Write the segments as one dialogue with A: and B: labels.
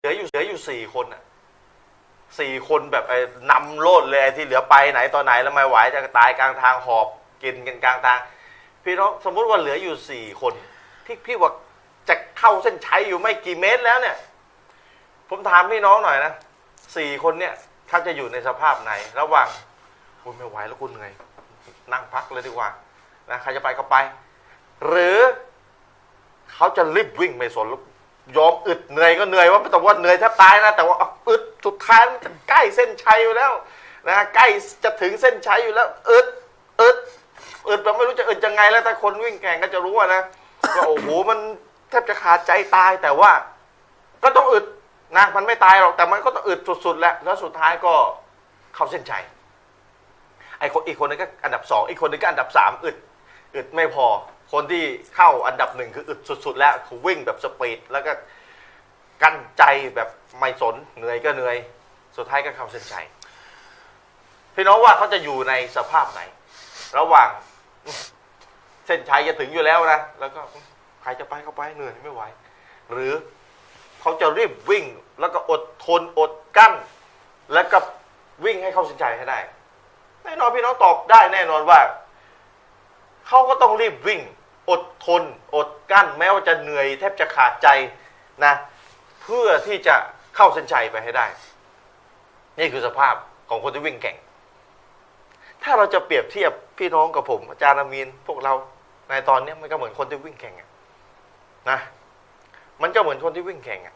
A: เหลืออยู่เหลืออยู่สี่คนอ่ะสี่คนแบบไอ้นำโลดเลยไอ้ที่เหลือไปไหนตอนไหนแล้วไม่ไหวจะตายกลางทางหอบกินกันกลางทาง พี่น้องสมมุติว่าเหลืออยู่สี่คนที่พี่ว่าจะเข้าเส้นชัยอยู่ไม่กี่เมตรแล้วเนี่ย ผมถามพี่น้องหน่อยนะสี่คนเนี่ยเขาจะอยู่ในสภาพไหน ระหว่างคุณไม่ไหวแล้วคุณเหนื่อยนั่งพักเลยดีกว่านะใครจะไปก็ไป หรือ เขาจะรีบวิ่งไม่สนแล้วยอมอึดเหนื่อยก็เหนื่อยว่าแต่ว่าเหนื่อยแทบตายนะ แต่ว่าเอาอึดสุดท้ายมันจะใกล้เส้นชัยอยู่แล้วนะใกล้จะถึงเส้นชัยอยู่แล้วอึดอึดอึดแบบไม่รู้จะอึดยังไงแล้วถ้าคนวิ่งแข่งก็จะรู้อะนะว่าโอ้โหมันแทบจะขาดใจตายแต่ว่า ก็ต้องอึดนะมันไม่ตายหรอกแต่มันก็ต้องอึดสุดๆแหละแล้วสุดท้ายก็เข้าเส้นชัยไอคนอีกคนนึงก็อันดับสองอีกคนนึงก็อันดับสามอึด อึดไม่พอ คนที่เข้าอันดับหนึ่งคืออึดสุด ๆ แล้วคือวิ่งแบบสปีดแล้วก็กั้นใจแบบไม่สนเหนื่อยก็เหนื่อย สุดท้ายก็เข้าเส้นชัยพี่น้องว่าเขาจะอยู่ในสภาพไหน ระหว่าง เส้นชัยจะถึงอยู่แล้วนะแล้วก็ใครจะไปก็ไปเหนื่อยไม่ไหว หรือเขาจะรีบวิ่ง แล้วก็อดทนอดกั้น แล้วก็วิ่งให้เข้าเส้นชัยให้ได้แน่นอนพี่น้องตอบได้แน่นอนว่า เขาก็ต้องรีบวิ่ง อดทน อดกั้น แม้ว่าจะเหนื่อยแทบจะขาดใจนะ เพื่อที่จะเข้าเส้นชัยไปให้ได้ นี่คือสภาพของคนที่วิ่งแข่ง ถ้าเราจะเปรียบเทียบพี่น้องกับผม อาจารย์อามีนพวกเราในตอนเนี้ยมันก็เหมือนคนที่วิ่งแข่งอะนะ มันก็เหมือนคนที่วิ่งแข่งอะ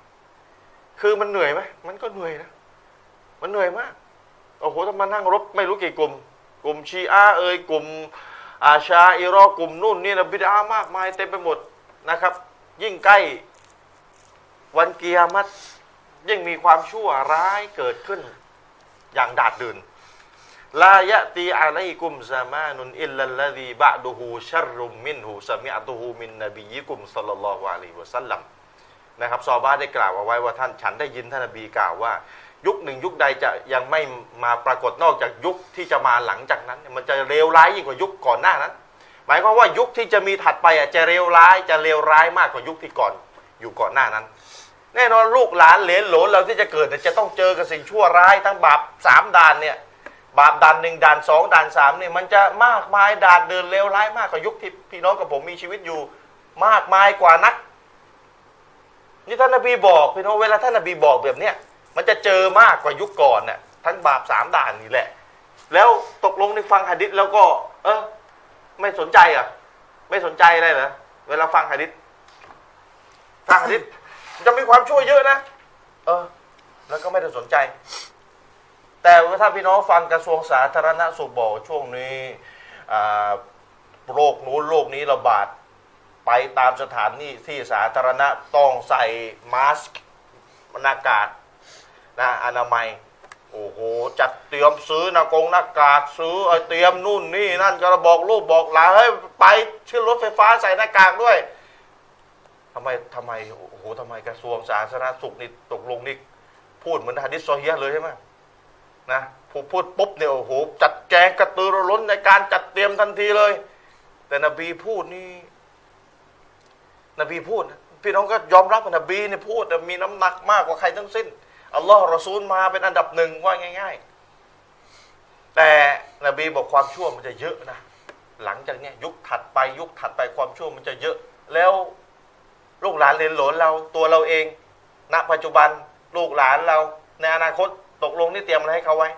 A: คือมันเหนื่อยไหมมันก็เหนื่อยนะ มันเหนื่อยมาก โอ้โหถ้ามานั่งรบไม่รู้กี่กลุ่ม กลุ่มชีอาเอ่ยกลุ่ม อาชาอิรอกลุ่มนู่นนี่นะบิดามากมายเต็มไปหมดนะครับ ยิ่งใกล้วันเกียามัตยิ่งมีความชั่วร้ายเกิดขึ้น อย่างดาดดืนลายะตีอาลัยกุมซามานุนอิลลัลลดีบะดูฮูชัรรุมมินฮูสมิอัตุฮูมินนบียิกุมสัลลัลลอฮุอะลัยฮิวะสัลลัมนะครับซอฮาบ้าได้กล่าวเอาไว้ว่าท่านฉันได้ยินท่านนบีกล่าวว่า ยุคหนึ่งยุคใดจะยังไม่มาปรากฏนอกจากยุคที่จะมาหลังจากนั้นเนี่ยมันจะเลวร้ายยิ่งกว่ายุคก่อนหน้านั้น หมายความว่ายุคที่จะมีถัดไปอ่ะจะเลวร้ายจะเลวร้ายมากกว่ายุคที่ก่อนอยู่ก่อนหน้านั้น แน่นอนลูกหลานเหลนโหลนเราที่จะเกิดเนี่ยจะต้องเจอกับสิ่งชั่วร้ายทั้งบาปสามด่านเนี่ยบาปด่านหนึ่งด่านสองด่านสามเนี่ยมันจะมากมายด่านเดินเลวร้ายมากกว่ายุคที่พี่น้องกับผมมีชีวิตอยู่มากมายกว่านัก นี่ท่านนบีบอกพี่น้องเวลาท่านนบีบอกแบบเนี้ยมันจะเจอมากกว่ายุคก่อนน่ะทั้งบาปสามด่านนี่แหละ แล้วตกลงในฟังหะดิษแล้วก็ เออไม่สนใจเหรอ่ะ ไม่สนใจอะไรเหรอเวลาฟังหะดิษฟังหะดิษมันจะมีความช่วยเยอะนะเออ แล้วก็ไม่ได้สนใจ แต่ว่าถ้าพี่น้องฟังกระทรวงสาธารณสุขบอกช่วงนี้อ่าโรคนู้นโรคนี้ระบาด ไปตามสถานที่ที่สาธารณะต้องใส่มาสก์หน้ากากนะอนามัย โอ้โห จัดเตรียมซื้อหน้ากงหน้ากากซื้อไอ้เตรียมนู่นนี่นั่นก็บอกลูกบอกหลานเฮ้ยไปขึ้นรถไฟฟ้าใส่หน้ากากด้วยทำไมทำไมโอ้โหทำไมกระทรวงสาธารณสุขนี่ตกลงนี่พูดเหมือนฮะดิษซอเฮียเลยใช่ไหมนะพูดพูดปุ๊บเนี่ยโอ้โหจัดแจงกระตือรือร้นในการจัดเตรียมทันทีเลย แต่นบีพูดนี่ นบีพูดนะพี่น้องก็ยอมรับว่านบีเนี่ยพูดแต่มีน้ำหนักมากกว่าใครทั้งสิ้น อัลลอฮ์รอซูลมาเป็นอันดับหนึ่งว่าง่าย ๆ แต่นบีบอกความชั่วมันจะเยอะนะ หลังจากเนี้ยยุคถัดไปยุคถัดไปความชั่วมันจะเยอะ แล้วลูกหลานเลนหลนเราตัวเราเอง ณ ปัจจุบันลูกหลานเรา ในอนาคตตกลงนี่เตรียมอะไรให้เขาไว้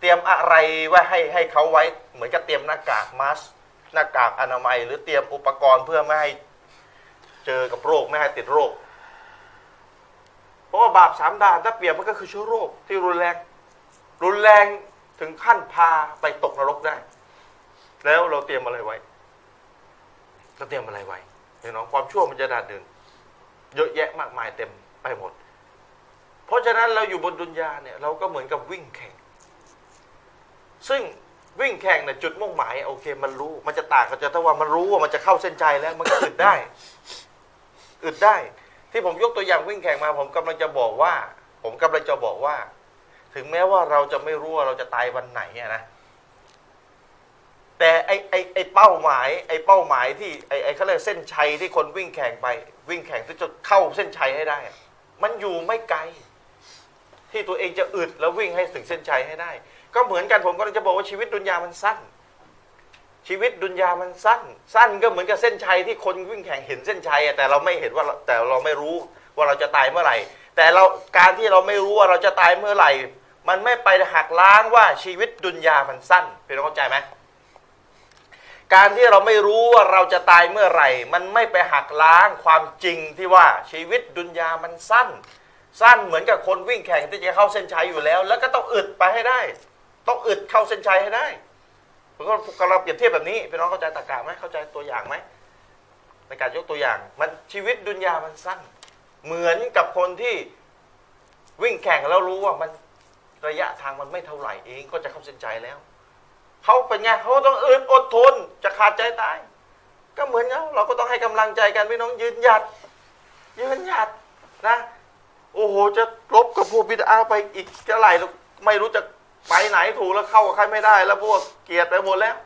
A: เตรียมอะไรไว้ให้ให้เขาไว้ เหมือนกับเตรียมหน้ากากมาสก์หน้ากากอนามัย หรือเตรียมอุปกรณ์เพื่อไม่ให้ เจอกับโรคไม่ให้ติดโรค เพราะว่าบาปสามด่านถ้าเปรียบมันก็คือเชื้อโรคที่รุนแรง รุนแรงถึงขั้นพาไปตกนรกได้ แล้วเราเตรียมอะไรไว้เราเตรียมอะไรไว้เห็นน้องความชั่วมันจะดาดเดินเยอะแยะมากมายเต็มไปหมด เพราะฉะนั้นเราอยู่บนดุนยาเนี่ย เราก็เหมือนกับวิ่งแข่ง ซึ่งวิ่งแข่งเนี่ยจุดมุ่งหมายโอเค มันรู้ มันจะต่างกันจะแต่ว่ามันรู้ว่ามันจะเข้าเส้นใจแล้วมันก็อึดได้ อึดได้ที่ผมยกตัวอย่างวิ่งแข่งมา ผมกำลังจะบอกว่า ผมกำลังจะบอกว่า ถึงแม้ว่าเราจะไม่รู้ว่าเราจะตายวันไหนอะนะแต่ไอไอไอเป้าหมาย ไอเป้าหมายที่ไอไอเขาเรียกเส้นชัยที่คนวิ่งแข่งไป วิ่งแข่งที่จะเข้าเส้นชัยให้ได้อะ มันอยู่ไม่ไกล ที่ตัวเองจะอึดแล้ววิ่งให้ถึงเส้นชัยให้ได้ ก็เหมือนกันผมก็จะบอกว่าชีวิตดุนยามันสั้น ชีวิตดุนยามันสั้น สั้นก็เหมือนกับเส้นชัยที่คนวิ่งแข่งเห็นเส้นชัยอะแต่เราไม่เห็นว่าเราแต่เราไม่รู้ว่าเราจะตายเมื่อไหร่ แต่เราการที่เราไม่รู้ว่าเราจะตายเมื่อไหร่ มันไม่ไปหักล้างว่าชีวิตดุนยามันสั้นพี่น้องเข้าใจไหมการที่เราไม่รู้ว่าเราจะตายเมื่อไหร่ มันไม่ไปหักล้างความจริงที่ว่าชีวิตดุนยามันสั้น สั้นเหมือนกับคนวิ่งแข่งที่จะเข้าเส้นชัยอยู่แล้ว แล้วก็ต้องอึดไปให้ได้ ต้องอึดเข้าเส้นชัยให้ได้ผมก็กำลังเปรียบเทียบแบบนี้พี่น้องเข้าใจตรรกะไหมเข้าใจตัวอย่างไหมในการยกตัวอย่าง มันชีวิตดุนยามันสั้น เหมือนกับคนที่วิ่งแข่งแล้วรู้ว่ามันระยะทางมันไม่เท่าไหร่เองก็จะเข้าเส้นชัยแล้วเขาเป็นไงเขาต้องอึดอดทนจะขาดใจตาย ก็เหมือนเราเราก็ต้องให้กำลังใจกันพี่น้องยืนหยัด ยืนหยัดนะ โอ้โห จะลบกับพวกบิดาไปอีกเท่าไหร่แล้วไม่รู้จะไปไหนถูกแล้วเข้ากับใครไม่ได้ แล้วพวกเกลียดไปหมดแล้ว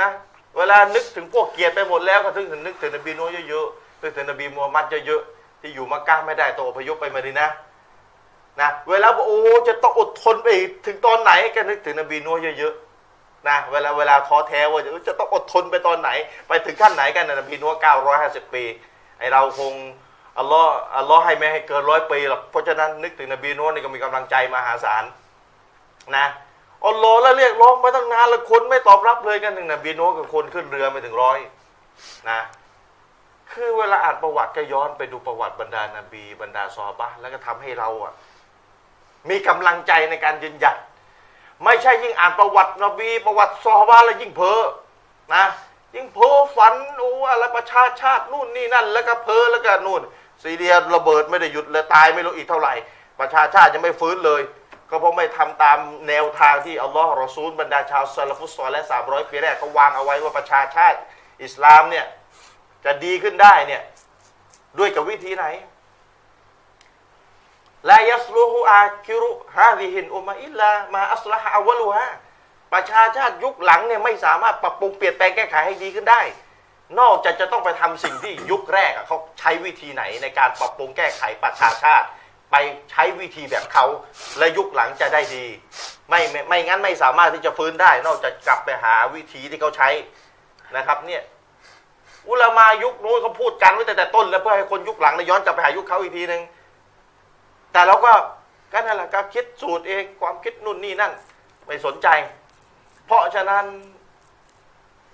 A: นะ เวลานึกถึงพวกเกลียดไปหมดแล้วก็ถึงถึงนึกถึงนบีนูเยอะๆนึกถึงนบีมูฮัมมัดเยอะๆที่อยู่มักกะไม่ได้ต้องอพยพไปมาดีนะนะ เวลาบอกโอ้โหจะต้องอดทนไปอีกถึงตอนไหนก็นึกถึงนบีนูเยอะๆนะ เวลาเวลาท้อแท้ว่าจะจะต้องอดทนไปตอนไหน ไปถึงขั้นไหนกันนะนบีนูเก้าร้อยห้าสิบปีไอเราคง อัลลอฮ์อัลลอฮ์ให้ไม่ให้เกินร้อยปีหรอกเพราะฉะนั้นนึกถึงนบีโน้นนี่ก็มีกำลังใจมหาศาลนะอัลลอฮ์แล้วเรียกร้องมาตั้งนานแล้วคนไม่ตอบรับเลยกันถึงนบีโน้นกับคนขึ้นเรือไม่ถึงร้อยนะ คือเวลาอ่านประวัติก็ย้อนไปดูประวัติบรรดานาบี บรรดาซอฮาบะห์แล้วก็ทำให้เราอะมีกำลังใจในการยืนหยัดไม่ใช่ยิ่งอ่านประวัตินบี ประวัติซอฮาบะห์แล้วยิ่งเพ้อ นะยิ่งเพ้อฝันโอ้อะไรประชาชาตินู่นนี่นั่น แล้วก็เพ้อแล้วก็นู่นซีเรียระเบิดไม่ได้หยุดเลยตายไม่รู้อีกเท่าไหร่ ประชาชาติยังไม่ฟื้นเลย ก็เพราะไม่ทำตามแนวทางที่อัลลอฮ์รอซูลบรรดาชาวซาลาฟุสซอลและสามร้อยปีแรกเขาวางเอาไว้ว่าประชาชาติ อิสลามเนี่ย จะดีขึ้นได้เนี่ย ด้วยกับวิธีไหนลายัสลูฮูอาคิรุฮาดิฮินอุมาอิลลามาอัสลาฮะอาวะลูฮา ประชาชาติยุคหลังเนี่ยไม่สามารถปรับปรุงเปลี่ยนแปลงแก้ไขให้ดีขึ้นได้ นอกจากจะต้องไปทำสิ่งที่ยุคแรกอะเขาใช้วิธีไหนในการปรับปรุงแก้ไขประชาชาติ ไปใช้วิธีแบบเขาและยุคหลังจะได้ดี ไม่ไม่ไม่งั้นไม่สามารถที่จะฟื้นได้ นอกจากกลับไปหาวิธีที่เขาใช้นะครับ เนี่ย อุลามายุคนู้นเขาพูดกันไว้แต่แต่ต้น แล้วเพื่อให้คนยุคหลังเนี่ยย้อนกลับไปหายุคเขาอีกทีหนึ่งแต่เราก็ก็นั่นแหละก็คิดสูตรเองความคิดนู่นนี่นั่น ไม่สนใจ เพราะฉะนั้น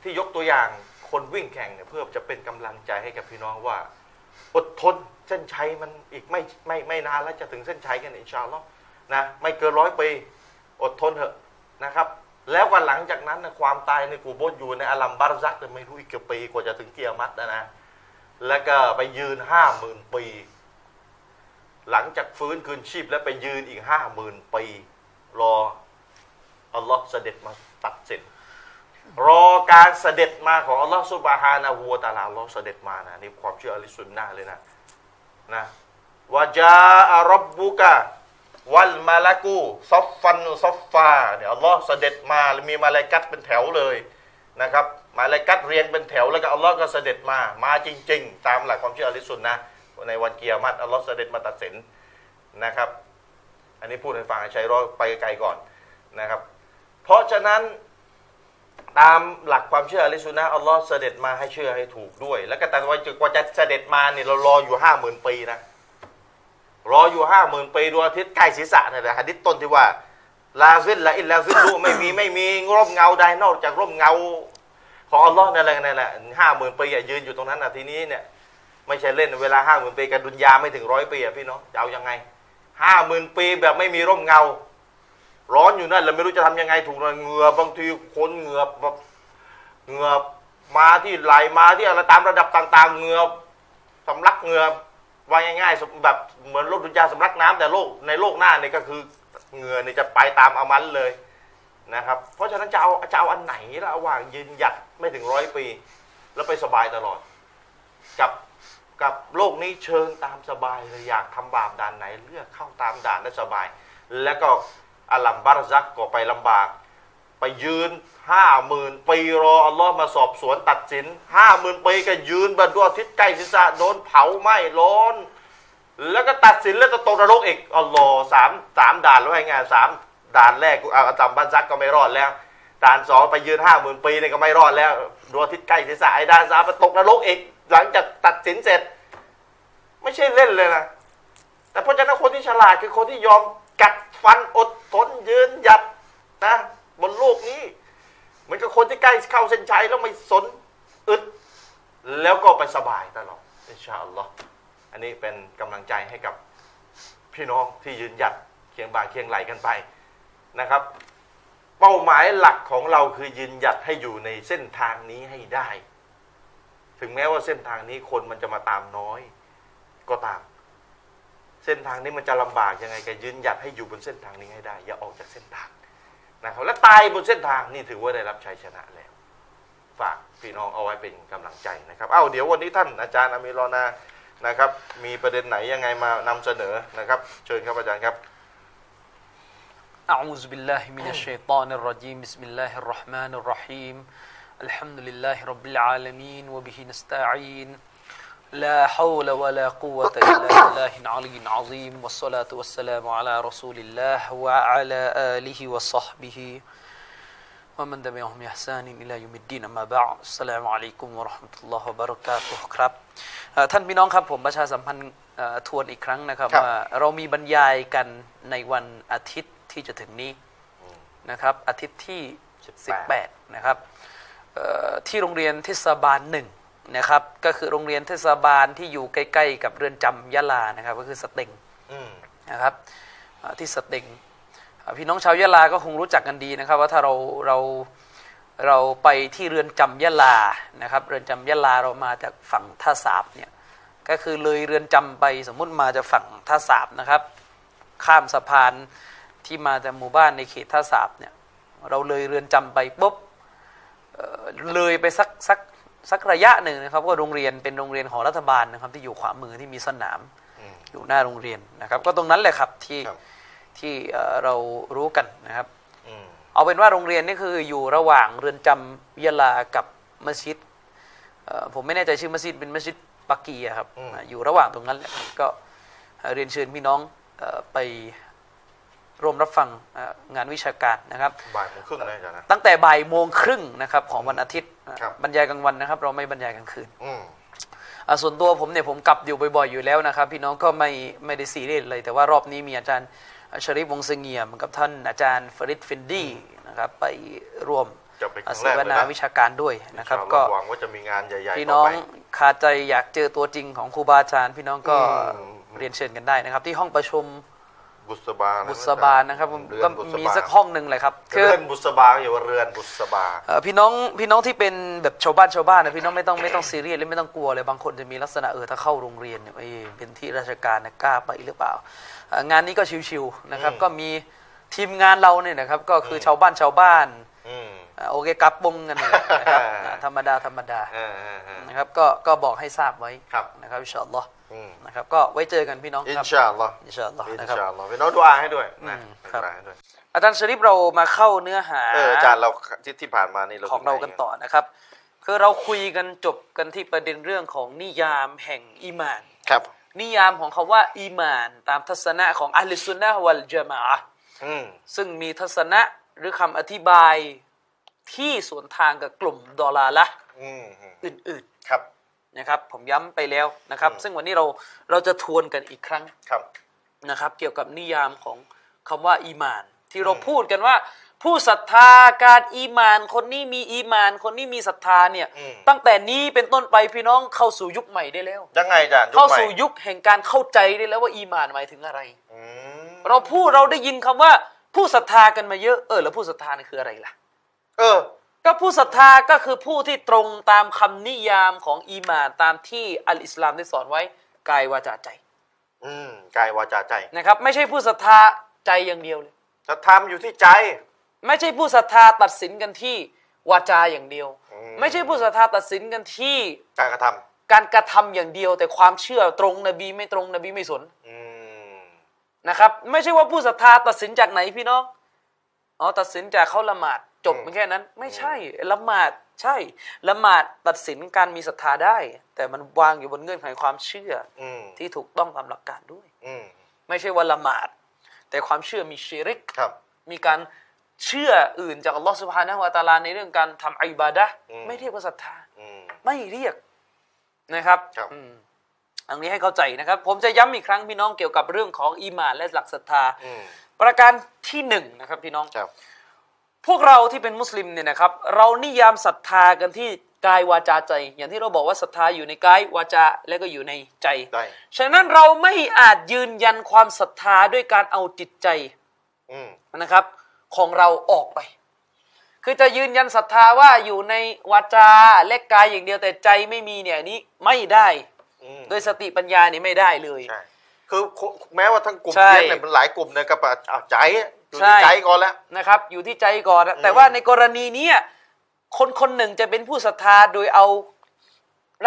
A: ที่ยกตัวอย่างคนวิ่งแข่งเนี่ยเพื่อจะเป็นกำลังใจให้กับพี่น้องว่า อดทนเส้นชัยมันอีกไม่ไม่ไม่นานแล้วจะถึงเส้นชัยกันอินชาอัลลอฮ์นะไม่เกินร้อยปีอดทนเถอะนะครับ แล้ววันหลังจากนั้นนะความตายในกูโบสอยู่ในอาลัมบารซักเนี่ยไม่รู้อีกกี่ปีกว่าจะถึงเกียรมัดนะนะแล้วก็ไปยืนห้าหมื่นปี หลังจากฟื้นคืนชีพแล้วไปยืนอีกห้าหมื่นปี รอ อัลลอฮ์เสด็จมาตัดสินรอการเสด็จมาของอัลลอฮ์สุบฮานะฮูวะตะอาลาอัลลอฮ์เสด็จมานะนี่ความเชื่ออะลิสุนนะห์เลยนะนะวะจาอารับบุกะวัลมาลากูซอฟฟันซอฟฟาเนี่ยอัลลอฮ์เสด็จมามีมาลากัดเป็นแถวเลยนะครับมาลากัดเรียงเป็นแถวแล้วก็อัลลอฮ์ก็เสด็จมามาจริง ๆ ตามหลักความเชื่ออะลิสุนนะห์ในวันเกียรติมัดอัลลอฮ์เสด็จมาตัดสินนะครับ อันนี้พูดให้ฟังให้ใช้รอไปไกลๆก่อนนะครับ เพราะฉะนั้นตามหลักความเชื่ออะลิสุนนะห์อัลลอฮ์เสด็จมาให้เชื่อให้ถูกด้วย แล้วก็แต่ว่าจะกว่าจะเสด็จมาเนี่ยเรารออยู่ห้าหมื่นปีนะรออยู่ห้าหมื่นปีดวงอาทิตย์ใกล้ศีรษะเนี่ยนะฮะดิษต้นที่ว่า ลาซินละอินลาซินรู้ไม่มีไม่มีร่มเงาใดนอกจากร่มเงา ของอัลลอฮ์นั่นแหละนั่นแหละห้าหมื่นปีอะยืนอยู่ตรงนั้นนะทีนี้เนี่ยไม่ใช่เล่นเวลาห้าหมื่นปีกันดุนยาไม่ถึงร้อยปีอะพี่น้องจะเอายังไงห้าหมื่นปีแบบไม่มีร่มเงา ร้อนอยู่นั่นแล้วไม่รู้จะทำยังไงถูกหน่อยเหงื่อบางทีคนเหงื่อแบบเหงื่อมาที่ไหลมาที่อะไรตามระดับต่างๆเหงื่อสำลักเหงื่อว่าง่ายๆสมแบบเหมือนโรคดุนยาสำลักน้ำแต่โรคในโลกหน้าเนี่ยก็คือเหงื่อเนี่ยจะไปตามอามันเลยนะครับ เพราะฉะนั้นจะเอาจะเอาอันไหนระหว่างยืนหยัดไม่ถึงร้อยปี แล้วไปสบายตลอด กับกับโลกนี้เชิญตามสบายเลยอยากทำบาปด่านไหน เลือกเข้าตามด่านได้สบาย แล้วก็อัลลัมบารซักก็ไปลำบาก ไปยืนห้าหมื่นปีรออัลลอฮ์มาสอบสวนตัดสินห้าหมื่นปีก็ยืนบนดวงอาทิตย์ใกล้ศีรษะโดนเผาไหม้ร้อน แล้วก็ตัดสินแล้วจะตกนรกอีกอัลลอฮ์สามสามด่านแล้วไงไงสามด่านแรกกูเอาอาจารย์บ้านซักก็ไม่รอดแล้วด่านสองไปยืนห้าหมื่นปีเนี่ยก็ไม่รอดแล้วดวงอาทิตย์ใกล้ศีรษะไอ้ด่านสามไปตกนรกอีก หลังจากตัดสินเสร็จ ไม่ใช่เล่นเลยนะแต่เพราะฉะนั้นคนที่ฉลาดคือคนที่ยอมกัดฟันอดทนยืนหยัดนะบนโลกนี้เหมือนกับคนที่ใกล้เข้าเส้นชัยแล้วไม่สนอึด แล้วก็ไปสบายตลอดอินชาอัลลอฮ์อันนี้เป็นกำลังใจให้กับพี่น้องที่ยืนหยัดเคียงบ่าเคียงไหลกันไปนะครับ เป้าหมายหลักของเราคือยืนหยัดให้อยู่ในเส้นทางนี้ให้ได้ ถึงแม้ว่าเส้นทางนี้คนมันจะมาตามน้อย ก็ตาม เส้นทางนี้มันจะลำบากยังไงก็ยืนหยัดให้อยู่บนเส้นทางนี้ให้ได้ อย่าออกจากเส้นทางนะครับและตายบนเส้นทางนี่ถือว่าได้รับชัยชนะแล้ว ฝากพี่น้องเอาไว้เป็นกำลังใจนะครับเอ้าเดี๋ยววันนี้ท่านอาจารย์อามีรอนานะครับ มีประเด็นไหนยังไงมานำเสนอนะครับ เชิญครับอาจารย์ครับ
B: أعوذ بالله من الشيطان الرجيم بسم الله الرحمن الرحيم الحمد لله رب العالمين وبه نستعين لا حول ولا قوة إلا بالله العلي العظيم والصلاة والسلام على رسول الله وعلى آله وصحبه ومن تبعهم بإحسان إلى يوم الدين أما بعد السلام عليكم ورحمة الله وبركاته ครับเอ่อท่านพี่น้องครับผมประชาสัมพันธ์เอ่อทวนอีกครั้งนะครับ
A: ครับ
B: ว่าเรามีบรรยายกันในวันอาทิตย์ที่จะถึงนี้นะครับอาทิตย์ที่ 18 นะครับเอ่อที่โรงเรียนเทศบาลหนึ่งนะครับก็คือโรงเรียนเทศบาลที่อยู่ใกล้ ๆ กับเรือนจำยะลานะครับก็คือสเต็ง
A: อืม
B: นะครับเอ่อที่สเต็งเอ่อพี่น้องชาวยะลาก็คงรู้จักกันดีนะครับ ว่าถ้าเราเราเราไปที่เรือนจำยะลานะครับ เรือนจำยะลาเรามาจากฝั่งท่าสาบเนี่ยก็คือเลยเรือนจำไปสมมุติมาจากฝั่งท่าสาบนะครับ ข้ามสะพานที่มาจากหมู่บ้านในเขตท่าสาบเนี่ยเราเลยเรือนจำไปปุ๊บเอ่อเลยไปสักสักสักระยะหนึ่งนะครับก็โรงเรียนเป็นโรงเรียนของรัฐบาลนะครับที่อยู่ขวามือที่มีสนาม อยู่หน้าโรงเรียนนะครับ ก็ตรงนั้นแหละครับที่
A: ครับ
B: ที่เอ่อเรารู้กันนะครับ
A: อืม
B: เอาเป็นว่าโรงเรียนนี่คืออยู่ระหว่างเรือนจำยะลากับมัสยิดเอ่อผมไม่แน่ใจชื่อมัสยิดเป็นมัสยิดปักกีอะครับ
A: อืม
B: อ่าอยู่ระหว่างตรงนั้นแหละก็เอ่อเรียนเชิญพี่น้องเอ่อไปร่วมรับฟังเอ่องานวิชาการนะครับ
A: บ่ายโมงครึ่งนะอาจารย์นะ
B: ตั้งแต่บ่ายโมงครึ่งนะครับของวันอาทิตย์อ่ะ
A: ครับ
B: บรรยายกลางวันนะครับ เราไม่บรรยายกลางคืน
A: อืม
B: อ่ะส่วนตัวผมเนี่ยผมกลับอยู่บ่อยๆอยู่แล้วนะครับ พี่น้องก็ไม่ไม่ได้ซีเรียสเลยแต่ว่ารอบนี้มีอาจารย์ชริฟวงศ์เสงี่ยมกับท่านอาจารย์ฟริดฟินดี้นะครับไปร่วม
A: จะเป็นครั้ง
B: เส
A: แรก
B: ว
A: เลยนะ
B: นาวิชาการด้วยนะครับ
A: อิชาอัลลอฮ์
B: ก็
A: หวังว่าจะมีงานใหญ่ๆต่อไป
B: พี่น้องคาใจอยากเจอตัวจริงของครูบาอาจารย์ พี่น้องก็
A: อืม
B: เรียนเชิญกันได้นะครับ ที่ห้องประชุม
A: บุษบานะ
B: บุษบานะครับผม
A: เรือน
B: ก็
A: บุษ
B: มี
A: บา
B: สักห้องหนึ่งเลยครับคื
A: เรือ อนบุษบาอย่าว่าเรือนบุษบา
B: เอ่อพี่น้องพี่น้องที่เป็นแบบชาวบ้านชาวบ้านนะพี่น้องไม่ต้องไม่ต้องซีเรียสหรือไม่ต้องกลัวเลยบางคนจะมีลักษณะเออถ้าเข้าโรงเรียนเนี่ยเออเป็นที่ราชการนะกล้าไปหรือเปล่าเอ่องานนี้ก็ชิวๆนะครับ
A: อืม
B: ก็มีทีมงานเราเนี่ยนะครับก็คือชาวบ้านชาวบ้าน
A: อืม
B: เอ่อโอเคกลับวงกันเนี่ย นะครับ อ่าธรรมดาธรรมดา
A: เออเออเออ
B: นะครับก็ก็บอกให้ทราบไว้
A: ครับ
B: นะครับอินชาอัลลอฮ์
A: อืม
B: นะครับก็ไว้เจอกันพี่น้อง
A: อิน
B: ครับ
A: ชาอัลลอฮ์
B: อินชาอัลลอฮ์
A: อิน
B: นะครับ
A: ชาอัลลอฮ์พี่น้องดูอาให้ด้วยนะ
B: อืม
A: ดู
B: ครับ
A: อาให้ด้วย
B: อาจารย์ชริปเรามาเข้าเนื้อหา
A: เอออาจารย์เราที่ที่ผ่านมานี่เรา
B: ของเรากันต่อนะครับ คือเราคุยกันจบกันที่ประเด็นเรื่องของนิยามแห่งอีหมาน
A: ครับ
B: นิยามของคาว่าอีหมาน ตามทัศนะของอัลลิสุนนะฮ์วัลจามะอะฮ์
A: อืม
B: ซึ่งมีทัศนะหรือคำอธิบายที่สวนทางกับกลุ่มดอลาละห์
A: อืมอืม
B: อื่น
A: ครับ
B: ๆนะครับ ผมย้ำไปแล้วนะครับ ซึ่งวันนี้เราเราจะทวนกันอีกครั้ง
A: ครับ
B: นะครับเกี่ยวกับนิยามของคำว่าอีหมาน ที่เราพูดกันว่า ผู้ศรัทธาการอีหมาน คนนี้มีอีหมาน คนนี้มีศรัทธาเนี่ย
A: อืม
B: ตั้งแต่นี้เป็นต้นไปพี่น้องเข้าสู่ยุคใหม่ได้แล้ว
A: ยังไงอาจารย์
B: เข้า
A: คใหม่
B: สู่ยุคแห่งการเข้าใจได้แล้วว่าอีหมานหมายถึงอะไร
A: อืม
B: เราพูดเราได้ยินคำว่า ผู้ศรัทธากันมาเยอะเออแล้วผู้ศรัทธานี่คืออะไรล่ะ
A: เออ
B: ก็ผู้ศรัทธาก็คือผู้ที่ตรงตามคำนิยามของอีหมานตามที่อัลอิสลามได้สอนไว้กายวาจาใจ
A: อืมกายวาจาใจ
B: นะครับไม่ใช่ผู้ศรัทธาใจอย่างเดียวเลย
A: ศรัทธามันอยู่ที่ใจ
B: ไม่ใช่ผู้ศรัทธาตัดสินกันที่วาจาอย่างเดียว
A: อืม
B: ไม่ใช่ผู้ศรัทธาตัดสินกันที่
A: การกระทำ
B: การกระทำอย่างเดียว แต่ความเชื่อตรงนบีไม่ตรงนบีไม่สน
A: อืม
B: นะครับ ไม่ใช่ว่าผู้ศรัทธาตัดสินจากไหนพี่น้องอ๋อตัดสินจากเขาละหมาดจบ
A: อืม
B: มันแค่นั้น ไม่ใช่ละหมาด ใช่ละหมาดตัดสินการมีศรัทธาได้ แต่มันวางอยู่บนเงื่อนไขความเชื่อ
A: อืม
B: ที่ถูกต้องตามหลักการด้วย
A: อืม
B: ไม่ใช่ว่าละหมาด แต่ความเชื่อมีชิริก
A: ครับ
B: มีการเชื่ออื่นจากอัลลอฮ์สุบฮานะฮูวะตะอาลาในเรื่องการทำอิบาดะห์
A: อืม
B: ไม่เรียกว่าศรัทธา
A: อืม
B: ไม่เรียกนะครับ
A: ครับ
B: อืมอันนี้ให้เข้าใจนะครับ ผมจะย้ำอีกครั้งพี่น้องเกี่ยวกับเรื่องของอีหมานและหลักศรัทธา
A: อืม
B: ประการที่หนึ่งนะครับพี่น้อง
A: ครับ
B: พวกเราที่เป็นมุสลิมเนี่ยนะครับ เรานิยามศรัทธากันที่กายวาจาใจ อย่างที่เราบอกว่าศรัทธาอยู่ในกายวาจาและก็อยู่ในใจ
A: ได้
B: ฉะนั้นเราไม่อาจยืนยันความศรัทธาด้วยการเอาจิตใจ
A: อืม
B: นะครับของเราออกไป คือจะยืนยันศรัทธาว่าอยู่ในวาจาและกายอย่างเดียวแต่ใจไม่มีเนี่ยอันนี้ไม่ได้
A: อืม
B: ด้วยสติปัญญานี่ไม่ได้เลย
A: ใช่คือแม้ว่าทั้งกลุ่ม
B: ใช่
A: เรียนเนี่ยมันหลายกลุ่มเนี่ยก็แบบเอาใจอยู่
B: ใช่
A: ที่ใจก่อนแล้ว
B: นะครับ อยู่ที่ใจก่อนนะ
A: อืม
B: แต่ว่าในกรณีเนี้ยคนคนหนึ่งจะเป็นผู้ศรัทธาโดยเอา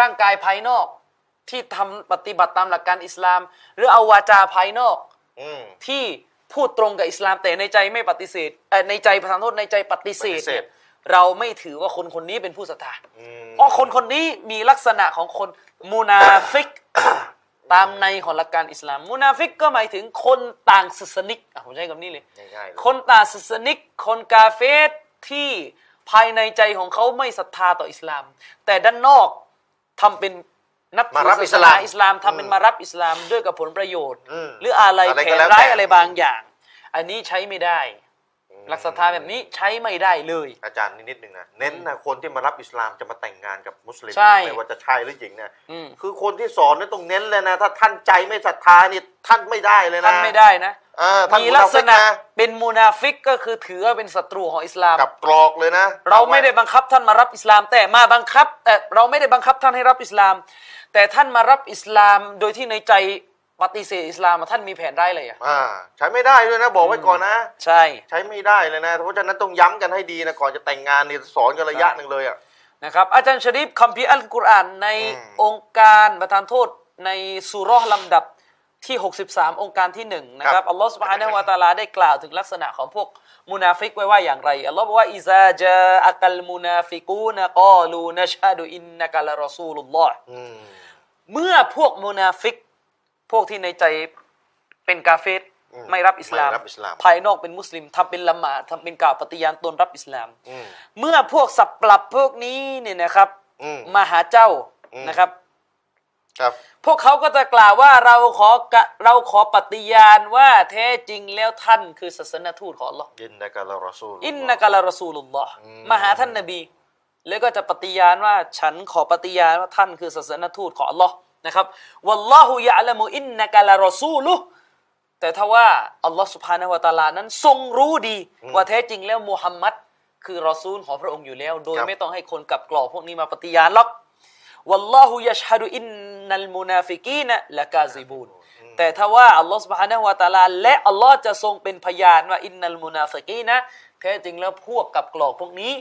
B: ร่างกายภายนอก ที่ทำปฏิบัติตามหลักการอิสลาม หรือเอาวาจาภายนอก
A: อืม
B: ที่พูดตรงกับอิสลามแต่ในใจไม่ปฏิเสธเอ่อในใจประธานโทษในใจปฏิเสธ
A: ปฏิเส
B: เนี่ย
A: ธ
B: เราไม่ถือว่าคนคนนี้เป็นผู้ศรัทธา
A: อืม
B: เพราะคนคนนี้มีลักษณะของคนมูนาฟิก ตามในของหลักการอิสลาม มูนาฟิกก็หมายถึงคนต่างศาสนิกอ่ะผมใช้คำนี้เลย
A: ง่ายๆเลย
B: คนต่างศาสนิก คนกาเฟสที่ภายในใจของเขาไม่ศรัทธาต่ออิสลาม แต่ด้านนอกทำเป็นนับถื
A: มารับ
B: ศาสนาอิสลามทำเป็น
A: อืม
B: มารับอิสลามด้วยกับผลประโยชน์
A: อืม
B: หรืออะไร
A: อะไร
B: แผ
A: ก็
B: น
A: แล้วแต่
B: ร้ายอะไรบางอย่าง อันนี้ใช้ไม่ได้ หลักศรัทธาแบบนี้ใช้ไม่ได้เลย
A: อาจารย์นิดนิดหนึ่งนะเน้นนะคนที่มารับอิสลามจะมาแต่งงานกับมุสลิม
B: ใช่
A: ไม่ว่าจะชายหรือหญิงเนี่ย
B: อืม
A: คือคนที่สอนเนี่ยต้องเน้นเลยนะ ถ้าท่านใจไม่ศรัทธานี่ท่านไม่ได้เลยนะ
B: ท่านไม่ได้นะ
A: เออท่าน
B: มีลักษณะ
A: มุนาฟิ
B: เป็นมูนาฟิกก็คือถือว่าเป็นศัตรูของอิสลาม
A: กนะกับกรอกเลยนะ
B: เราไม่ได้บังคับท่านมารับอิสลาม แต่มาบังคับแต่อเราไม่ได้บังคับท่านให้รับอิสลาม แต่ท่านมารับอิสลามโดยที่ในใจปฏิเสธอิสลามอะท่านมีแผนได้เลยอ่ะ
A: อ่าใช้ไม่ได้ด้วยนะ บอกไว้ก่อนนะ
B: ใช่
A: ใช้ไม่ได้เลยนะ เพราะฉะนั้นต้องย้ำกันให้ดีนะก่อนจะแต่งงานนี่สอนกันระยะ
B: ใช่
A: หนึ่งเลยอ่ะ
B: นะครับอาจารย์ชริฟคัมภีร์อัลกุรอานใน
A: อืม
B: องค์การประทานโทษในสุเราะห์ลำดับที่ 63 องค์การที่หนึ่งนะครับอัลลอฮ์สุบฮานะฮูวะตะอาลาได้กล่าวถึงลักษณะของพวกมุนาฟิกไว้ว่าอย่างไรอัลลอฮ์บอกว่าอิซาจาอักัลมุนาฟิกูนะกอลูนะชาดูอินนะกะละรอซูลุลลอฮ์
A: อืม
B: เมื่อพวกมุนาฟิก พวกที่ในใจเป็นกาเฟร
A: อืม
B: ไม่รับอิสลาม
A: ไม่รับอิสลาม
B: ภายนอกเป็นมุสลิมทำเป็นละหมาดทำเป็นกล่าวปฏิญาณตนรับอิสลาม
A: อืม
B: เมื่อพวกสับปรับพวกนี้เนี่ยนะครับ
A: อืม
B: มาหาเจ้า
A: อืม
B: นะครับ
A: ครับ
B: พวกเขาก็จะกล่าวว่าเราขอกะเราขอปฏิญาณว่าแท้จริงแล้วท่านคือศาสนทูตของอัลลอฮ์
A: อินนะกะลารอซูล
B: อินนากะลารอซูลุลลอฮ์
A: อืม
B: มาหาท่านนบี แล้วก็จะปฏิญาณว่าฉันขอปฏิญาณว่าท่านคือศาสนทูตของอัลลอฮ์นะครับวัลลอฮุยะละมุอินนากะลารอซูลุฮ์แต่ถ้าว่าอัลลอฮ์สุภานะวะตะอาลานั้นทรงรู้ดี ว่าแท้จริงแล้วมุฮัมมัดคือรอซูลของพระองค์อยู่แล้ว โดยไม่ต้องให้คนกลับกรอกพวกนี้มาปฏิญาณหรอกวัลลอฮุยะชฮะดุอินนัลมุนาฟิกีนะละกาซิบูนแต่ถ้าว่าอัลลอฮ์สุบฮานะฮูวะตะอาลาและอัลลอฮ์จะทรงเป็นพยานว่าอินนัลมุนาฟิกีนะแท้จริงแล้วพวกกลับกรอกพวกนี้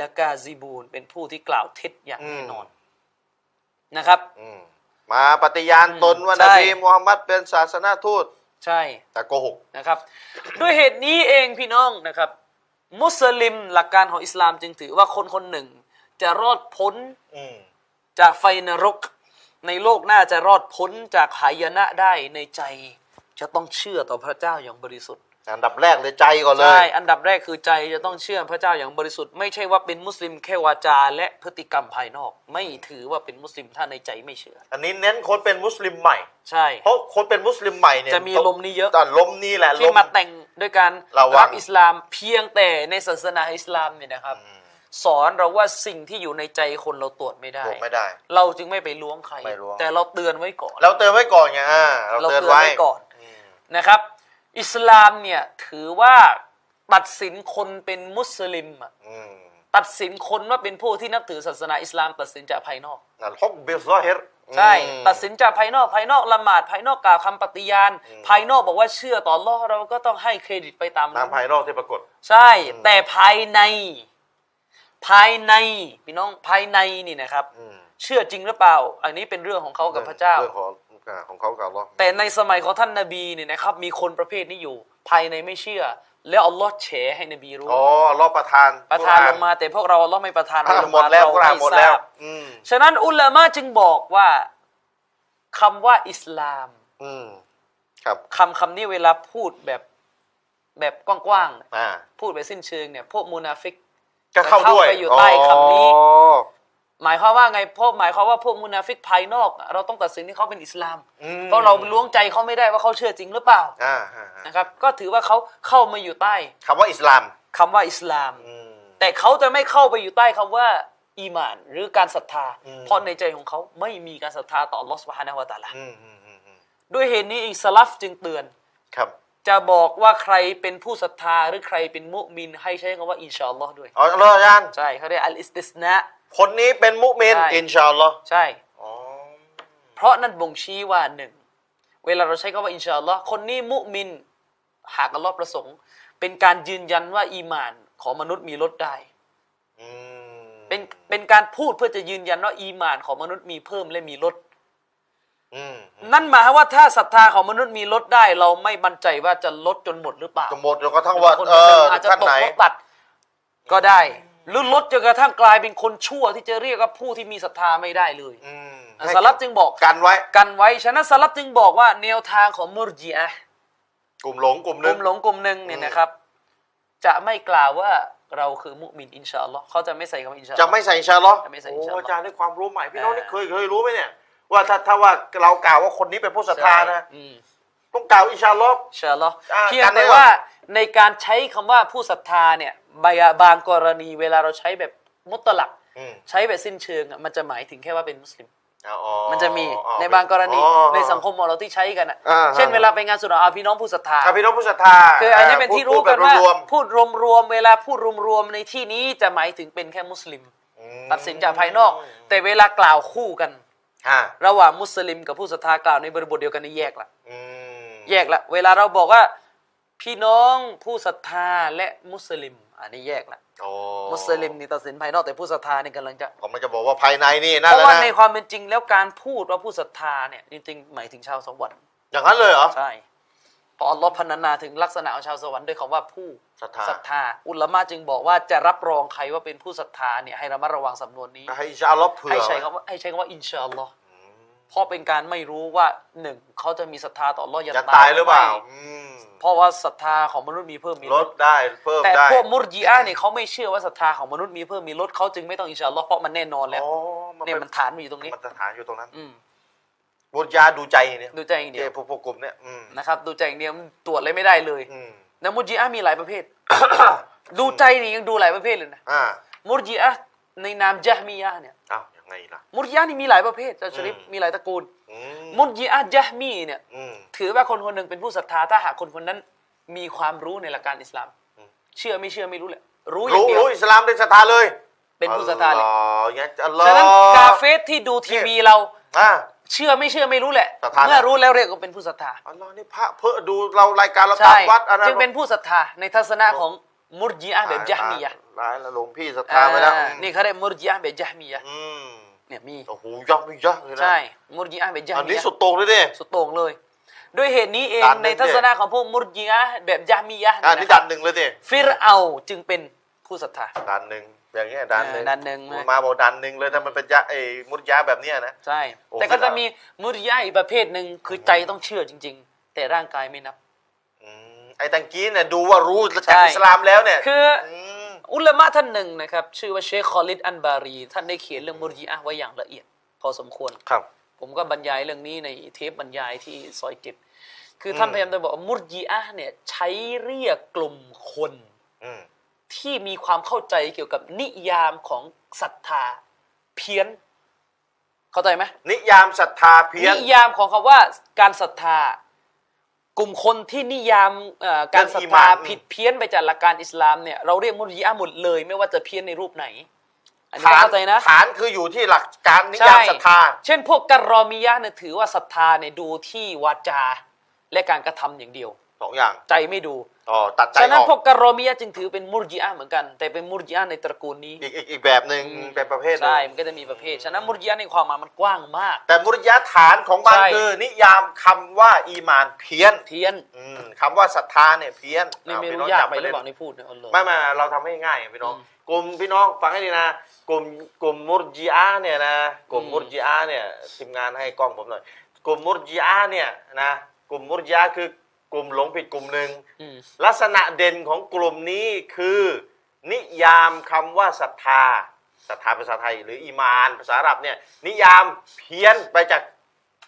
B: ละกาซิบูนเป็นผู้ที่กล่าวเท็จอย่างแน่นอนนะครับ
A: อืมมาปฏิญาณตนว่า
B: ใช่
A: นบีมูฮัมมัดเป็นศาสนาทูต
B: ใช่
A: แต่โกหก
B: นะครับด้วยเหตุนี้เองพี่น้องนะครับ มุสลิมหลักการของอิสลามจึงถือว่าคนคนหนึ่ง จะรอดพ้น
A: อืม
B: จากไฟนรก ในโลกหน้าจะรอดพ้นจากหายนะได้ในใจ จะต้องเชื่อต่อพระเจ้าอย่างบริสุทธิ์
A: อันดับแรกเลยใจก่อนเล
B: ใช่
A: ย
B: อันดับแรกคือใจจะต้องเชื่อพระเจ้าอย่างบริสุทธิ์ไม่ใช่ว่าเป็นมุสลิมแค่วาจาและพฤติกรรมภายนอก ไม่ถือว่าเป็นมุสลิมถ้าในใจไม่เชื่อ
A: อันนี้เน้นคนเป็นมุสลิมใหม่
B: ใช่
A: เพราะคนเป็นมุสลิมใหม่เนี่ย
B: จะมีลมนี้เยอะ
A: แต่ลมนี่แหละล
B: ที่
A: ม
B: มาแต่งด้วยการ
A: ระวัง
B: รับอิสลามเพียงแต่ในศาสนาอิสลามเนี่ยนะครับ สอนเราว่าสิ่งที่อยู่ในใจคนเราตรวจไม่ได้
A: ถูกไม่ได้
B: เราจึงไม่ไปล้วงใคร
A: ไม่ล้วง
B: แต่เราเตือนไว้ก่อน
A: เราเตือนไว้ก่อนไงอ่าเรา
B: เรา
A: เตือน
B: เตือน
A: ไว้
B: ไว้ก่อนนะครับ อิสลามเนี่ยถือว่าตัดสินคนเป็นมุสลิมอะ
A: อืม
B: ตัดสินคนว่าเป็นผู้ที่นับถือศาสนาอิสลาม ตัดสินจากภายนอก
A: อัลฮอกบิซอฮิร
B: ใช่
A: อืม
B: ตัดสินจากภายนอกภายนอกละหมาดภายนอกกล่าวคำปฏิญาณ ภายนอกบอกว่าเชื่อต่ออัลลอฮ์เราก็ต้องให้เครดิตไปตาม
A: ตามภายนอกที่ปรากฏ
B: ใช่ แต่ภายใน ภายในพี่น้องภายในนี่นะครับ
A: อืม
B: เชื่อจริงหรือเปล่า อันนี้เป็นเรื่องของเขากับพระเจ้า
A: เรื่องของอ่าของเขากับเรา
B: แต่ในสมัยของท่านนาบีเนี่ยนะครับ มีคนประเภทนี้อยู่ ภายในไม่เชื่อ แล้วอัลลอฮ์เฉให้นบีรู้
A: อ๋อรอบประธาน
B: ประทานลงมา
A: อ่
B: แต่พวกเราอัลลอฮ์ไม่ประทานะ ลง
A: หมดแล้ว
B: เรา
A: กุรอานหมด
B: ไม่ท
A: แล้ว
B: ราบ
A: อืม
B: ฉะนั้นอุลามะจึงบอกว่าคำว่าอิสลาม
A: อืมครับ
B: คำคำนี้เวลาพูดแบบแบบกว้างๆ
A: อ่า
B: พูดไปสิ้นเชิงเนี่ยพวกมูนาฟิก
A: ก็เข้าด้วย
B: จะเข้าไปอยู่ใต้คำนี้
A: อ๋อ
B: หมายความว่าไงพวกหมายความว่าพวกมูนาฟิกภายนอกอะเราต้องตัดสินที่เขาเป็นอิสลาม
A: อืม
B: เพราะเราล้วงใจเขาไม่ได้ว่าเขาเชื่อจริงหรือเปล่า
A: อ่าอ่าอ่า
B: นะครับ ก็ถือว่าเขาเข้ามาอยู่ใต้
A: คำว่าอิสลาม
B: คำว่าอิสลาม
A: อืม
B: แต่เขาจะไม่เข้าไปอยู่ใต้คำว่าอีหมาน หรือการศรัทธา
A: อืม
B: เพราะในใจของเขาไม่มีการศรัทธาต่อลอสพานะวตาลา
A: อืมอืมอืมอืม
B: ด้วยเหตุนี้อิสลัฟจึงเตือน
A: ครับ
B: จะบอกว่าใครเป็นผู้ศรัทธาหรือใครเป็นมุมิน ให้ใช้คำว่าอินชาอัลลอฮ์ด้วย
A: อ๋อแล้วอาจารย์
B: ใช่เขาเรียกอัลอิสติสนะ
A: คนนี้เป็นมุมิน
B: ใช่
A: อินชาอัลลอฮ์
B: ใช่
A: อ๋อ
B: เพราะนั่นบ่งชี้ว่าหนึ่ง เวลาเราใช้คำว่าอินชาอัลลอฮ์คนนี้มุมิน หากอัลลอฮ์ประสงค์ เป็นการยืนยันว่าอีหมานของมนุษย์มีลดได้
A: อืม
B: เป็นเป็นการพูดเพื่อจะยืนยันว่าอีหมานของมนุษย์มีเพิ่มและมีลด
A: อืมอืม
B: นั่นหมายความว่าถ้าศรัทธาของมนุษย์มีลดได้ เราไม่มั่นใจว่าจะลดจนหมดหรือเปล่า
A: จะหมดแล้วก็ทั้งว่า
B: คน
A: เอ
B: คนหนึ่
A: อง
B: อาจจะ
A: ขั้น
B: ตก
A: ไหน
B: ลดตัดก็ได้ หรือลดจนกระทั่งกลายเป็นคนชั่วที่จะเรียกว่าผู้ที่มีศรัทธาไม่ได้เลย
A: อืม
B: อ่ะสลับจึงบอก
A: กันไว้
B: กันไว้ ฉะนั้นสลับจึงบอกว่าแนวทางของมุรจีอะห์
A: กลุ่มหลงกลุ่มห
B: ก
A: นึ
B: ลุ่
A: ง
B: มหลงกลุ่มหนึ่งเนี่ยนะครับ จะไม่กล่าวว่าเราคือมุมินอินชาอัลลอฮ์เขาจะไม่ใส่คำว่าอินชาอัลล
A: จะ
B: อฮ์
A: ไม่ใส่อินชาอัลลอฮ์
B: จะไม่ใส่อิ
A: โอ้
B: นชาอัลลอฮ์
A: อาจารย์ได้ความรู้ใหม่พี่น้อง
B: อ่า
A: นี่เคยเคยรู้ไหมเนี่ย ว่าถ้าถ้าว่าเรากล่าวว่าคนนี้เป็นผู้ศรัทธานะ
B: อืม
A: ต้องกล่าวอินชาอัลลอฮ์
B: อินชาอัลลอฮ์
A: อ่า
B: เพียง
A: กันไว้
B: แต่
A: ก่อน
B: ว่าในการใช้คำว่าผู้ศรัทธาเนี่ยบางบางกรณีเวลาเราใช้แบบมุตลัก
A: อืม
B: ใช้แบบสิ้นเชิงอะมันจะหมายถึงแค่ว่าเป็นมุสลิม
A: อ๋ออ๋อ
B: มันจะมี
A: อ๋อ
B: ในบางกรณี
A: อ๋อ
B: ในสังคมของเราที่ใช้กันอะ
A: อ่าฮะ
B: เช่นเวลาไปงานสุนทรอาพี่น้องผู้ศรัทธา
A: ครับพี่น้องผู้ศรัทธา
B: คืออันนี้เป็นที่รู้กันว่า
A: พูดแบบรวม
B: พูดรวมๆเวลาพูดรวมๆในที่นี้จะหมายถึงเป็นแค่มุสลิม
A: ๆอืม
B: ตัดสินจากภายนอก แต่เวลากล่าวคู่กัน
A: อ่า
B: ระหว่างมุสลิมกับผู้ศรัทธากล่าวในบริบทเดียวกันนี่แยกละ
A: อืม
B: แยกละเวลาเราบอกว่าพี่น้องผู้ศรัทธาและมุสลิม อันนี้แยกละ
A: โอ้
B: มุสลิมนี่ตัดสินภายนอกแต่ผู้ศรัทธานี่กำลังจะ
A: ผมมันจะบอกว่าภายในนี่นั่น
B: เพราะ
A: แหละ
B: ว่า
A: นะ
B: ในความเป็นจริงแล้วการพูดว่าผู้ศรัทธาเนี่ยจริงๆหมายถึงชาวสวรรค์
A: อย่างนั้นเลยเหรอ
B: ใช่เพออัลลอฮ์พรรณนาถึงลักษณะของชาวสวรรค์ด้วยคำว่าผู้
A: ศรัทธา
B: อุลามะจึงบอกว่าจะรับรองใครว่าเป็นผู้ศรัทธาเนี่ยให้ระมัดระวังสำนวนนี้
A: ให้อินชาอัลลอฮ์เผื่อ
B: ให้ใช้คำว่าให้ใช้คำว่าอินชาอัลลอฮ์เพราะเป็นการไม่รู้ว่าหนึ่งเขาจะมีศรัทธาต่ออัลลอฮ์ยัน
A: จะตายหรือเปล่า
B: ไม่
A: อืม
B: เพราะว่าศรัทธาของมนุษย์มีเพิ่มมี
A: ล
B: ลด
A: ดได้เพิ่ม
B: แต่
A: ได้
B: พวกมุรจีอาเนี่ยเขาไม่เชื่อว่าศรัทธาของมนุษย์มีเพิ่มมีลดเขาจึงไม่ต้องอินชาอัลลอฮ์เพราะมันแน่นอนแล้ว
A: อ๋อมัน
B: เนี่ย
A: เป็น
B: มันฐานมันอยู่ตรงนี้
A: มันสถานอยู่ตรงนั้น
B: อืม
A: บุญญาดูใจเนี่ย
B: ดูใจอย่างเดียว
A: เจ้าพวกพวกกลุ่มเนี่ยอืม
B: นะครับ ดูใจอย่างเดียวมันตรวจเลยไม่ได้เลย
A: อืม
B: นะมุรจีอามีหลายประเภท ดูใจนี่ยังดูหลายประเภทเลยนะ
A: อ่า
B: มุรจีอาในนามจามียะห์เนี่ย
A: อ้าวยังไงล่ะ
B: มุรจีอานี่มีหลายประเภทอาชริฟ
A: อืม
B: มีหลายตระกูล
A: อืม
B: มุรจีอาจามีเนี่ย
A: อืม
B: ถือว่าคนคนหนึ่งเป็นผู้ศรัทธาถ้าหากคนคนนั้นมีความรู้ในหลักการอิสลาม
A: อืม
B: เชื่อไม่เชื่อไม่รู้แหละรู้อย่าง
A: รู้
B: เดียว
A: รู้อิสลามเป็นศรัทธาเลย
B: เป็นผู้ศรัทธาเลย
A: อ๋อยังจะรอ
B: ฉะนั้นกาเฟสที่ดูทีวีเรา
A: อ่า
B: เชื่อไม่เชื่อไม่รู้แหละ
A: ศรัทธา
B: เมื่อรู้แล้วเรียกว่าเป็นผู้ศรัทธา
A: อัลลอฮ์นี่พระเพื่อดูเรารายการเราตา
B: ใช่
A: มวัดอะไร
B: จึงเป็นผู้ศรัทธาในทัศนะของมุรจีอะห์แบบยะฮ์มียะห์
A: ร้ายละหลวงพี่ศรัทธาไปแล้ว
B: อ่านี่เขาเรียกมุรจีอะห์แบบยะฮ์มียะห์
A: อืม
B: เนี่ยมี
A: โอ้โหยักษ์ไม่ยักษ์เลยนะ
B: ใช่มุรจีอะห์แบบยะฮ์
A: อัน
B: มี
A: นี้
B: ยะห์
A: สุดโต่งเลยเนี่ย
B: สุดโต่งเลย ด้วยเหตุนี้เอง
A: ด่านหนึ่ง
B: ในทัศนะของพวกมุรจีอะห์แบบยะฮ์มียะห์
A: อ่า
B: เนี่ย
A: นี่
B: นะค
A: ดั
B: รับ
A: นหนึ่งเลยเนี่ย
B: ฟิรเอาจึงเป็นผู้ศรัทธา
A: ดันหนึ่งอย่างเงี้ยดันหนึ่ง
B: เออดันหนึ่ง
A: อุลามาบอกดันหนึ่งเลยถ้ามันเป็นยะไอ้มุตยะแบบเนี้ยนะ
B: ใช่
A: โอ้
B: แต่ก็
A: ฟิร
B: จะ
A: เอามี
B: มีมุรจีอะห์อีกประเภทหนึ่งคือใจต้องเชื่อจริง ๆ แต่ร่างกายไม่นับ
A: อืมไอ้ตังกี้เนี่ยดูว่ารู้จาก
B: ใช่
A: อิสลามแล้วเนี่ย
B: คืออ
A: ม
B: อุลามะท่านหนึ่งนะครับ ชื่อว่าเชคคอลิดอันบารี ท่านได้เขียนเรื่องมุรจีอะห์ไว้อย่างละเอียด พอสมควร
A: ครับ
B: ผมก็บรรยายเรื่องนี้ในเทปบรรยายที่ซอยเจ็ดคืออ
A: ม
B: ท่านพยายามจะบอกว่ามุรจีอะห์เนี่ยใช้เรียกกลุ่มคน
A: อืม
B: ที่มีความเข้าใจเกี่ยวกับนิยามของศรัทธาเพี้ยน เข้าใจไหม
A: นิยามศรัทธาเพี้ยน
B: นิยามของคำว่าการศรัทธา กลุ่มคนที่นิยามเอ่อการศรัทธา
A: เรื่องอีหม่าน
B: ผิดเพี้ยนไปจากหลักการอิสลามเนี่ยเราเรียกมุรจีอะห์หมดเลยไม่ว่าจะเพี้ยนในรูปไหน อันนี้
A: ฐาน
B: เข้าใจนะ
A: ฐานคืออยู่ที่หลักการนิยาม
B: ใช่
A: ศรัทธา
B: เช่นพวกกรรอมียะห์เนี่ยถือว่าศรัทธาเนี่ยดูที่วาจา และการกระทำอย่างเดียว
A: สองอย่าง
B: ใจไม่ดู
A: อ๋อตัดใจ
B: ฉะ
A: อ
B: นั้น
A: อก
B: พวกกะรอมียะจึงถือเป็นมุรจิอะห์เหมือนกัน แต่เป็นมุรจิอะห์ในตระกูลนี้
A: อีกอีกอีกแบบหนึ่งเป็นประเภทหนึ่ง
B: ใช่มันก็จะมีประเภทฉะนั้นมุรจิอะห์ในความหมายมันกว้างมาก
A: แต่มุริยะฐานของมัน
B: ใช่
A: คือนิยามคำว่าอีหมานเพี้ยน
B: เทียน
A: อืมคำว่าศรัทธาเนี่ยเพี้ยน
B: นี่ไม่
A: เอพี่น้
B: รู้
A: อง
B: ยาก
A: จำ
B: ไปหรือ
A: เล่น
B: เปล่าในพูดเนี่ยอัลลอฮ์
A: ไม่ไม่เราทำให้ง่ายพี่น้อง
B: อืม
A: กลุ่มพี่น้องฟังให้ดีนะกลุ่มกลุ่มมุรจิอาเนี่ยนะกลุ่ม
B: อืม
A: มุรจิอาเนี่ยทีมงานให้กล้องผมหน่อยกลุ่มมุรจิอาเนี่ยนะกลุ่มมุรจิอาคือกลุ่มหลงผิดกลุ่มหนึ่ง
B: อืม
A: ลักษณะเด่นของกลุ่มนี้คือนิยามคำว่าศรัทธาศรัทธาภาษาไทย หรืออีมานภาษาอาหรับเนี่ยนิยามเพี้ยนไปจาก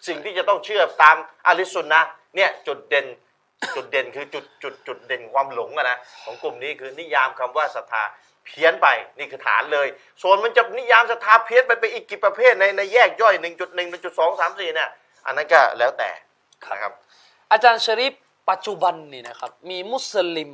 A: สิ่งที่จะต้องเชื่อตามอะลิสซุนนะห์เนี่ยจุดเด่น จุดเด่นคือจุดจุดจุดเด่นความหลงอะนะของกลุ่มนี้คือนิยามคำว่าศรัทธาเพี้ยนไปนี่คือฐานเลย ส่วนมันจะนิยามศรัทธาเพี้ยนไปไปอีกกี่ประเภทในในแยกย่อย1.1 1.2 3 4เนี่ยอันนั้นก็แล้วแต่นะครับ
B: อาจารย์ชะริฟปัจจุบันนี่นะครับมีมุสลิม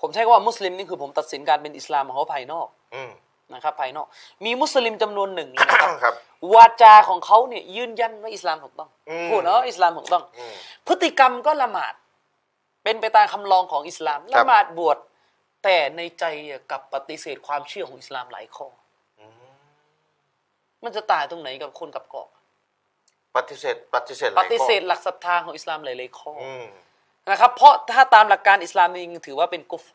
B: ผมใช้คำว่ามุสลิมนี่คือผมตัดสินการเป็นอิสลามของเขาภายนอก
A: อืม
B: นะครับภายนอก มีมุสลิมจำนวนหนึ่งเลยนะครับ
A: ครับ
B: วาจาของเขาเนี่ยยืนยันว่าอิสลามถูกต้อง
A: อืม
B: พูดนะว่าอิสลามถูกต้อง
A: อืม
B: พฤติกรรมก็ละหมาด เป็นไปตามคำลองของอิสลาม
A: ครั
B: ละ
A: บ
B: หมาดบวชแต่ในใจกลับปฏิเสธความเชื่อของอิสลามหลายข้ออมันจะต่างตรงไหนกับคนกับกอก
A: ปฏิเสธปฏิเสธห
B: ป
A: ลายข้อ
B: ฏิเสธหลักศรัทธาของอิสลามหลายๆข้ออ
A: อืม
B: นะครับเพราะถ้าตามหลักการอิสลามจริงๆถือว่าเป็นกุฟร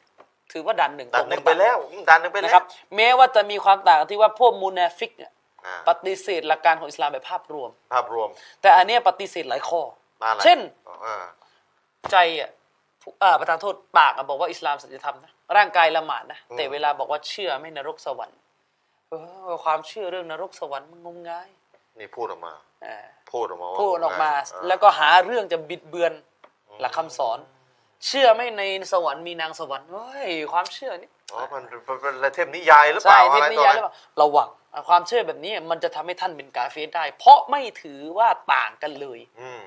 B: ถือว่าดันหนึ่ง
A: ดันหนึ่งไปแล้วอืมดันหนึ่งไปแล้
B: นะ
A: ว
B: ครับแม้ว่าจะมีความต่างกันที่ว่าพวกมูนาฟิกเนี่ย
A: อ่า
B: ปฏิเสธหลักการของอิสลามแบบภาพรวม
A: ภาพรวม
B: แต่อันเนี้ยปฏิเสธหลายข้อ
A: มาอะไร
B: เช่น
A: อ่า
B: ใจอ่ะผู้อ่าประธานโทษปากอ่ะบอกว่าอิสลามสัจธรรมนะร่างกายละหมาดนะแต่เวลาบอกว่าเชื่อไม่นรกสวรรค์เออความเชื่อเรื่องนรกสวรรค์มันงมงาย
A: นี่พูดออกมา
B: อ่า
A: พูดออกมาว่
B: พูดออกมา แล้วก็หาเรื่องจะบิดเบือนหลักคำสอน เชื่อไม่ในสวรรค์มีนางสวรรค์เฮ้ยความเชื่อนี่
A: อ๋อมันเป็นเป็นอะไรเทพนิยายหรือเป
B: ใช่
A: ล่า
B: เท
A: อะ
B: พ
A: ไรต่อย
B: นิาย
A: อะไร
B: หรือเปล่าระวังอ่ะความเชื่อแบบนี้มันจะทำให้ท่านเป็นกาเฟสได้ เพราะไม่ถือว่าต่างกันเลย
A: อืม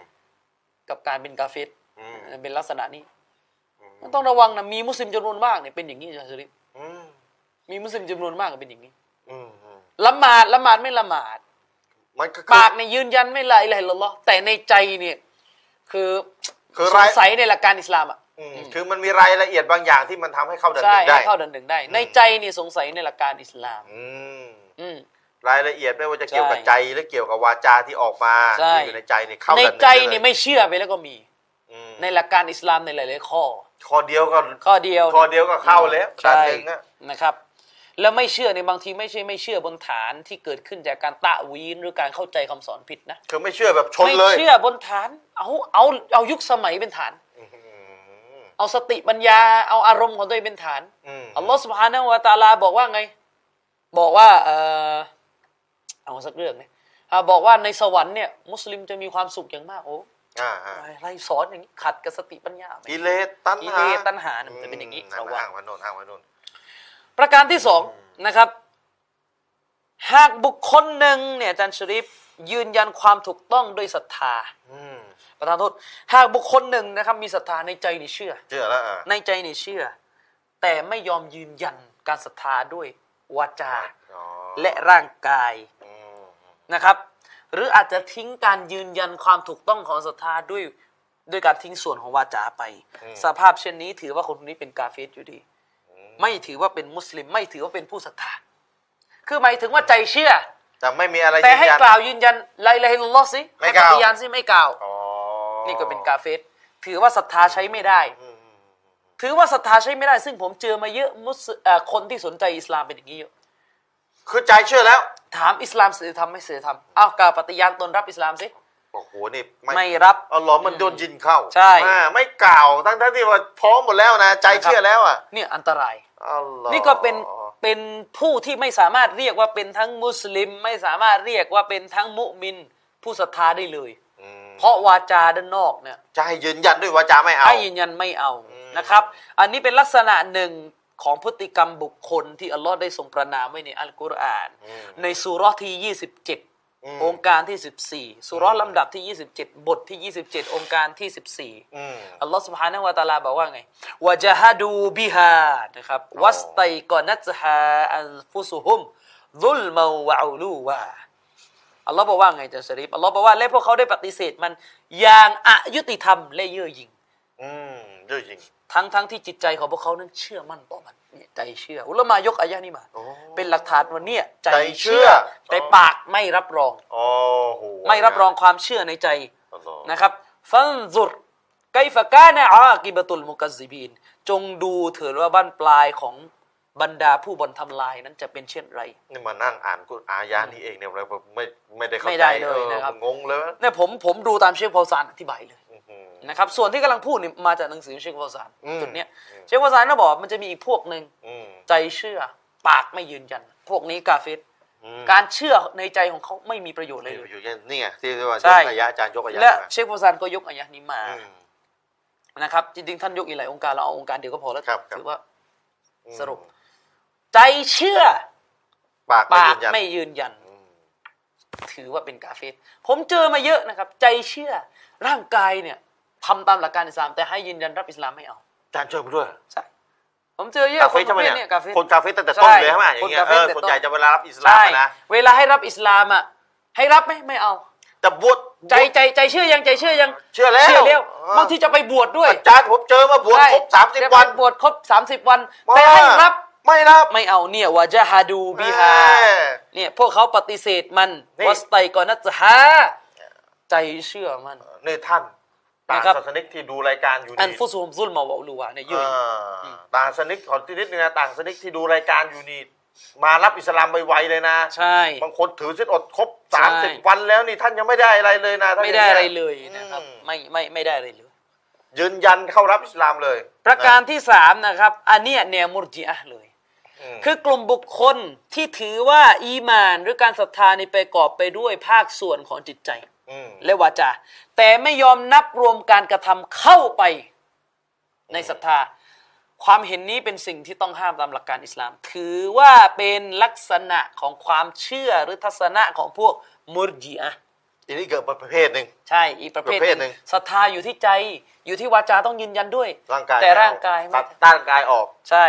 B: กับการเป็นกาเฟส
A: อืม
B: เป็นลักษณะนี้มันต้องระวังนะมีมุสลิมจำนวนมากเนี่ยเป็นอย่างนี้อาจารย์สุริฟ
A: อืม
B: มีมุสลิมจำนวนมากเป็นอย่างนี้
A: อืมอืม
B: ละหมาดละหมาดไม่ละหมาด
A: มันก็คือ
B: ปากเนี่ยยืนยันไม่ละอิละฮิลลัลลอฮ์แต่ในใจเนี่ยคือ
A: คือ
B: ส
A: ร้าย
B: งสัยในหลักการอิสลามอ่ะ
A: อืมคือมันมีรายละเอียดบางอย่างที่มันทำให้เข้าดัน
B: ใช่
A: ถึงได้
B: ให้เข้าดันหนึ่งได้ ในใจเนี่ยสงสัยในหลักการอิสลาม
A: อืม
B: อืม
A: รายละเอียดไม่ว่าจะเกี่ยวกับ
B: ใช่
A: ใจหรือเกี่ยวกับวาจาที่ออกมา
B: ใช่
A: ที่อยู่ในใจเนี่ยเข้า
B: ใน
A: ดันหง
B: ใจ
A: ได้ล
B: เนี่ยไม่เชื่อไปแล้วก็มี
A: อืม
B: ในหลักการอิสลามในหลายๆข้อ
A: ข้อเดียวก็
B: ข้อเดียว
A: ข้อเดียวก็เข้าแล้วดั
B: ใช่
A: นหนึ่งนะ
B: นะครับ แล้วไม่เชื่อในยบางทีไม่ใช่ไม่เชื่อบนฐานที่เกิดขึ้นจากการตะวีนหรือการเข้าใจคำสอนผิดนะ
A: คือไม่เชื่อแบบชน
B: ไม่
A: เลย
B: เชื่อบนฐานเอาเอาเอายุคสมัยเป็นฐาน เอาสติปัญญาเอาอารมณ์ของตัวเองเป็นฐาน
A: ม
B: อัลลอฮฺสุบฮานะฮูวะตะอาลาบอกว่าไง บอกว่าเออเอาสักเรื่องนะอ่าบอกว่าในสวรรค์เนี่ยมุสลิมจะมีความสุขอย่างมากโอ้
A: อ่าฮะ
B: อะไรสอนอย่างนี้ขัดกับสติปัญญาไหม
A: กิเลสตัณ
B: กิ
A: หา
B: เลสตัณหาเนี่ยมันจะเป็นอย่างนี้
A: นี้
B: ระวัง
A: อ้างวันโน่นอ้างวันโน่น
B: ประการที่สองนะครับ หากบุคคลหนึ่งเนี่ยอาจารย์ชริฟยืนยันความถูกต้องด้วยศรัทธา
A: อืม
B: ประธานโทษหากบุคคลหนึ่งนะครับ มีศรัทธาในใจนี่เชื่อ
A: เชื่อแล้วอ่ะ
B: ในใจนี่เชื่อ แต่ไม่ยอมยืนยันการศรัทธาด้วยวาจา
A: อ๋อ
B: และร่างกาย
A: อืม
B: นะครับ หรืออาจจะทิ้งการยืนยันความถูกต้องของศรัทธาด้วยด้วยการทิ้งส่วนของวาจาไป สภาพเช่นนี้ถือว่าคนคนนี้เป็นกาเฟสอยู่ดี ไม่ถือว่าเป็นมุสลิม ไม่ถือว่าเป็นผู้ศรัทธา คือหมายถึงว่าใจเชื่อ
A: แต่ไม่มีอะไร
B: แต่
A: ยืน
B: ให้
A: ยัน
B: กล่าวยืนยันไลาอิลาฮิลลอฮ์สิ
A: ไม่
B: ให้
A: ก
B: ป
A: ล่าว
B: ฏิญาณสิไม่กล่าว
A: อ๋อ
B: นี่ก็เป็นกาเฟสถือว่าศรัทธาใช้ไม่ได้
A: อืมอืม
B: ถือว่าศรัทธาใช้ไม่ได้ ซึ่งผมเจอมาเยอะมุสเอ่อคนที่สนใจอิสลามเป็นอย่างนี้เยอะ
A: คือใจเชื่อแล้ว
B: ถามอิสลามศีลธรรมไม่ศีลธรรมอ้าวกล่าวปฏิญาณตนรับอิสลามสิ
A: โอ้โห นี่
B: ไม่รับ
A: เอาหลอมมันโดนยินเข้า
B: ใช่
A: อ่าไม่กล่าว ทั้งทั้งที่ว่าพร้อมหมดแล้วนะ ใจเชื่อแล้วอ่ะ
B: เนี่ยอันตราย
A: อัลลอฮ์
B: นี่ก็เป็นเป็นผู้ที่ไม่สามารถเรียกว่าเป็นทั้งมุสลิม ไม่สามารถเรียกว่าเป็นทั้งมุมิน ผู้ศรัทธาได้เลย
A: อืม
B: เพราะวาจาด้านนอกเนี่ย
A: จะให้ยืนยันด้วยวาจาไม่เอา
B: ให้ยืนยันไม่เอานะครับ อันนี้เป็นลักษณะหนึ่งของพฤติกรรมบุคคลที่อัลลอฮ์ได้ทรงประนามไว้ในอัลกุรอาน
A: อืม
B: ในสุเราะห์ที่
A: อืม
B: 27 องค์การที่ 14 สุเราะห์ลำดับที่ 27 บทที่ 27 องค์การที่ 14
A: อืม
B: อัลลอฮ์ سبحانه และ تعالى บอกว่าไงวะจฮดูบิฮานะครับ วัสไตกอนัตฮาอันฟุซุฮุมซุลมาวะอูลูวาอัลลอฮ์บอกว่าไงจัสริฟอัลลอฮ์บอกว่าและพวกเขาได้ปฏิเสธมันอย่างอายุติธรรมและเย่อหยิ่ง
A: อืมเยอะจริง
B: ทั้งทั้งที่จิตใจของพวกเขานั้นเชื่อมั่นต่อมันเนี่ยใจเชื่อ อุลามายกอายะนี้มา
A: โอ้
B: เป็นหลักฐานวันนี้ใจ
A: เชื่
B: เชื่
A: อ
B: อ แต่ปากไม่รับรอง
A: โอ้โห
B: ไม่รับรองความเชื่อในใจ
A: อัลลอฮ์
B: นะครับฟันซุรไกฟะกานะอากิบะตุลมุกัซซิบีน จงดูเถิดว่าบ้านปลายของบรรดาผู้บนทำลายนั้นจะเป็นเช่นไร
A: นี่มานั่งอ่านกุรอานอายานี้เองเนี่ยเราไม่ไม่ได้เข้า
B: ไม่
A: ใจ
B: ได้เลยนะครับ
A: อองงเลย
B: เนี่ยผมผมดูตามเชคพอลซานอธิบายเลย
A: อื้อหือ
B: นะครับ ส่วนที่กำลังพูดนี่มาจากหนังสือเชคพอลซาน
A: อืม
B: จุดเนี้ย
A: อืม
B: เชคพอลซานน่ะบอกว่ามันจะมีอีกพวกหนึ่ง
A: อืม
B: ใจเชื่อ ปากไม่ยืนยัน พวกนี้กาเฟต
A: อืม
B: การเชื่อในใจของเขาไม่มีประโยชน์เล
A: นี่
B: ย
A: อยู่เนี่ยนี่ไงที่เรียกว่าย
B: ใช่
A: กอายะอาจารย์ยกอายะ
B: และ
A: มา
B: เชคพอลซานก็ยกอายะนี้มา
A: อืม
B: นะครับจริงๆท่านยกอีกหลายองค์การเราเอาองค์การเดียวก็พอแล้ว
A: ครับครับ
B: ถือว่า
A: อืม
B: สรุป ใจเชื่อ
A: ปาก
B: ปาก
A: ไม่
B: ไม่
A: ยืนยัน
B: ยืนยัน
A: อืม
B: ถือว่าเป็นกาเฟรผมเจอมาเยอะนะครับ ใจเชื่อร่างกายเนี่ยทำตามหลักการอิสลาม แต่ให้ยืนยันรับอิสลามไม่เอา
A: อาจารย์ช่วยผมด้วย
B: ใช่ผมเจอเยอะ
A: กาเฟส
B: ป
A: ใช่ไหม
B: ภท
A: เนี่ย
B: กาเฟร
A: คนกาเฟสตั้งแต่ต้นเลยใช่ไหมอย่างเงี้ย
B: คนกา
A: เอ
B: เฟส
A: อ
B: แต่ต้น
A: คนใหญ่จะเวลารับอิสลาม
B: ใช่
A: อะนะ
B: เวลาให้รับอิสลามอ่ะให้รับไหมไม่เอา
A: แต่บวช
B: ใจใจใจเชื่อยังใจเชื่อยัง
A: เชื่อแล้ว
B: เชื่อแล้ว
A: เออบ
B: างทีจะไปบวชด้วย
A: อาจารย์ผมเจอมาบวช
B: ใช่
A: ครบสามสิบ
B: จะไป
A: วัน
B: บวชครบสามสิบวัน แต่ให้รับ
A: ไม่รับ
B: ไม่เอาเนี่ยวาจาฮาดูบิฮา
A: แม่
B: เนี่ยพวกเขาปฏิเสธมัน
A: นี่
B: วัสไตกอนัจฮาใจเชื่อมัน
A: นี่ท่านต่าง
B: นะครับ
A: ศาสนิกที่ดูรายการอยู่
B: อัน
A: นี่
B: ฟุซุมซุลมาวะลูวะเนี่ยยืน
A: อ่าต่างศาสนิกขอที่นิดนึงนะต่างศาสนิกที่ดูรายการอยู่นี่มารับอิสลามไวๆเลยนะ
B: ใช่
A: บางคนถือศีลอดครบสามสิบวันแล้วนี่ท่านยังไม่ได้อะไรเลยนะท่าน
B: ไม่
A: ยัง
B: ได้อะไรเลยนะครับ
A: อืม
B: ไม่ไม่ไม่ได้อะไรเลย
A: ยืนยันเข้ารับอิสลามเลย
B: ประการที่สามนะครับ อันเนี้ยแนวมุรจิอะห์เลย
A: ม
B: คือกลุ่มบุคคลที่ถือว่าอีหมานหรือการศรัทธานี่ไปประกอบไปด้วยภาคส่วนของจิตใจ
A: ม
B: และวาจา แต่ไม่ยอมนับรวมการกระทำเข้าไปในศรัทธา ความเห็นนี้เป็นสิ่งที่ต้องห้ามตามหลักการอิสลาม ถือว่าเป็นลักษณะของความเชื่อหรือทัศนะของพวกมุรจิอะห์
A: อันนี้เกิดประเภทหนึ่ง
B: ใช่อีกประเภท
A: ประเภทห
B: ห
A: นึ่
B: นึ่
A: ง
B: งศรัทธาอยู่ที่ใจ อยู่ที่วาจาต้องยืนยันด้วย
A: ร่างกาย
B: แต่ร่างกายไม่
A: ตัดต้านกายออก
B: ใช่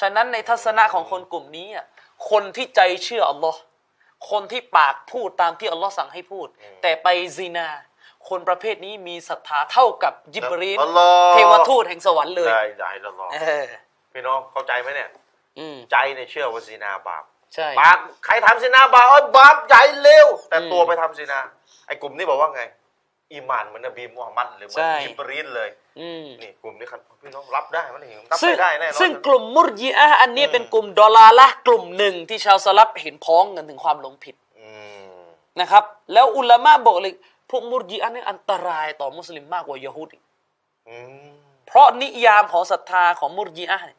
B: ฉะนั้นในทัศนะของคนกลุ่มนี้อ่ะคนที่ใจเชื่ออัลลอฮ์คนที่ปากพูดตามที่อัลลอฮ์สั่งให้พูด แต่ไปซีนา คนประเภทนี้มีศรัทธาเท่ากับยิบรีล
A: อัลลอฮ์
B: เทวทูตแห่งสวรรค์เลย
A: ได้ได้แล้วเหรอ
B: เออ
A: พี่น้องเข้าใจไหมเนี่ย
B: อืม
A: ใจเนี่ยเชื่อว่าซีนาบาป
B: ใช่
A: บาปใครทำซีนาบาปเอ้ยบาปใหญ่เร็ว แต่ตัวไปทำซีนา ไอ้กลุ่มนี้บอกว่าไง อีหมานเหมือนนบีมุฮัมมัดหรือเหมือนยิบรีนเลย
B: อืม
A: นี่กลุ่มนี้ครับพี่น้องรับได้ไหมเนี่ยรับ
B: ซึ่ง
A: ไม่ได้แน่นอน
B: ซึ่งกลุ่มมุรยีอะห์อันนี้เป็นกลุ่มดอลาละห์กลุ่มหนึ่งที่ชาวสลับเห็นพ้องกันถึงความหลงผิด
A: อืม
B: นะครับ แล้วอุลามะบอกเลยพวกมุรยีอะห์นี่อันตรายต่อมุสลิมมากกว่ายะฮูดอีก
A: อืม
B: เพราะนิยามของศรัทธาของมุรยีอะห์เนี่ย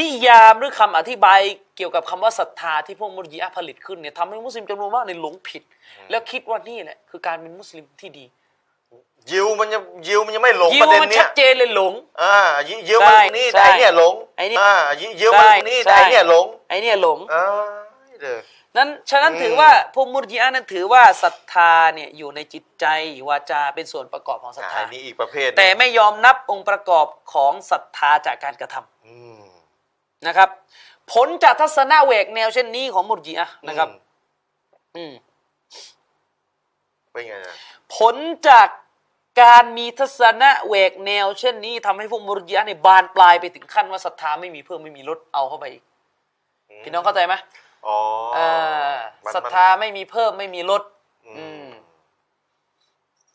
B: นิยามหรือคำอธิบายเกี่ยวกับคำว่าศรัทธาที่พวกมุรยีอะห์ผลิตขึ้นเนี่ยทำให้มุสลิมจำนวนมากในยหลงผิด แล้วคิดว่านี่แหละคือการเป็นมุสลิมที่ดี
A: ยิวมันยังยิวมันยังไม่หลง
B: ยิ
A: ป
B: ว
A: ระเด็น
B: มัน
A: เนี้
B: ชั
A: ย
B: ดเจนเลยหลง
A: อ่ายิยิวมันนี่แต่ไอ้เนี่ยหลง
B: ใช่ใช่
A: อ่ายิวมันนี่แต่ไอ้เนี่ยหลง
B: ไอเนี่ยหลง
A: เอ้ยเด้อ
B: นั้นฉะนั้น
A: อืม
B: ถือว่าพวกมุรยีอะห์นั้นถือว่าศรัทธาเนี่ยอยู่ในจิตใจวาจาเป็นส่วนประกอบของศรัทธา
A: อันนี้อีกประเภทหนึ่ง
B: แต่ไม่ยอมนับองค์ประกอบของศรัทธาจากการกระทำ
A: อืม
B: นะครับ ผลจากทัศนะแหวกแนวเช่นนี้ของมุรยีอะห์นะครับ
A: อืม
B: อืม
A: เป็นไงนะ
B: ผลจากการมีทัศนะแหวกแนว เช่นนี้ทำให้พวกมุรจิยะห์เนี่ยบานปลายไปถึงขั้นว่าศรัทธาไม่มีเพิ่มไม่มีลดเอาเข้าไปอีก
A: ม
B: พี่น้องเข้าใจไหม
A: อ๋อ
B: อ่า
A: มัน
B: ศรัทธาไม่มีเพิ่มไม่มีลด
A: อื
B: อื
A: ม
B: ม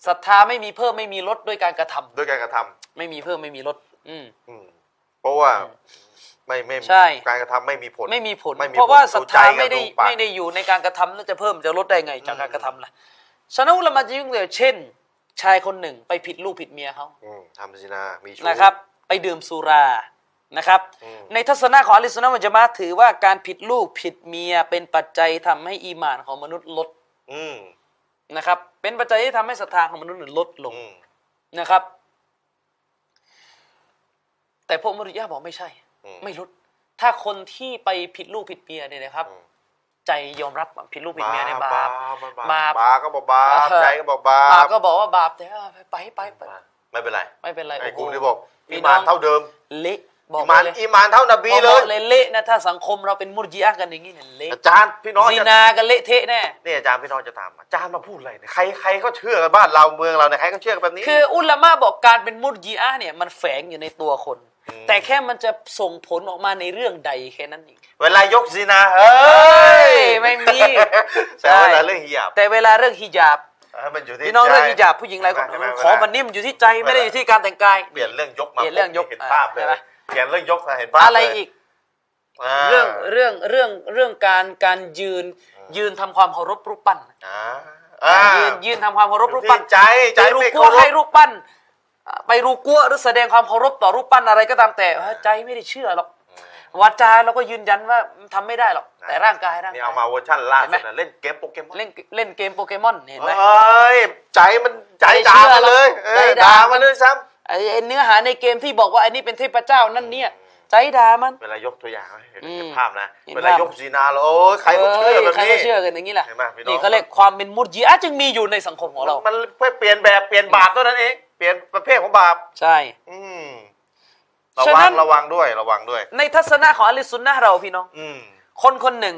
B: ศรัทธาไม่มีเพิ่มไม่มีลดด้วยการกระทำ
A: ด้วยการกระทำ
B: ไม่มีเพิ่มไม่มีลด อืม
A: อืมเพราะว่าไม่ไม่
B: ใช่
A: การกระทำไม่มีผล
B: ไม่มีผล
A: ไม่มี
B: เพราะว่าศรัทธา
A: ใจกับ
B: ไม่ได้
A: ปาก
B: ไม่ได้อยู่ในการกระทำแล้วจะเพิ่มจะลดได้ไงจากการกระทำล่ะฉะนั้นเรามาจึงเลยเช่น ชายคนหนึ่งไปผิดลูกผิดเมียเขา
A: อืมทำสินามีชู้
B: นะครับไปดื่มสุรานะครับ
A: อืม
B: ในทัศนะของอลิสุนนะมัจมาถือว่าการผิดลูกผิดเมียเป็นปัจจัยทำให้อีหมานของมนุษย์ลด
A: อืม
B: นะครับ เป็นปัจจัยที่ทำให้ศรัทธาของมนุษย์ลดลง
A: อืม
B: นะครับ แต่พวกมรุยะห์บอกไม่ใช่
A: อืม
B: ไม่ลด ถ้าคนที่ไปผิดลูกผิดเมียเนี่ยนะครับ ใจยอมรับผิดลูกผิดเมียในยบาป
A: มัน
B: บาป
A: บาปก็บอกบาป
B: เออ
A: ใจก็บอกบา
B: บาป
A: ป
B: ก็บอกว่าบาปแต่ว่าไปไปไปไป
A: ไม่เป็นไร
B: ไม่เป็นไร
A: ไอ้กู
B: โโห
A: นี่บอก
B: พี่
A: อีหมาน
B: ง
A: เท่าเดิม
B: เละ บอก
A: อิมาน
B: เลย
A: อิมานเท่านบีเลย
B: บอกเลยเละนะถ้าสังคมเราเป็นมุรจิอะห์กันอย่างนี้เนี่ยเละ
A: อาจารย์พี่น้อง
B: ดี
A: จะ
B: นากันเละเทะแน่
A: เนี่ยอาจารย์พี่น้องจะถามอาจารย์มาพูดอะไรเนี่ยใครใครก็เชื่อกันบ้านเราเมืองเราเนี่ยใครก็เชื่อกันแบบนี้
B: คืออุลามะบอกการเป็นมุรจิอะห์เนี่ยมันแฝงอยู่ในตัวคน
A: อืม
B: แต่แค่มันจะส่งผลออกมาในเรื่องใดแค่นั้นเอง
A: เวลายกซีนาเอ้ย
B: ไม่มี
A: ใช่
B: ใช่
A: แต่เรื่องฮิญาบ
B: แต่เวลาเรื่องฮิญาบ
A: เออมันอยู่ที่
B: พี่น้อง
A: ใจ
B: เรื่องฮิญาบผู้หญิงหลายคน
A: ใช่ไหม
B: ขอมัน
A: เวลา
B: นี่มันอยู่ที่ใจไม่ได้
A: เวลา
B: อยู่ที่การแต่งกาย
A: เปลี่ยนเรื่องยกมา
B: เปลี่ยนเรื่องยก
A: เห็นภาพเล
B: ใช่
A: ย
B: ไหม
A: เปลี่ยนเรื่องยกเห็นภาพ
B: อะไร
A: เลย
B: อีก
A: า
B: เรื่องเรื่องเรื่องเรื่องการการยืนยืนทำความเคารพรูปปั้น
A: อ่าอ่า
B: ยืนยืนทำความเคารพรูปปั้น
A: ที่ใจใจ
B: ไปรู
A: ไม่
B: กัว
A: เคาร
B: ให้
A: พ
B: รูปปั้นอ่าไปรูกัวหรือแสดงความเคารพต่อรูปปั้นอะไรก็ตามแต่ว่าใจไม่ได้เชื่อหรอกวาจาเราก็ยืนยันว่าทำไม่ได้หรอกแต่ร่างกายร่าง
A: นี่
B: กา
A: เอา
B: ย
A: มาเวอร์ชันล่า
B: เห็
A: สุด
B: นไหม
A: นะเล่นเกมโปเกมอน
B: เล่นเล่นเกมโปเกมอนเห็นไหม
A: เอ้ยใจมันใจ
B: ไม่เชื่
A: ด่า
B: อ
A: มาเลย
B: หรอก
A: เออ
B: ใจด่า
A: ด่ามาเลยซ้
B: ไอ้ไอ้เนื้อหาในเกมที่บอกว่าอันนี้เป็นเทพเจ้านั่นเนี่ย ใจด่ามัน
A: ำเวลายกตัวอย่างให้เห็น
B: อืม
A: เห็นภาพนะ
B: เห็น
A: เวลา
B: ภาพ
A: ยกสีนาแล้วโอ้ยใครก็เชื่อแบบ
B: ใคร
A: นี้
B: ก็เชื่อกันอย่างนี้แหละ
A: เห็นไหมพี่น้อง
B: นี่เขาเรียกความเป็นมุรจิอะห์จึงมีอยู่ในสังคมของเรา
A: มันเพื่อเปลี่ยนแบบเปลี่ยนบาปเท่านั้นเองเปลี่ยนประเภทของบาป
B: ใช่
A: อืมระ
B: ฉะ
A: วั
B: นั้
A: ง
B: น
A: ระวังด้วยระวังด้วย
B: ในทัศนะของอะลิซุนนะห์เราพี่น้อง
A: อืม
B: คนคนหนึ่ง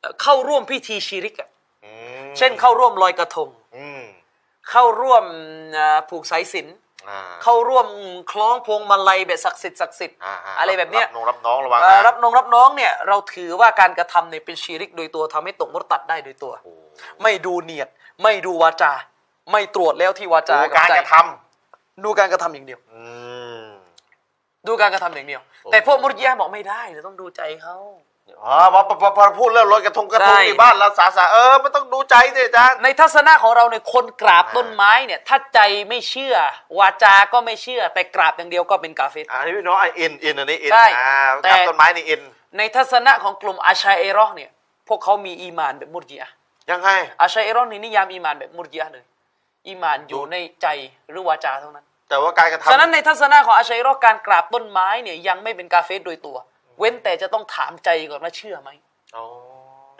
B: เอ่อเข้าร่วมพิธีชีริกอะ
A: อืม
B: เช่นเข้าร่วมลอยกระทง
A: อืม
B: เข้าร่วมเอ่อผูกสายสิญจน
A: อ่า
B: เข้าร่วมคล้องพวงมาลัยแบบศักดิ์สิทธิ์ศักดิ์สิทธิ์
A: าา
B: อะไรแบบเนี้ย
A: รับน้องรับน้องระวัง
B: เอ่อ
A: นะ
B: รับน้องรับน้องเนี่ยเราถือว่าการกระทำเนี่ยเป็นชีริกโดยตัวทำให้ตกมรตัดได้โดยตัว
A: โอ้โห
B: ไม่ดูเนียด ไม่ดูวาจา ไม่ตรวจแล้วที่วา
A: ดู
B: จาก
A: าร
B: ใจ
A: กระท
B: ดูการกระทำอย่างเดียว
A: ำอืม
B: ดูการกระทำอย่างเดียว
A: โอ้
B: แต่พวกมุรยิยะห์บอกไม่ได้เราต้องดูใจเขา
A: อ๋อพอพอพอพอพูดเรื่องรถกระทงกระทง
B: ใช่
A: ที่บ้านเราสาสาเออมันต้องดูใจสิอาจารย์
B: ในทัศนะของเราในยคนกราบ
A: อ่า
B: ต้นไม้เนี่ยถ้าใจไม่เชื่อ วาจา ก็ไม่เชื่อ แต่กราบอย่างเดียวก็เป็นกาเฟร
A: อันนี้พี่น้องอ่ะอินอินอันนี้อิน
B: ใช่
A: อ่า
B: แต่
A: กับต้นไม้นี่อิน
B: ในทัศนะของกลุ่มอาชัยเอรอห์เนี่ยพวกเขามีอีหมานแบบมุรยิยะห์
A: ยังไง
B: อาชัยเอรอนนี่นิยามอีหมานแบบมุรจิยะห์เลยอีหมานอยู่ในใจหรือวาจาเท่านั้น
A: แต่ว่าการกระทำ
B: ฉะนั้นในทัศนะของอาชัยเอรอห์การกราบต้นไม้เนี่ยยังไม่เป็นกาเฟสโดยตัว เว้นแต่จะต้องถามใจก่อนว่าเชื่อไหม
A: อ๋อ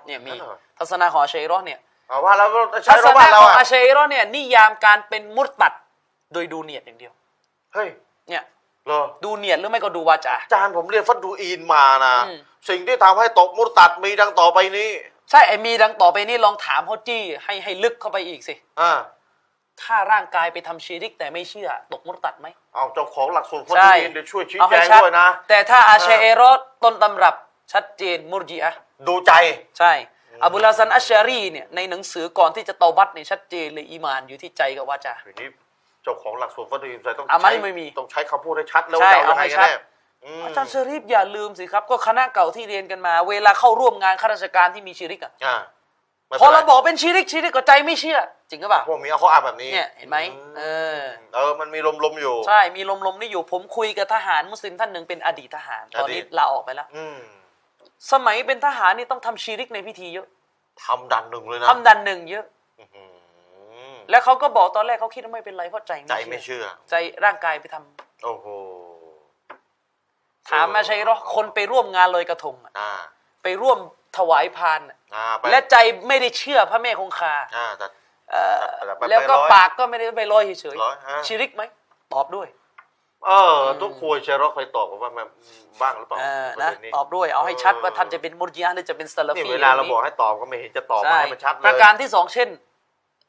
B: เนี่ยมี
A: ออ
B: ทัศนะของอาชัยเอรอห์เนี่ย
A: เอาว่าแล้วใช้
B: ทัศ
A: ระ
B: นะ
A: ว่าเรา
B: ของ
A: อ่ะ
B: อาชัยเอรอห์เนี่ยนิยามการเป็นมุตตัดโดยดูเนียดอย่างเดียว
A: เฮ้ย
B: เนี่ย
A: เหรอ
B: ดูเนียดหรือไม่ก็ดูวาจา
A: อาจารย์ผมเรียนฟัดดูอินมานะ
B: อืม
A: สิ่งที่ทำให้ตกมุตตัดมีดังต่อไปนี้
B: ใช่ไอ้มีดังต่อไปนี่ลองถามเขาจี้ให้ให้ลึกเข้าไปอีกสิ
A: อ่า
B: ถ้าร่างกายไปทำชีริกแต่ไม่เชื่อตกมุตตัดไหม
A: เอาเจ้าของหลักสูตรฟัด
B: ใช่
A: ดูอินเดี๋ยวช่วยชี้
B: เอา
A: แจ
B: ให้
A: ง
B: ชัด
A: ด้วยนะ
B: แต่ถ้าอาเช
A: เออ
B: เอโรสต้นตำรับชัดเจนมุรจิอะห์
A: ดูใจ
B: ใช่อบุลฮาซันอัชชารีเนี่ยในหนังสือก่อนที่จะเตาบัตเนี่ยชัดเจนเลยอีหมานอยู่ที่ใจกับวาจา
A: ทีนี้เจ้าของหลักสูตรฟัดดูอินใส่ต้อง
B: อ่ะมั
A: ใช้
B: นไม่มี
A: ต้องใช้คำพูดให้ชัดแล้ว
B: ใช่
A: ว่าจะเอา
B: เอาให้
A: ยัง
B: ชั
A: ไง
B: ด
A: กันแน่อืม
B: อาจารย์ชะรีฟอย่าลืมสิครับ ก็คณะเก่าที่เรียนกันมา เวลาเข้าร่วมงานข้าราชการที่มีชีริกอะ
A: อ่าไม่
B: พอ
A: ป็นไ
B: เราบอกเป็นชีริกชีริกก็ใจไม่เชื่อ จริงหรือเปล่า
A: พวกมีเอาเขาอ่านแบบนี้
B: เนี่ยเห็นไหม
A: อื
B: เออ
A: เออ มันมีลมๆอยู่
B: ใช่มีลมๆนี่อยู่ผมคุยกับทหารมุสลิมท่านหนึ่งเป็นอดีตทหาร ตอนนี้
A: อดีต
B: ลาออกไปแล้ว
A: อืม
B: สมัยเป็นทหารนี่ต้องทำชีริกในพิธีเยอะ
A: ทำดันหนึ่งเลยนะ
B: ทำดันหนึ่งเยอะ
A: อื้อหือ
B: แล้วเขาก็บอกตอนแรกเขาคิดว่าไม่เป็นไรเพราะใจ
A: ใจไม่เชื่อ
B: ใจร่างกายไปทำ
A: โอ้โห
B: ถามมาใช่หรอคนไปร่วมงานลอยกระทงอะ
A: อ่า
B: ไปร่วมถวายพานอะ
A: อ่า ไป
B: และใจไม่ได้เชื่อพระแม่คงคา
A: อ่าแต่
B: เอ่อ
A: แต่ไป
B: แล้ว
A: ไป
B: ก็
A: ร้อย
B: ปากก็ไม่ได้ไปลอยเฉย
A: ร้อยฮะ
B: ๆชิริกไหมตอบด้วย
A: เออ ทุกครัวเชยร์ร็อกเคยตอบว่ามันบ้างหรือเปล่า
B: เออ
A: ประ
B: นะ
A: เด็
B: ตอบด้วยเอาให้ชัดว่าท่านจะเป็นมุรจิยะห์หรือจะเป็นซาลา
A: นี่
B: ฟี
A: เวลาเราบอกให้ตอบก็ไม่เห็นจะตอบมา
B: ใช่
A: ให้มันชัดเลย
B: ประการที่สองเช่น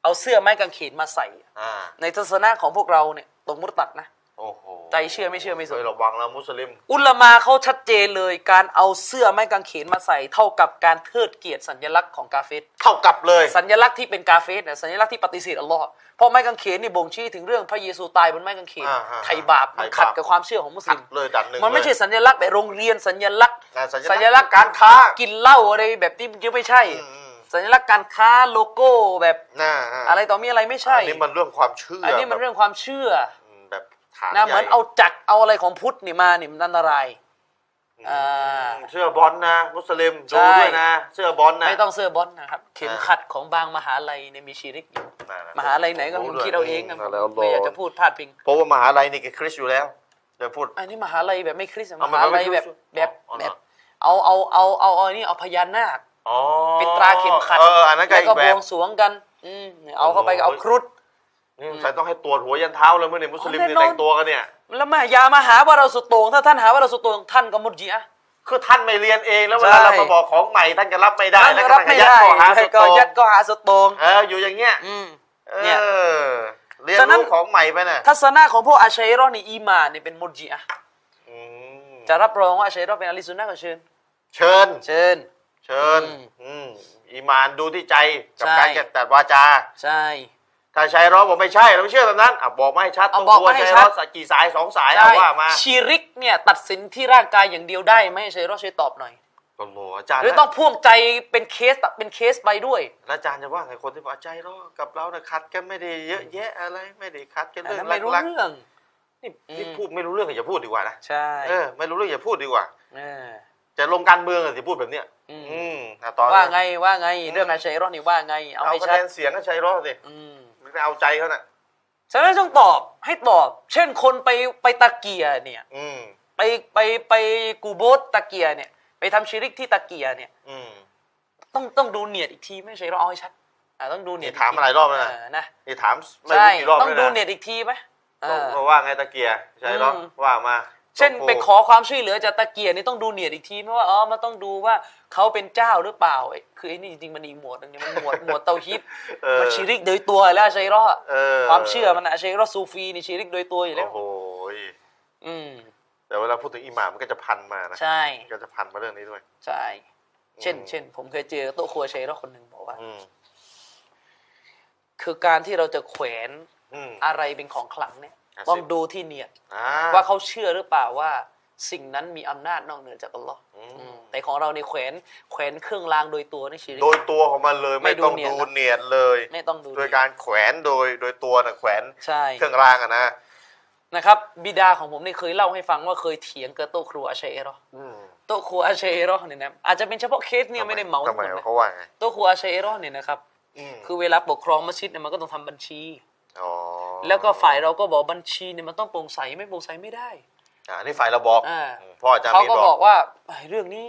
B: เอาเสื้อไม้กางเขนมาใส่
A: อ่า
B: ในทัศนะของพวกเราเนี่ยตรงมุตตัดนะ
A: โอ้โห
B: ใจเชื่อไม่เชื่อไม่สน
A: ฮ้ยระวังนะมุสลิม
B: อุลามาเขาชัดเจนเลยการเอาเสื้อไม้กางเขนมาใส่เท่ากับการเทิดเกียรติสัญลักษณ์ของกาเฟส
A: เท่ากับเลย
B: สัญลักษณ์ที่เป็นกาเฟสเนี่ยสัญลักษณ์ที่ปฏิเสธอัลลอฮ์เพราะไม้กางเขนนี่บ่งชี้ถึงเรื่องพระเยซูตายบนไม้กางเขน
A: อ่าฮะ
B: ไถ่บาปมัน
A: ไถ่บาป
B: ขัดกับความเชื่อของมุส
A: ตั
B: ลิ
A: ด
B: ม
A: เลยดันหนึ่ง
B: มันไม่
A: เลย
B: ใช่สัญลักษณ์แบบโรงเรียนสัญลักษณ์
A: อ่าสัญลักษณ์การค้า
B: กินเหล้าอะไรแบบที่ยังไม่ใช่
A: อืม
B: สัญลักษณ์การค้าโลโก้แบบ
A: ๆน่า
B: อะไรต่อมีอะไรไม่ใช่
A: อันนี้มันเรื่องความเชื่อ
B: อั
A: อั
B: นนี้มันเรื่องความเชื่อ
A: แบบฐาน
B: นะ
A: ใญ่
B: เหมือนเอาจักรเอาอะไรของพุทธนี่มานี่มันอันตรายอ่า
A: เสื้อบอลนะ มุสลิมดู
B: ใช่
A: ด้วยนะ เสื้อบอลนะ
B: ไม่ต้องเสื้อบอลนะครับ เข็มขัดของบางมหาลัยเนี่ยมีชีริกอยู่
A: น่นะ
B: มหาลัยไหนก็คุณคิดเอาเองนะ
A: แล้ว
B: ผมไม่อยากจะพูดพาดพิง
A: เพราะว่ามหาลัยนี่ก็คริสต์อยู่แล้วเดี๋ยวพูด
B: อันนี้มหาลัยแบบไม่คริสต์อะ
A: เอา
B: ม
A: มา
B: หาลัยแบบ
A: ไม่คริสต์
B: แบบ
A: อ๋อเหรอ
B: แบบเอาเอาเอาเอาเอานี่เอาพญานาค
A: อ๋อ
B: เป็นตราเข็มขัด
A: เอออันนั้นก็
B: แล้ว
A: อี
B: ก็
A: ก
B: บ
A: แบ
B: ว
A: บ
B: งสรวงกัน อืมเอาเข้าไปก็เอา
A: โอ้โห
B: ครุฑ
A: นี่ใส่ต้องให้ตรวจหัวยันเท้าเลยเมื่อเนี่ยมุสลิมเนี่ยแต่งตัวกันเนี่ย
B: แล้วมาอย่ามาหาว่าเราสุดโต่งถ้าท่านหาว่าเราสุดโต่งท่านก็มุดจีอะห์
A: คือท่านไม่เรียนเองแล้วเวลา
B: ใช่
A: เรามาบอกของใหม่ท่านก็รับไม่ได้
B: ท่าน
A: แล้วก็
B: ก็รับไม่ได้
A: ยัดข้อหา
B: ให้
A: สุด
B: ก็
A: โต่ง
B: ยัดก็หาสุดโต่ง
A: เอออยู่อย่างเงี้ย
B: อืม
A: เอ
B: เนี่ย
A: อเรียนรู้ของใหม่ไปน่ะ
B: ทัศนะของพวกอาชัยรอนี่อีหมานเนี่ยเป็นมุดจีอะห์
A: อืม
B: จะรับรองว่าอาชัยรอเป็นอะลิสุนนะห์ก็เชิญ
A: เชิญ
B: เชิญ
A: เชิญ
B: อืม
A: อืมอีมานดูที่ใจกับ
B: ใช่
A: การจัดแต่วาจา
B: ใช่
A: ถ้าชัยร้อบอกไม่ใช่เราไม่เชื่อแบบนั้นอ่ะบอกมาให้ชัด
B: เอา
A: ต้อง
B: บอก
A: ดูว่า
B: มาให้
A: ชัย
B: ชั
A: ร้อ
B: ด
A: สักกี่สายสองสาย
B: ใช่
A: เอาว่ามา
B: ชีริกเนี่ยตัดสินที่ร่างกายอย่างเดียวได้ไหมอาชัยรอช่วยตอบหน่อย
A: โอ้โหอาจารย์
B: หรือต้องพ่วงใจเป็นเคสอะเป็นเคสไปด้วย
A: แล้วอาจารย์จะว่าไงคนที่บอกใจร้อกับเราน่ะขัดกันไม่ได้เยอะแยะอะไรไม่ได้ขัดกัน
B: อัน
A: เรื่อง
B: นั้นไม่รู้
A: รัก
B: เรื่อง
A: ๆนี่
B: อืม
A: นี่พูดไม่รู้เรื่องอย่าพูดดีกว่านะ
B: ใช่
A: เออไม่รู้เรื่องอย่าพูดดีกว่า
B: เออ
A: จะลงการเมืองอะสิพูดแบบเนี้ย
B: อืม
A: อืมอ่ะตอน
B: ว่าไงว่าไง เรื่องอาชัยรอนี่ว่าไง เอา
A: เอา
B: ให้
A: คะ
B: ชั
A: แน
B: ด
A: นเสียงก็ชัยร้อสิ
B: อืม
A: มันไปเอาใจเขาน่ะ
B: ฉะนั้นต้องตอบให้ตอบ เช่นคนไปไปตะเกียเนี่ย
A: อืม
B: ไปไปไปกูโบสตะเกียเนี่ย ไปทำชิริกที่ตะเกียเนี่ย
A: อืม
B: ต้องต้องดูเนียดอีกทีไม่ใช่เราเอาให้ชัดอ่าต้องดูเนียด
A: นี่ถามมาหลายรอบแล้วนะ
B: เนะ
A: นี่ถามไม่รู้
B: ใช่
A: กี่รอบ
B: ต้อง
A: แล้ว
B: ดู
A: นะ
B: เนียดอีกทีไหมเออ
A: ก็ว่าไงตะเกียร์ใช่หรอ
B: อืม
A: ว่ามา
B: เช่น
A: หลวง
B: ไป
A: ปู่
B: ขอความช่วยเหลือจากตะเกียนี่ต้องดูเนียดอีกทีไหมว่าอ๋อมันต้องดูว่าเขาเป็นเจ้าหรือเปล่าไอ้คือไอ้นี่จริงๆมันอีกหมวดหนึงเนี่ยมันหมวด หมวดเตาฮิต
A: เออ
B: มันชิริกโดยตัวแล้วอาชัยรอด
A: เออ
B: ความเชื่อมันอะอาชัยรอดซูฟีนี่ชิริกโดยตัวอยู่แล้
A: โอ้
B: ว
A: โหย
B: อืม
A: แต่เวลาพูดถึงอิหม่ามมันก็จะพันมานะ
B: ใช่
A: มันก็จะพันมาเรื่องนี้ด้วย
B: ใช่เช่น
A: อืม
B: เช่น ผมเคยเจอโต๊ะครัวอาชัยรอดคนหนึ่งบอกว่า
A: อืม
B: คือการที่เราจะแขวน
A: อืม
B: อะไรเป็นของขลังเนี่ย
A: อ่ะสิ
B: ต้องดูที่เนียด
A: อ่า
B: ว่าเขาเชื่อหรือเปล่าว่าสิ่งนั้นมีอำนาจนอกเหนือจากอัลลอฮ์
A: อืม
B: อืมแต่ของเราในแขวนแขวนเครื่องรางโดยตัวนี่ชีริก
A: โดยตัวของมันเลย
B: ไม่
A: ไม่ต้อง
B: ดู
A: ดู
B: เนียดนะ
A: เนียดเลย
B: ไม่ต้องดู
A: โดยการแขวนโดยโดยตัวน่ะแขวน
B: ใช่
A: เครื่องรางอะนะ
B: นะครับบิดาของผมนี่เคยเล่าให้ฟังว่าเคยเถียงกับโต๊ะครัวอาเชเอรอ
A: อืม
B: โต๊ะครัวอาเชเอรอเนี่ยนะอาจจะเป็นเฉพาะเคสเนี่ยไม่ได้เหมา
A: ทำ
B: ทั้งห
A: ไม
B: มดนะ
A: เขาว่าไง
B: โต๊ะครัวอาเชเอรอเนี่ยนะครับ
A: อืม
B: คือเวลาปกครองมัสยิดเนี่ยมันก็ต้องทำบัญชี
A: อ๋อ
B: แล้วก็ฝ่ายเราก็บอกบัญชีเนี่ยมันต้องโปร่งใสไม่โปร่งใสไม่ได้
A: อ่านี่ฝ่ายเราบอก
B: อ่า
A: อืมพ่ออาจารย์
B: เขา
A: มี
B: ก็
A: น
B: บบ อ
A: อก
B: กว่าไอ้เรื่องนี้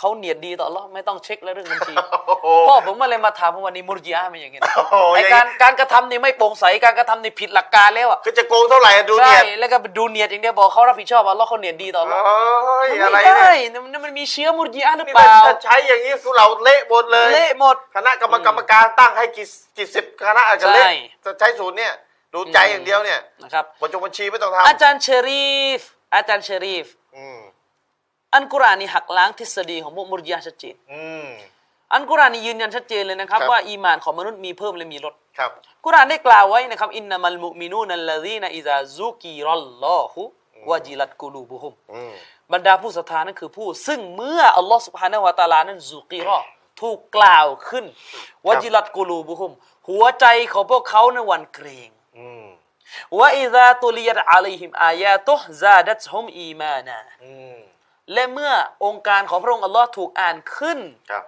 B: เขาเนียดดีต่ออัลเลอไม่ต้องเช็คแล้วเรื่องบัญชี
A: โอ้โห
B: พ่อผมก็เลยมาถามว่าวันนี้มุรจิอาเป็นอย่างไงนะ
A: โอ้โห
B: ไอ
A: ยัง
B: การการกระทำนี่ไม่โปร่งใสการกระทำนี่ผิดหลักการแล้วอ่ะ
A: คือจะโกงเท่าไหร่อะดู
B: ใช่
A: เนียด
B: แล้วก็ดูเนียดอย่างเดียวบอกเขารับผิดชอบอัลเลอฮ์เขาเนียดดีต่ออัลเลอฮ์
A: โอ้ย
B: มัน
A: อะไร
B: ไม่
A: เนี่
B: ได้
A: ย
B: นะมันมันมีเชื้อมุรจิอาหรือ
A: นี่
B: เป
A: ถ้า
B: ล่า
A: ถ้าใช้อย่างนี้สุเราเละหมดเลย
B: เละหมด
A: คณะกรรมกรรมการตั้งให้กี่กี่สิบคณะอาจจะเละ
B: ใช่
A: จะใช้ศูนย์เนี่ย ดูใจอย่างเดียวเนี่ย
B: นะครับ
A: บัญชงบัญชีไม่ต้อง
B: อา
A: ทำ
B: จารย์เชอรีฟอาจารย์เชอรีฟ
A: อืม
B: อันกุรอานนี่หักล้างทฤษฎีของพวกมุรจิอาชัดเจน
A: อืม
B: อันกุรอานนี่ยืนยันชัดเจนเลยนะครับ
A: ครับ
B: ว่าอีหมานของมนุษย์มีเพิ่มและมีลด
A: ครับ
B: กุรอานได้กล่าวไว้นะครับอินนามัลมุมินูนัลลาซีนอิซาซูกิรัลลอฮุวาจิลัตกุลูบุฮุม
A: อืม
B: บรรดาผู้ศรัทธานั่นคือผู้ ซึ่งเมื่ออัลลอฮ์สุบฮานะฮูวะตะอาลานั้นซูกีรอถูกกล่าวขึ้นวะจิลัตกูลูบุฮุม หัวใจของพวกเขาในวันเกรง
A: อืม
B: วะอิซาตุลียัตอะลัยฮิมอายาตุฮ์ซาดัตฮุมอีมานา
A: อืม
B: และเมื่อองค์การของพระองค์อัลลอฮ์ถูกอ่านขึ้น
A: ครับ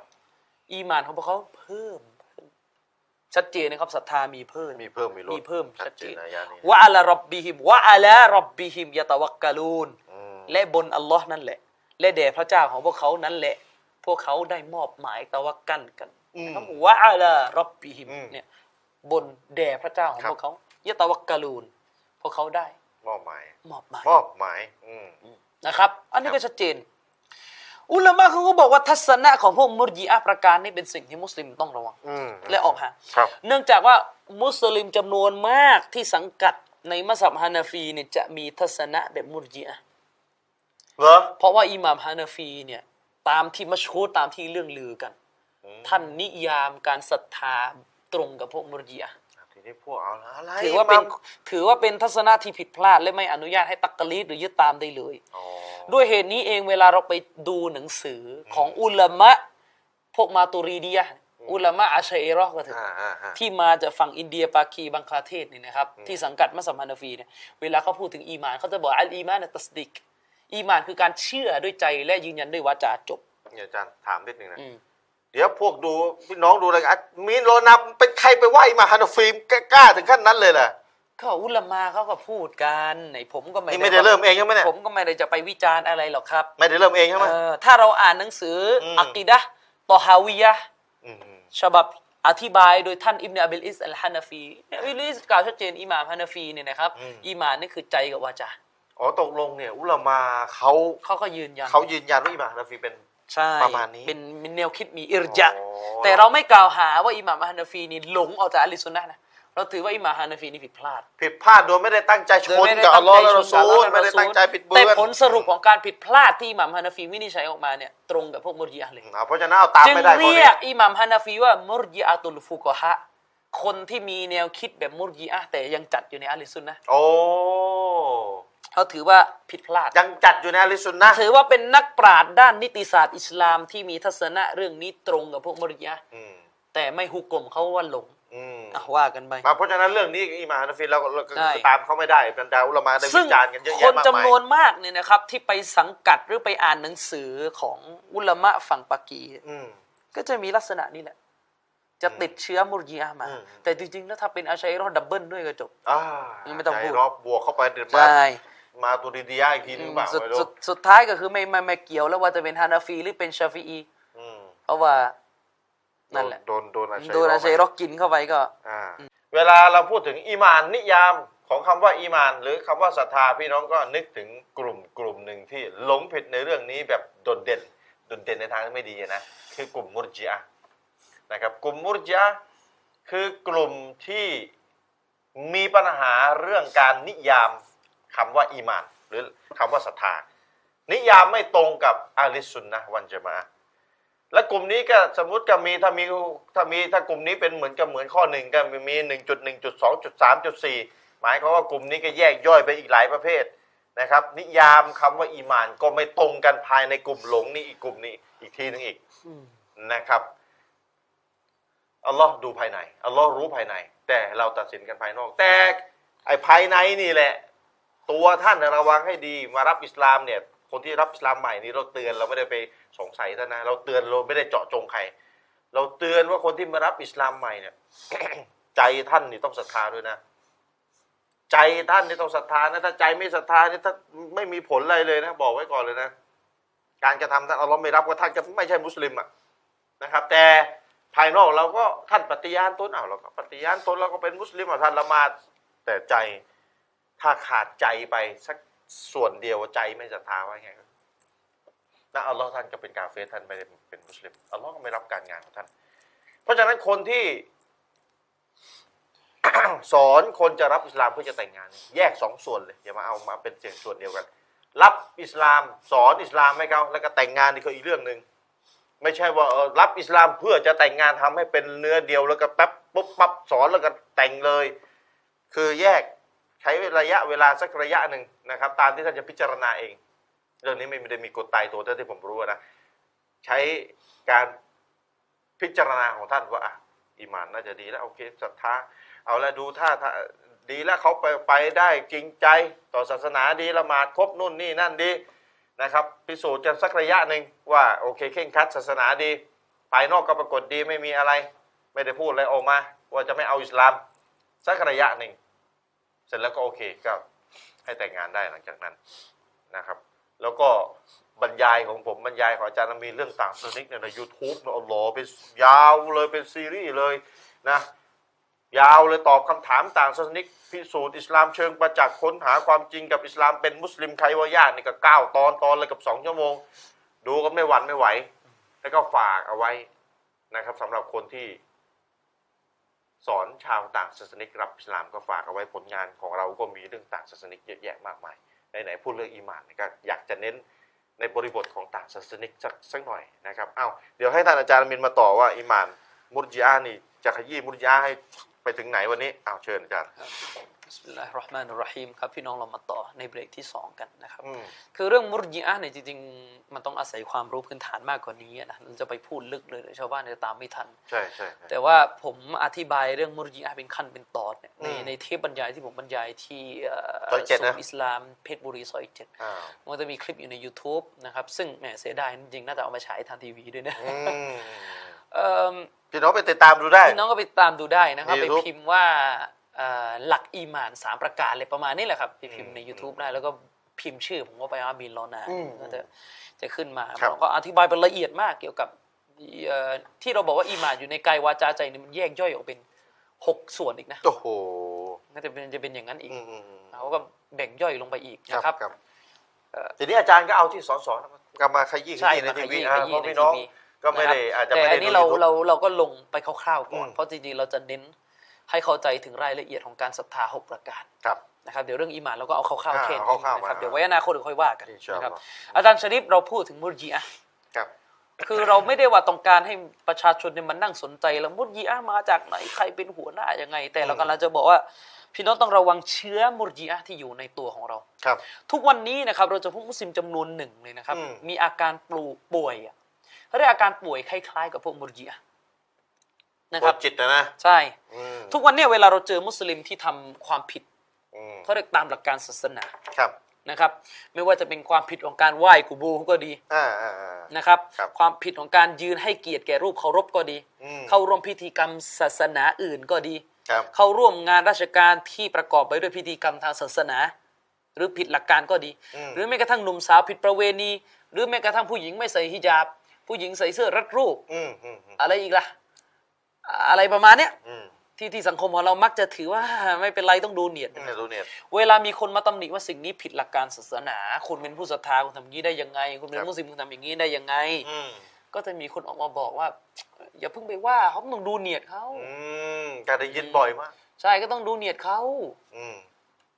B: อีมานของพวกเขาเพิ่มขึ้นชัดเจนนะครับศรัทธามีเพิ่ม
A: มีเพิ่มมีลด
B: มีเพิ่ม
A: ชั
B: ชั
A: ด
B: ด
A: เจ
B: เจ
A: น
B: น
A: นะยานี้
B: วะอัลารบบิฮิมวะอัลารบบิฮิมยะตะวักกะลูน
A: อืม
B: และบนอัลลอฮ์นั่นแหละ และแด่พระเจ้าของพวกเขานั่นแหละ พวกเขาได้มอบหมายตะวักกันกัน
A: อืม
B: นะครับว่าอัลารอบบิฮิม
A: อืม
B: เนี่ยบนแด่พระเจ้าของ
A: ครับ
B: พวกเขายะตะวักกะลูน พวกเขาได้
A: มอบหมาย
B: มอบหมาย
A: มอบหมายอืม
B: นะครับ อัน
A: ค
B: นี้
A: รับ
B: ก็ชัดเจน อุลามะเขาก็บอกว่าทัศนะของพวกมุรยีอะห์ประการนี้เป็นสิ่งที่มุสลิมต้องระวัง
A: อืม
B: และออกห่าง
A: ครับ
B: เนื่องจากว่ามุสลิมจำนวนมากที่สังกัดในมัสยิดฮานาฟีเนี่ยจะมีทัศนะแบบมุรจีอะห์
A: เหรอ
B: เพราะว่าอิหม่ามฮานาฟีเนี่ยตามที่มัชฮูดตามที่เรื่องลือกัน
A: อืม
B: ท่านนิยามการศรัทธาตรงกับพวกมุรจีอะห์
A: ทีนี้พวกเอาละอะไร
B: ถือว่าเป็น
A: ม
B: ถือว่าเป็นทัศนะที่ผิดพลาด และไม่อนุญาตให้ตักกะลีดหรือยึดตามได้เลย
A: อ๋อ
B: ด้วยเหตุนี้เองเวลาเราไปดูหนังสือของอุลามะ พวกมาตูรีดียะห์อุลามะอาชัยเอรอห์ก็เถือะ
A: อ่าอ่าอ่า
B: ที่มาจากฝั่งอินเดียปากีบังคลาเทศนี่นะครับ ที่สังกัดมัสยิดฮานาฟีเนี่ยเวลาเขาพูดถึงอีหมานเขาจะบอกอัลอีมานนะตัสดิก อีหมานคือการเชื่อด้วยใจและยืนยันด้วยวาจาจบ
A: เนี่ยอาจารย์ถามนิดนึงนะ
B: อืม
A: เดี๋ยวพวกดูพี่น้องดูอะไรายกันอ่ะมีนโรนับเป็นใครไปไหว้มาฮานาฟิล์มกล้าถึงขั้นนั้นเลยเหรอ
B: ก็อุลามาเขาก็พูดกันไหนผมก็ไม่
A: นี่ไม่ได้เริ่มเองใช่ไหมเนี่ย
B: ผมก็ไม่ได้จะไปวิจารณ์อะไรหรอกครับ
A: ไม่ได้เริ่มเองใช่ไหม
B: เออถ้าเราอ่านหนังสืออ
A: ม
B: อักีดะห์ตอฮาวิยะห์
A: ม
B: ฉบับ อธิบายโดยท่านอิบนาบิลอิสอัลฮานาฟีเนี่ยอิบนาบิลอิสกล่าวชัดเจนอิหม่ามฮานาฟีเนี่ยนะครับ
A: อืม
B: อิหมานนี่คือใจกับวาจา
A: อ๋อตกลงเนี่ยอุลามาเขา
B: เขาก็ยืนยัน
A: เขายืนยันว่าอิหม่ามฮานาฟีเป็น
B: ใช่
A: ประมาณนี้
B: เป็นเป็นแนวคิดมีอิรจะห์
A: อ๋อ
B: แต่เราไม่กล่าวหาว่าอิหม่ามฮานาฟีนี่หลงออกจากอะลิสุนนะห์นะเราถือว่าอิหม่ามฮานาฟีนี่ผิดพลาด
A: ผิดพลาดโดยไม่ได้ตั้งใจช
B: โดย
A: น
B: ไม่ได้
A: กับอั
B: ตั้
A: ล
B: ง
A: ลอฮ์
B: ใจ
A: และรอ
B: ช
A: ซู
B: น
A: ล
B: กับอัลลอฮ์และ
A: ไม่ได้ตั้งใจปิดเบือน
B: แต่ผลสรุปของการผิดพลาดที่อิหม่ามฮานาฟีวินิจฉัยออกมาเนี่ยตรงกับพวกมุรจิอะห์เลย
A: อ่าเพราะฉะนั้นเอาตาม
B: จึง
A: ไม่ได้ข้อ
B: เรี
A: นี้
B: ยกอิหม่ามฮานาฟีว่ามุรจิอะตุลฟุกอฮะคนที่มีแนวคิดแบบมุรจิอะห์แต่ยังจัดอยู่ในอะลิสุนนะห์
A: โอ้
B: เขาถือว่าผิดพลาด
A: ยังจัดอยู่ในอะลิสุนนะห์
B: ถือว่าเป็นนักปราชญ์ด้านนิติศาสตร์อิสลามที่มีทัศนะเรื่องนี้ตรงกับพวกมุรจิอะห์
A: อืม
B: แต่ไม่ฮุกกลมเขาว่าหลง
A: อืม
B: อ่ะว่ากันไป
A: มาเพราะฉะนั้นเรื่องนี้อิหม่ามฮานาฟีเราก็เราก็
B: ใช่
A: ตามเขาไม่ได้บรรดาอุลามาได้วิ
B: ซึ่ง
A: จารณ์กันเยอะ
B: ค
A: แยะ
B: น
A: มาก
B: จำ
A: มาย
B: นวนมากเนี่ยนะครับ ที่ไปสังกัดหรือไปอ่านหนังสือของอุลามะฝั่งปากี
A: อืม
B: ก็จะมีลักษณะนี้แหละ จะติดเชื้อมุรยีอามา
A: อืม
B: แต่จริงๆ แล้วถ้าเป็นอาชัยรอดับเบิลด้วยก็จบ
A: อ่า
B: ไม่ต้องพูด
A: ใจรอบบวกเข้าไปเดือดมา
B: ใช่
A: มาตูริดียาอีกทีหนึงเปล่า
B: สุด
A: ไม่รู้
B: สุดสุดท้ายก็คือไม่ไม่ไม่เกี่ยวแล้วว่าจะเป็นฮานาฟีหรือเป็นชาฟีอี
A: อืม
B: เพราะว่านั่นแหละ
A: โดนโดนอาชัย
B: โดนอาชัยรอกินเข้าไปก็
A: อ่าเวลาเราพูดถึงอีหมานนิยามของคำว่าอีหมาน หรือคำว่าศรัทธาพี่น้องก็นึกถึงกลุ่มกลุ่มหนึ่งที่หลงผิดในเรื่องนี้แบบโดดเด่นโดดเด่นในทางที่ไม่ดีนะคือกลุ่มมุรจิอะห์นะครับกลุ่มมุรจิอะห์คือกลุ่มที่ มีปัญหาเรื่องการนิยามคำว่าอีหมาน หรือคำว่าศรัทธา นิยามไม่ตรงกับอาลิสซุนนะฮ์วันจะมาอะฮ์และกลุ่มนี้ก็สมมติก็มีถ้ามีถ้ามีถ้ากลุ่มนี้เป็นเหมือนกับเหมือนข้อหนึ่งก็มีหนึ่งจุดหนึ่งจุดสองจุดสามจุดสี่หมายความว่ากลุ่มนี้ก็แยกย่อยไปอีกหลายประเภทนะครับ นิยามคำว่าอีหมานก็ไม่ตรงกันภายในกลุ่มหลงนี่อีกกลุ่มนี้อีกทีหนึงอีก
B: อืม
A: นะครับอัลลอฮ์ดูภายในอัลลอฮ์รู้ภายใน แต่เราตัดสินกันภายนอก แต่ไอ้ภายในนี่แหละ ตัวท่านน่ะระวังให้ดีมารับอิสลามเนี่ย คนที่รับอิสลามใหม่นี้เราเตือนเราไม่ได้ไปสงสัยท่านนะ เราเตือนเราไม่ได้เจาะจงใคร เราเตือนว่าคนที่มารับอิสลามใหม่เนี่ย ใจท่านนี่ต้องศรัทธาด้วยนะ ใจท่านนี่ต้องศรัทธานะถ้าใจไม่ศรัทธานี่ถ้าไม่มีผลอะไรเลยนะ บอกไว้ก่อนเลยนะการกระทำท่านเราไม่รับว่าท่านจะไม่ใช่มุสลิมอะนะครับ แต่ภายนอกเราก็ท่านปฏิญาณตนเอาเราก็ปฏิญาณตนเราก็เป็นมุสลิมอ่ะท่านละหมาดแต่ใจ ถ้าขาดใจไปสักส่วนเดียวใจไม่ศรัทธาว่าไงครับนะอัลลอฮ์ท่านก็เป็นกาเฟรท่านไม่ได้เป็นมุสลิมอัลลอฮ์ก็ไม่รับการงานของท่าน เพราะฉะนั้นคนที่ สอนคนจะรับอิสลามเพื่อจะแต่งงาน แยกสองส่วนเลยอย่ามาเอามาเป็นเสียงส่วนเดียวกัน รับอิสลามสอนอิสลามให้เขาแล้วก็แต่งงานนี่ก็อีกเรื่องหนึ่งไม่ใช่ว่าเออรับอิสลามเพื่อจะแต่งงานทำให้เป็นเนื้อเดียวแล้วก็แป๊บปุ๊บปั๊บสอนแล้วก็แต่งเลย คือแยก ใช้ระยะเวลาสักระยะหนึ่งนะครับ ตามที่ท่านจะพิจารณาเอง เรื่องนี้ไม่ได้มีกฎตายตัวเท่าที่ผมรู้นะ ใช้การพิจารณาของท่านว่าอ่ะอิมานน่าจะดีแล้วโอเคศรัทธาเอาละดูถ้าถ้าดีแล้วเขาไปไปได้จริงใจต่อศาสนาดีละหมาดครบนู่นนี่นั่นดีนะครับ พิสูจน์กันสักระยะหนึ่งว่าโอเคเข่งครัดศาสนาดีภายนอกก็ปรากฏดีไม่มีอะไร ไม่ได้พูดอะไรออกมา ว่าจะไม่เอาอิสลาม สักระยะหนึ่ง เสร็จแล้วก็โอเคก็ให้แต่งงานได้หลังจากนั้นนะครับ แล้วก็บรรยายของผมบรรยายของอาจารย์มีเรื่องต่างสนิกเนี่ยในยูทูบเนี่ยโอ้โหเป็นยาวเลยเป็นซีรีส์เลยนะ ยาวเลยตอบคำถามต่างศาสนิกพิสูจน์อิสลามเชิงประจักษ์ค้นหาความจริงกับอิสลามเป็นมุสลิมใครว่ายากนี่ก็เก้าตอนตอนเลยกับสองชั่วโมง ดูก็ไม่หวั่นไม่ไหว แล้วก็ฝากเอาไว้นะครับสำหรับคนที่ สอนชาวต่างศาสนิกรับอิสลามก็ฝากเอาไว้ผลงานของเราก็มีเรื่องต่างศาสนิกเยอะแยะมากมายไหนๆพูดเรื่องอีหมานก็อยากจะเน้นในบริบทของต่างศาสนิกสักสักหน่อยนะครับเอาวเดี๋ยวให้ท่านอาจารย์อามินมาต่อว่าอีหมาน มุรจิอานี่จะขยี้มุรจิอาให้ไปถึงไหนวันนี้อ้าวเชิญอาจารย์
B: บิสมิลลาฮิรเราะห์มานิรเราะฮีมครับพี่น้องเรามาต่อในเบรกที่สองกันนะครับ
A: อืม
B: คือเรื่องมุรจิอะห์เนี่ยจริงๆ มันต้องอาศัยความรู้พื้นฐานมากกว่านี้นะเราจะไปพูดลึกเลยเดี๋ยวชาวบ้านจะตามไม่ทัน
A: ใช่ใช่ใช่
B: แต่ว่าผมอธิบายเรื่องมุรจิอะห์เป็นขั้นเป็นตอนเนี่ยใน
A: อืม
B: ในเทปบรรยายที่ผมบรรยายที่เอ่อ
A: ซอยเจ็ดนะ
B: ศูนย์อิสลามเพชรบุรีซอยเจ็ด
A: อ้าว
B: มันจะมีคลิปอยู่ใน YouTube นะครับ ซึ่งแหมเสียดายจริงๆ น่าจะเอามาฉายทางทีวีด้วยนะ
A: อืม
B: เอิ่ม
A: พี่น้องไปติดตามดูได้
B: พี่น้องก็ไปตามดูได้นะครับ
A: ใน
B: ไป
A: YouTube
B: พิมพ์ว่าเอ่อหลักอีหมานสามประการเลยประมาณนี้แหละครับไปพิมพ์ใน YouTube ได้แล้วก็พิมพ์ชื่อผมว่าไปอาบินลอนา
A: อืม
B: ก็จะจะขึ้นมา
A: ครับ
B: ผมก็อธิบายเป็นละเอียดมากเกี่ยวกับ เอ่อที่เราบอกว่าอีหมานอยู่ในกายวาจาใจเนี่ยมันแยกย่อยออกเป็นหกส่วนอีกนะ
A: โอ้โห
B: น่าจะเป็นจะเป็นอย่างนั้นอีก
A: อืมอืมอืม
B: เขาก็แบ่งย่อยลงไปอีกนะครับ
A: ครับ
B: เอ่อ
A: ทีนี้อาจารย์ก็เอาที่สอนสอนกลับมาขยี้
B: ใช่
A: ขยี้ใน
B: มาข
A: ทีวี
B: ยี้
A: นะ
B: ข
A: ครับเพ
B: ยี้
A: ราะ
B: ใน
A: พี่น้
B: ที
A: อง
B: วี
A: ก็ไม่ได้
B: นะครับ
A: อาจจะ
B: แต่
A: ไม่
B: อั
A: ได้ดู
B: นนี้เราเราเราก็ลงไปคร่าวๆก่อน
A: อืม
B: เพราะจริงๆเราจะเน้นให้เข้าใจถึงรายละเอียดของการศรัทธาหกประการ
A: ครับ
B: นะครับเดี๋ยวเรื่องอิหมานเราก็เอาคร่าวๆ
A: อ่า
B: แค่นี้
A: เอาคร่าวๆ
B: นะค
A: มา
B: รับเดี๋ยวไว้อนาคตเดี๋ยวค่อยว่ากัน
A: อินชาอัลลอฮ์
B: นะครับอาจารย์ชริปเราพูดถึงมุรจีอะห์
A: ครับ
B: คือเราไม่ได้ว่าต้องการให้ประชาชนเนี่ยมันนั่งสนใจแล้วมุรจีอะห์มาจากไหนใครเป็นหัวหน้ายังไง แต่เรากำลังจะบอกว่าพี่น้องต้องระวังเชื้อมุรจีอะห์ที่อยู่ในตัวของเรา
A: ครับ
B: ทุกวันนี้นะครับเราจะพบมุสลิมจำนวนหนึ่งเลยนะครับ
A: อืม
B: มีอาการปลูป่วยอะเขาเรียกอาการป่วยคล้ายๆกับพวกมุรจิอะห์นะ
A: ป
B: คว รั
A: ด
B: บ
A: จิตนะนะ
B: ใช่
A: อืม
B: ทุกวันเนี้เวลาเราเจอมุสลิมที่ทำความผิด
A: อืม
B: เขาเรียกตามหลักการศาสนา
A: ครับ
B: นะครับ ไม่ว่าจะเป็นความผิดของการไหว้กูบูก็ดี
A: อ่าอ่าอ่า
B: นะครับ
A: ครับ
B: ความผิดของการยืนให้เกียรติแก่รูปเคารพก็ดี
A: อืม
B: เข้าร่วมพิธีกรรมศาสนาอื่นก็ดี
A: ครับ
B: เข้าร่วมงานราชการที่ประกอบไปด้วยพิธีกรรมทางศาสนา หรือผิดหลักการก็ดี
A: อืม
B: หรือแม้กระทั่งหนุ่มสาวผิดประเวณี หรือแม้กระทั่งผู้หญิงไม่ใส่ฮิญาบ ผู้หญิงใส่เสื้อรัดรูป
A: อืมอืมอืม
B: อะไรอีกล่ะ อะไรประมาณเนี้ย
A: อืม
B: ที่ที่สังคมของเรามักจะถือว่า ไม่เป็นไรต้องดูเนียด
A: เนี่ยรู้เนี่ย
B: เวลามีคนมาตำหนิว่าสิ่งนี้ผิดหลักการศาสนา คุณเป็นผู้ศรัทธาคุณทำอย่างนี้ได้ยังไง คุณเป็
A: คน รับ
B: มุสลิมคุณทำอย่างนี้ได้ยังไง
A: อืม
B: ก็จะมีคนออกมาบอกว่า อย่าเพิ่งไปว่าเขาต้องดูเนียดเขา
A: อืมการได้ยินบ่อยมาก
B: ใช่ก็ต้องดูเนียดเขา
A: อืม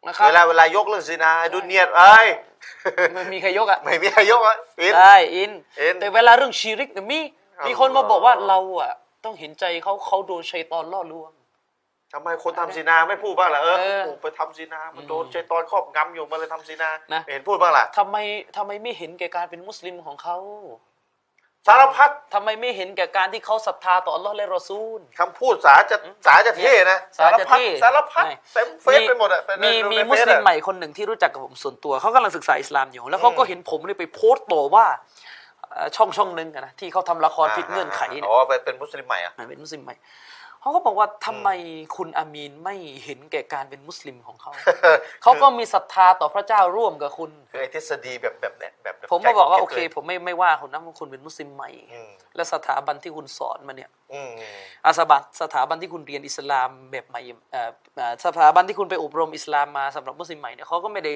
B: นะครับ
A: เวลาเวลายกเรื่องสินาดูเนียดเอ้ย
B: ไม่มีใครยกอะ
A: ไม่มีใครยกอ่ะอิน
B: ใช่อิน
A: อิน
B: แต่เวลาเรื่องชีริกเนี่ยมี
A: อัลลอฮ์
B: มีคนมาบอกว่าเราอะต้องเห็นใจเขาเขาโดนชัยตอนล่อลวง
A: ทำไมคนทำซีนาไม่พูดบ้างล่ะเออ
B: เออ
A: โอ้ไปทำซีนา มันโดนใจตอนครอบงำอยู่มันเลยทำซีนา
B: นะ
A: ไม่เห็นพูดบ้างล่ะ
B: ทำไมทำไมไม่เห็นแก่การเป็นมุสลิมของเขา
A: สารพัด
B: ทำไมไม่เห็นแก่การที่เขาศรัทธาต่ออัลลอฮ์และรอซูล
A: คำพูดสารจะสารจะเท่นะ
B: สารจะ
A: พัด
B: เท่
A: สารพัด
B: ใช่
A: เต็มเฟซไปหมดอ่ะไป
B: มี
A: ดู
B: มี
A: ใน
B: มุ
A: เฟ
B: ส
A: ซ
B: ลิม
A: อะ
B: ใหม่คนหนึ่งที่รู้จักกับผมส่วนตัว เขากำลังศึกษาอิสลามอยู่ แล้วเขาก็เห็นผมเนี่ยไปโพสต์ต่อว่าเอ่อช่องช่องหนึ่งอะนะที่เขาทำละครผิดเงื่อนไขเนี่ย
A: อ๋อไปเป็นมุสลิมใหม่อ่ะ
B: อ่ะเป็นมุสลิมไหมเขาก็บอกว่าทำไมคุณอามีนไม่เห็นแก่การเป็นมุสลิม ของเขา เขาก็มีศรัทธาต่อพระเจ้าร่วมกับคุณ
A: คือไอ้ทฤษฎีแบบแบบเนี้ยแบบ
B: ผมก็บอกว่าโอเค
A: ผ
B: ผมไม่ไม่ว่าคุณนะว่าคุณเป็นมุสลิมใหม่
A: อืม
B: และสถาบันที่คุณสอนมาเนี่ย
A: อืม
B: อาสบันสถาบันที่คุณเรียนอิสลามแบบใหม่เอ่อเอ่อสถาบันที่คุณไปอบรมอิสลามมาสำหรับมุสลิมใหม่เนี่ยเขาก็ไม่ได้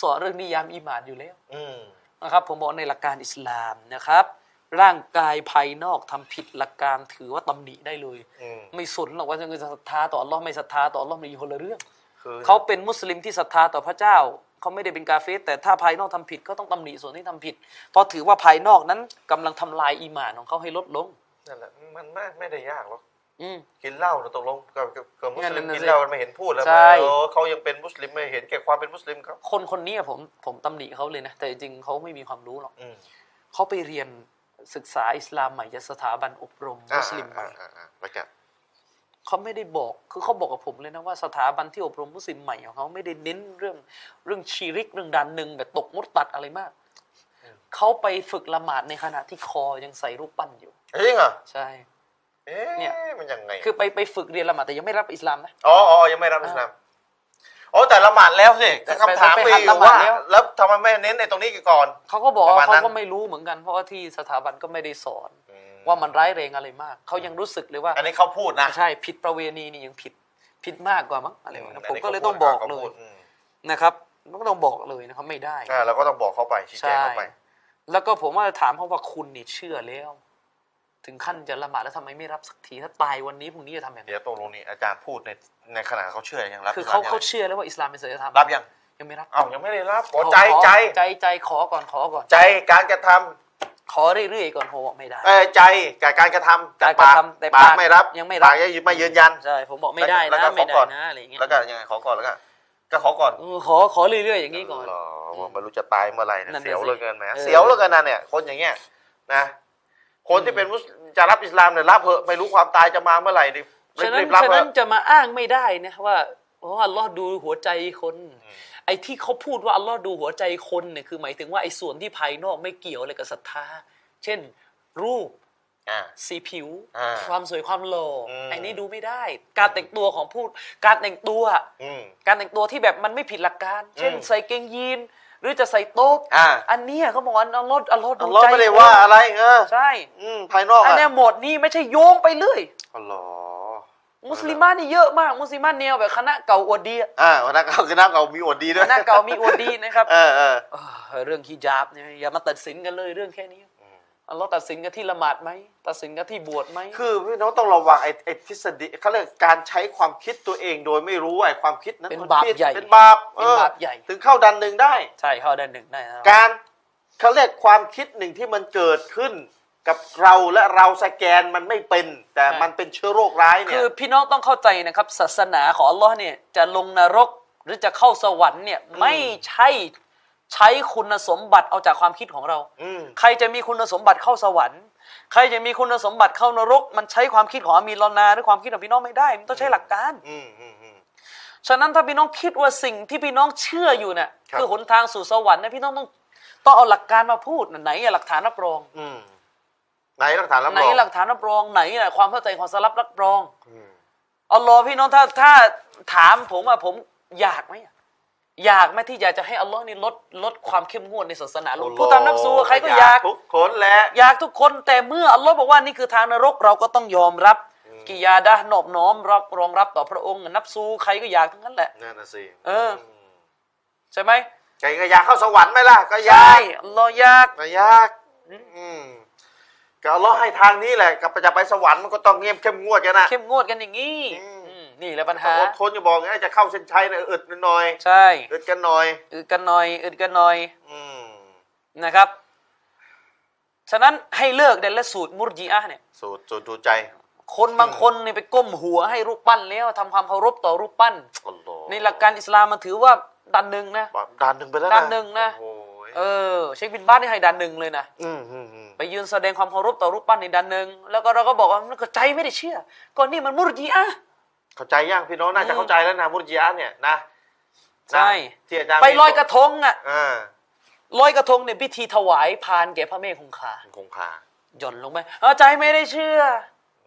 B: สอนเรื่องนิยามอีหมานอยู่แล้ว
A: อืม
B: นะครับผมบอกในหลักการอิสลามนะครับ ร่างกายภายนอกทำผิดหลักการถือว่าตำหนิได้เลย
A: อืม
B: ไม่สนหรอกว่าจะศรัทธาต่ออัลลอฮ์ไม่ศรัทธาต่ออัลลอฮ์มันอยู่คนละเรื่อง
A: คือ
B: เขาเป็นมุสลิมที่ศรัทธาต่อพระเจ้า เขาไม่ได้เป็นกาเฟสแต่ถ้าภายนอกทำผิดก็ต้องตำหนิส่วนที่ทำผิด เพราะถือว่าภายนอกนั้นกำลังทำลายอีหม่านของเขาให้ลดลง
A: นั่นแหละมันไม่ไม่ได้ยากหรอก
B: อืม
A: กินเหล้าเราตกลงกับกับกับมุส
B: นั่
A: ลิม
B: นน่ะสิ
A: กินเหล้ามันไม่เห็นพูดแล้ว
B: ใช่
A: เออเขายังเป็นมุสลิมไม่เห็นแก่ความเป็นมุสลิมเขา
B: คนคนนี้อะผมผมตำหนิเขาเลยนะ แต่จริงๆเขาไม่มีความรู้หรอก
A: อืม
B: เขาไปเรียนศึกษาอิสลามใหม่จากสถาบันอบรมมุสลิมใหม่
A: อ่าอ่าอ่าแล้วกัน
B: เขาไม่ได้บอก คือเขาบอกกับผมเลยนะว่าสถาบันที่อบรมมุสลิมใหม่ของเขาไม่ได้เน้นเรื่องเรื่องชีริกเรื่องดันหนึ่งแบบตกมุดตัดอะไรมาก เขาไปฝึกละหมาดในขณะที่คอยังใส่รูปปั้นอยู่
A: เอ้ยจริงเหรอ
B: ใช่
A: เอ๊
B: เนี่ย
A: ะมันยังไง
B: คือไปไปฝึกเรียนละหมาดแต่ยังไม่รับอิสลามนะ
A: อ๋ออ๋อยังไม่รับอิสลามอ๋อแต่ละหมาดแล้วสิ
B: แต่
A: คำถาม
B: ไป
A: มี
B: หัด
A: อยู่
B: ละหมาด
A: ว่า
B: แล้ว
A: แล้วทำไมไม่เน้นในตรงนี้ก่อน
B: เขาก็บอก
A: ประมา
B: ว่า
A: ณนั้
B: เขา
A: น
B: ก็ไม่รู้เหมือนกัน เพราะว่าที่สถาบันก็ไม่ได้สอน ว่ามันร้ายแรงอะไรมาก เขายังรู้สึกเลยว่า
A: อันนี้เขาพูดนะ
B: ใช่ผิดประเวณีนี่ยังผิดผิดมากกว่ามั้งอะไรแบบนั้นผมก็เลย
A: น
B: ต้อ
A: นี้
B: ง
A: ขา
B: บอก
A: พูดขาพู
B: เลย
A: ดอืม
B: นะครับก็ต้องบอกเลยนะครับไม่ได้
A: อ่าเราก็ต้องบอกเขาไปชี้แจ
B: ใช่
A: งเขาไป
B: แล้วก็ผมว่าถามเขาว่าคุณนี่เชื่อแล้ว ถึงขั้นจะละหมาดแล้วทำไมไม่รับสักทีถ้าตายวันนี้พรุ่งนี้จะทำแบบ
A: เดี๋
B: นี้
A: ยวตรงลงนี้อาจารย์พูดในในขณะเขาเชื่อยังรับ
B: คือเขา
A: อิสลมยัง
B: เขาเชื่อแล้วว่าอิสลามเป็นศาสนาธรรม
A: รับยัง
B: ยังไม่รับ
A: อ้าวยังไม่ได้รับอ๋อ
B: ขอ
A: ใจ
B: ขอ
A: ใจ
B: ใจใจขอก่อนขอก่อน
A: ใจการกระท
B: ขอเรื่อยๆก่อนโหบอกไม่ได้
A: ำเอ่อใจกับการกระทำแต่
B: การกระทำแต่
A: ปา
B: ปาก
A: กไม่รับ
B: ยังไม่รับ
A: ปากยังไม่ยืนยัน
B: ใช่ผมบอกไม่ได้
A: แล้ว
B: นะ
A: ก็ข
B: ไม่
A: อก่
B: ได้
A: อน
B: นะอะไรอย่างเงี้ย
A: แล้วก็ยังไงขอก่อนแล้วก็ก็ขอก่อน
B: เออขอขอเรื่อยๆอย่างนี้ก่อน
A: หรอว่าไม่รู้จะตายเมื่อไหร่นะ
B: นั่นน่ะ
A: เสียว
B: สิ
A: เหลือเกินนะ
B: เออ
A: เสียวเหลือเกินนะเนี่ยคนอย่างเงี้ยนะคนที่เป็นมุสลิมจะรับอิสลามเนี่ยรับเถอะไม่รู้ความตายจะมาเมื่อไหร่ดิ
B: ฉะนั้น
A: รีบๆรับ
B: ฉะ
A: เถ
B: นั้น
A: อะ
B: จะมาอ้างไม่ได้นะว่าอ๋ออัลลอฮ์ดูหัวใจคน ไอ้ที่เขาพูดว่าอัลลอฮ์ดูหัวใจคนเนี่ยคือหมายถึงว่าไอ้ส่วนที่ภายนอกไม่เกี่ยวอะไรกับศรัทธา เช่น รูปสีผิว
A: อ่า
B: ความสวยความหล่ออ
A: ม
B: ไอ้นี่ดูไม่ได้ การแต่งตัวของพูด การแต่งตัว
A: อืม
B: การแต่งตัวที่แบบมันไม่ผิดหลักการ เช่น
A: อืม
B: ใส่เกงยีน หรือจะใส่โต๊ะ
A: อ่า
B: อันเนี้ยเขาบอกว่าอัลลอฮ์อัลลอฮ์ดู
A: เรา
B: ใจ
A: ไม่ได้ว่าอะไรเออ
B: ใช่
A: อืมภายนอก
B: อัน
A: อ่ะ
B: เนี้ยหมดนี้ไม่ใช่โยงไปเรื่อย
A: อ๋อเหรอ
B: มุสลิมานี่เยอะมาก มุสลิมาแนวแบบคณะเก่าอวดดี อะ
A: อ่าวันนั้นเขาคือน้าเรามีอวดดีด้ว
B: ค
A: ย
B: ณะเก่ามีอวดดีนะครับ
A: เออเออ
B: เอ่อเรื่องฮิญาบเนี่ยอย่ามาตัดสินกันเลยเรื่องแค่นี้อัลลอฮ์ตัดสินกันที่ละหมาดไหมตัดสินกันที่บวชไหม
A: คือพี่น้องต้องระวังไอ้ไอ้ทฤษฎีเขาเรียกการใช้ความคิดตัวเองโดยไม่รู้ไอ้ความคิดนั้น
B: เป็น
A: มั
B: บาป
A: ผิด
B: ใหญ่
A: เป็นบาป
B: เป็นบาปใหญ่
A: เออถึงเข้าดันหนึ่งได้
B: ใช่เข้าได้หนึ่งได้นะครับ
A: การเขาเรียกความคิดหนึ่งที่มันเกิดขึ้นกับเราและเราสแกนมันไม่เป็น แต่มันเป็นเชื้อโรคร้ายเนี่
B: คื
A: ย
B: อพี่น้องต้องเข้าใจนะครับ ศาสนาของอัลลอฮ์เนี่ยจะลงนรกหรือจะเข้าสวรรค์เนี่ยไม่ใช่ใช้คุณสมบัติเอาจากความคิดของเรา
A: อืม
B: ใครจะมีคุณสมบัติเข้าสวรรค์ ใครจะมีคุณสมบัติเข้านรก มันใช้ความคิดของอามีรอนาหรือความคิดของพี่น้องไม่ได้ มันต้องใช้หลักการ
A: อืมอืมอืม
B: ฉะนั้นถ้าพี่น้องคิดว่าสิ่งที่พี่น้องเชื่ออยู่เนี่ย
A: ครับ
B: คือหนทางสู่สวรรค์นะพี่น้องต้องต้องเอาหลักการมาพูดไหนอะหลักฐานรับรอง
A: อืมไหนหลักฐานรับรอง
B: ไหนหลักฐานรับรองไหนอะความเข้าใจของสลับรับรอง
A: อืม
B: เอาลอฮ์พี่น้องถ้าถ้าถามผมอะผมอยากไหมอะอยากไหมที่อยากจะให้อัลลอฮ์นี่ลดลดความเข้มงวดในศาสนาลงผู้ตามนับสูใครก็อยาก
A: ทุกคนแหละ
B: อยากทุกคนแต่เมื่ออัลลอฮ์บอกว่านี่คือทางนรกเราก็ต้องยอมรับ กิยาดะห์นอบน้อมรับรองรับต่อพระองค์นับสูใครก็อยากทั้งนั้นแหละ
A: นั่นน่ะสิ
B: เออ ใช่ไหม
A: ใครก็อยากเข้าสวรรค์ไหมล่ะก็อยา
B: ใช่
A: ก
B: รอยาก
A: ไม่ยากอืมก็อัลเลาะห์ให้ทางนี้แหละกับจะไปสวรรค์มันก็ต้องเงียบเข้มงวดกันนะ
B: เข้มงวดกันอย่างนี้
A: อืม
B: อืมนี่แหละปัญหา
A: อดทนอย่าบอกไงจะเข้าเส้นชัยนะอึดหน่อย
B: ใช่
A: อึดกันหน่อย
B: อึดกันหน่อยอึดกันหน่อย
A: อืม
B: นะครับ ฉะนั้นให้เลิกเดลสูตรมุรจีอะห์เนี่ย
A: สูตรสูตรดูใจ
B: คนบางคนนี่ไปก้มหัวให้รูปปั้นแล้วทำความเคารพต่อรูปปั้น
A: อัลเลาะห์
B: ในหลักการอิสลามมันถือว่าดันหนึ่งนะ
A: บาปด่านหนึ่งไปแล้ว
B: ด่านหนึ่งนะ
A: โอ้ย
B: เออ เช็คบินบ้านนี่ให้ดันหนึ่งเลยนะ
A: อืมอืมอืม
B: ไปยืนแสดงความเคารพต่อรูปปั้นในดันหนึ่งแล้วก็เราก็บอกว่ามันก็ใจไม่ได้เชื่อก่อนนี่มันมุรจีอะห์
A: เข้าใจยังพี่น้องน่าจะเข้าใจแล้วนะมุรจิยะห์เนี่ยนะ
B: ใช่
A: นะที่อาจารย์
B: ไปลอยกระทงอ่ะ
A: อ่า
B: ลอยกระทงเนี่ยพิธีถวายพานแก่พระเมฆคงคา
A: คงคา
B: หย่อนลงไปเอาใจไม่ได้เชื่อ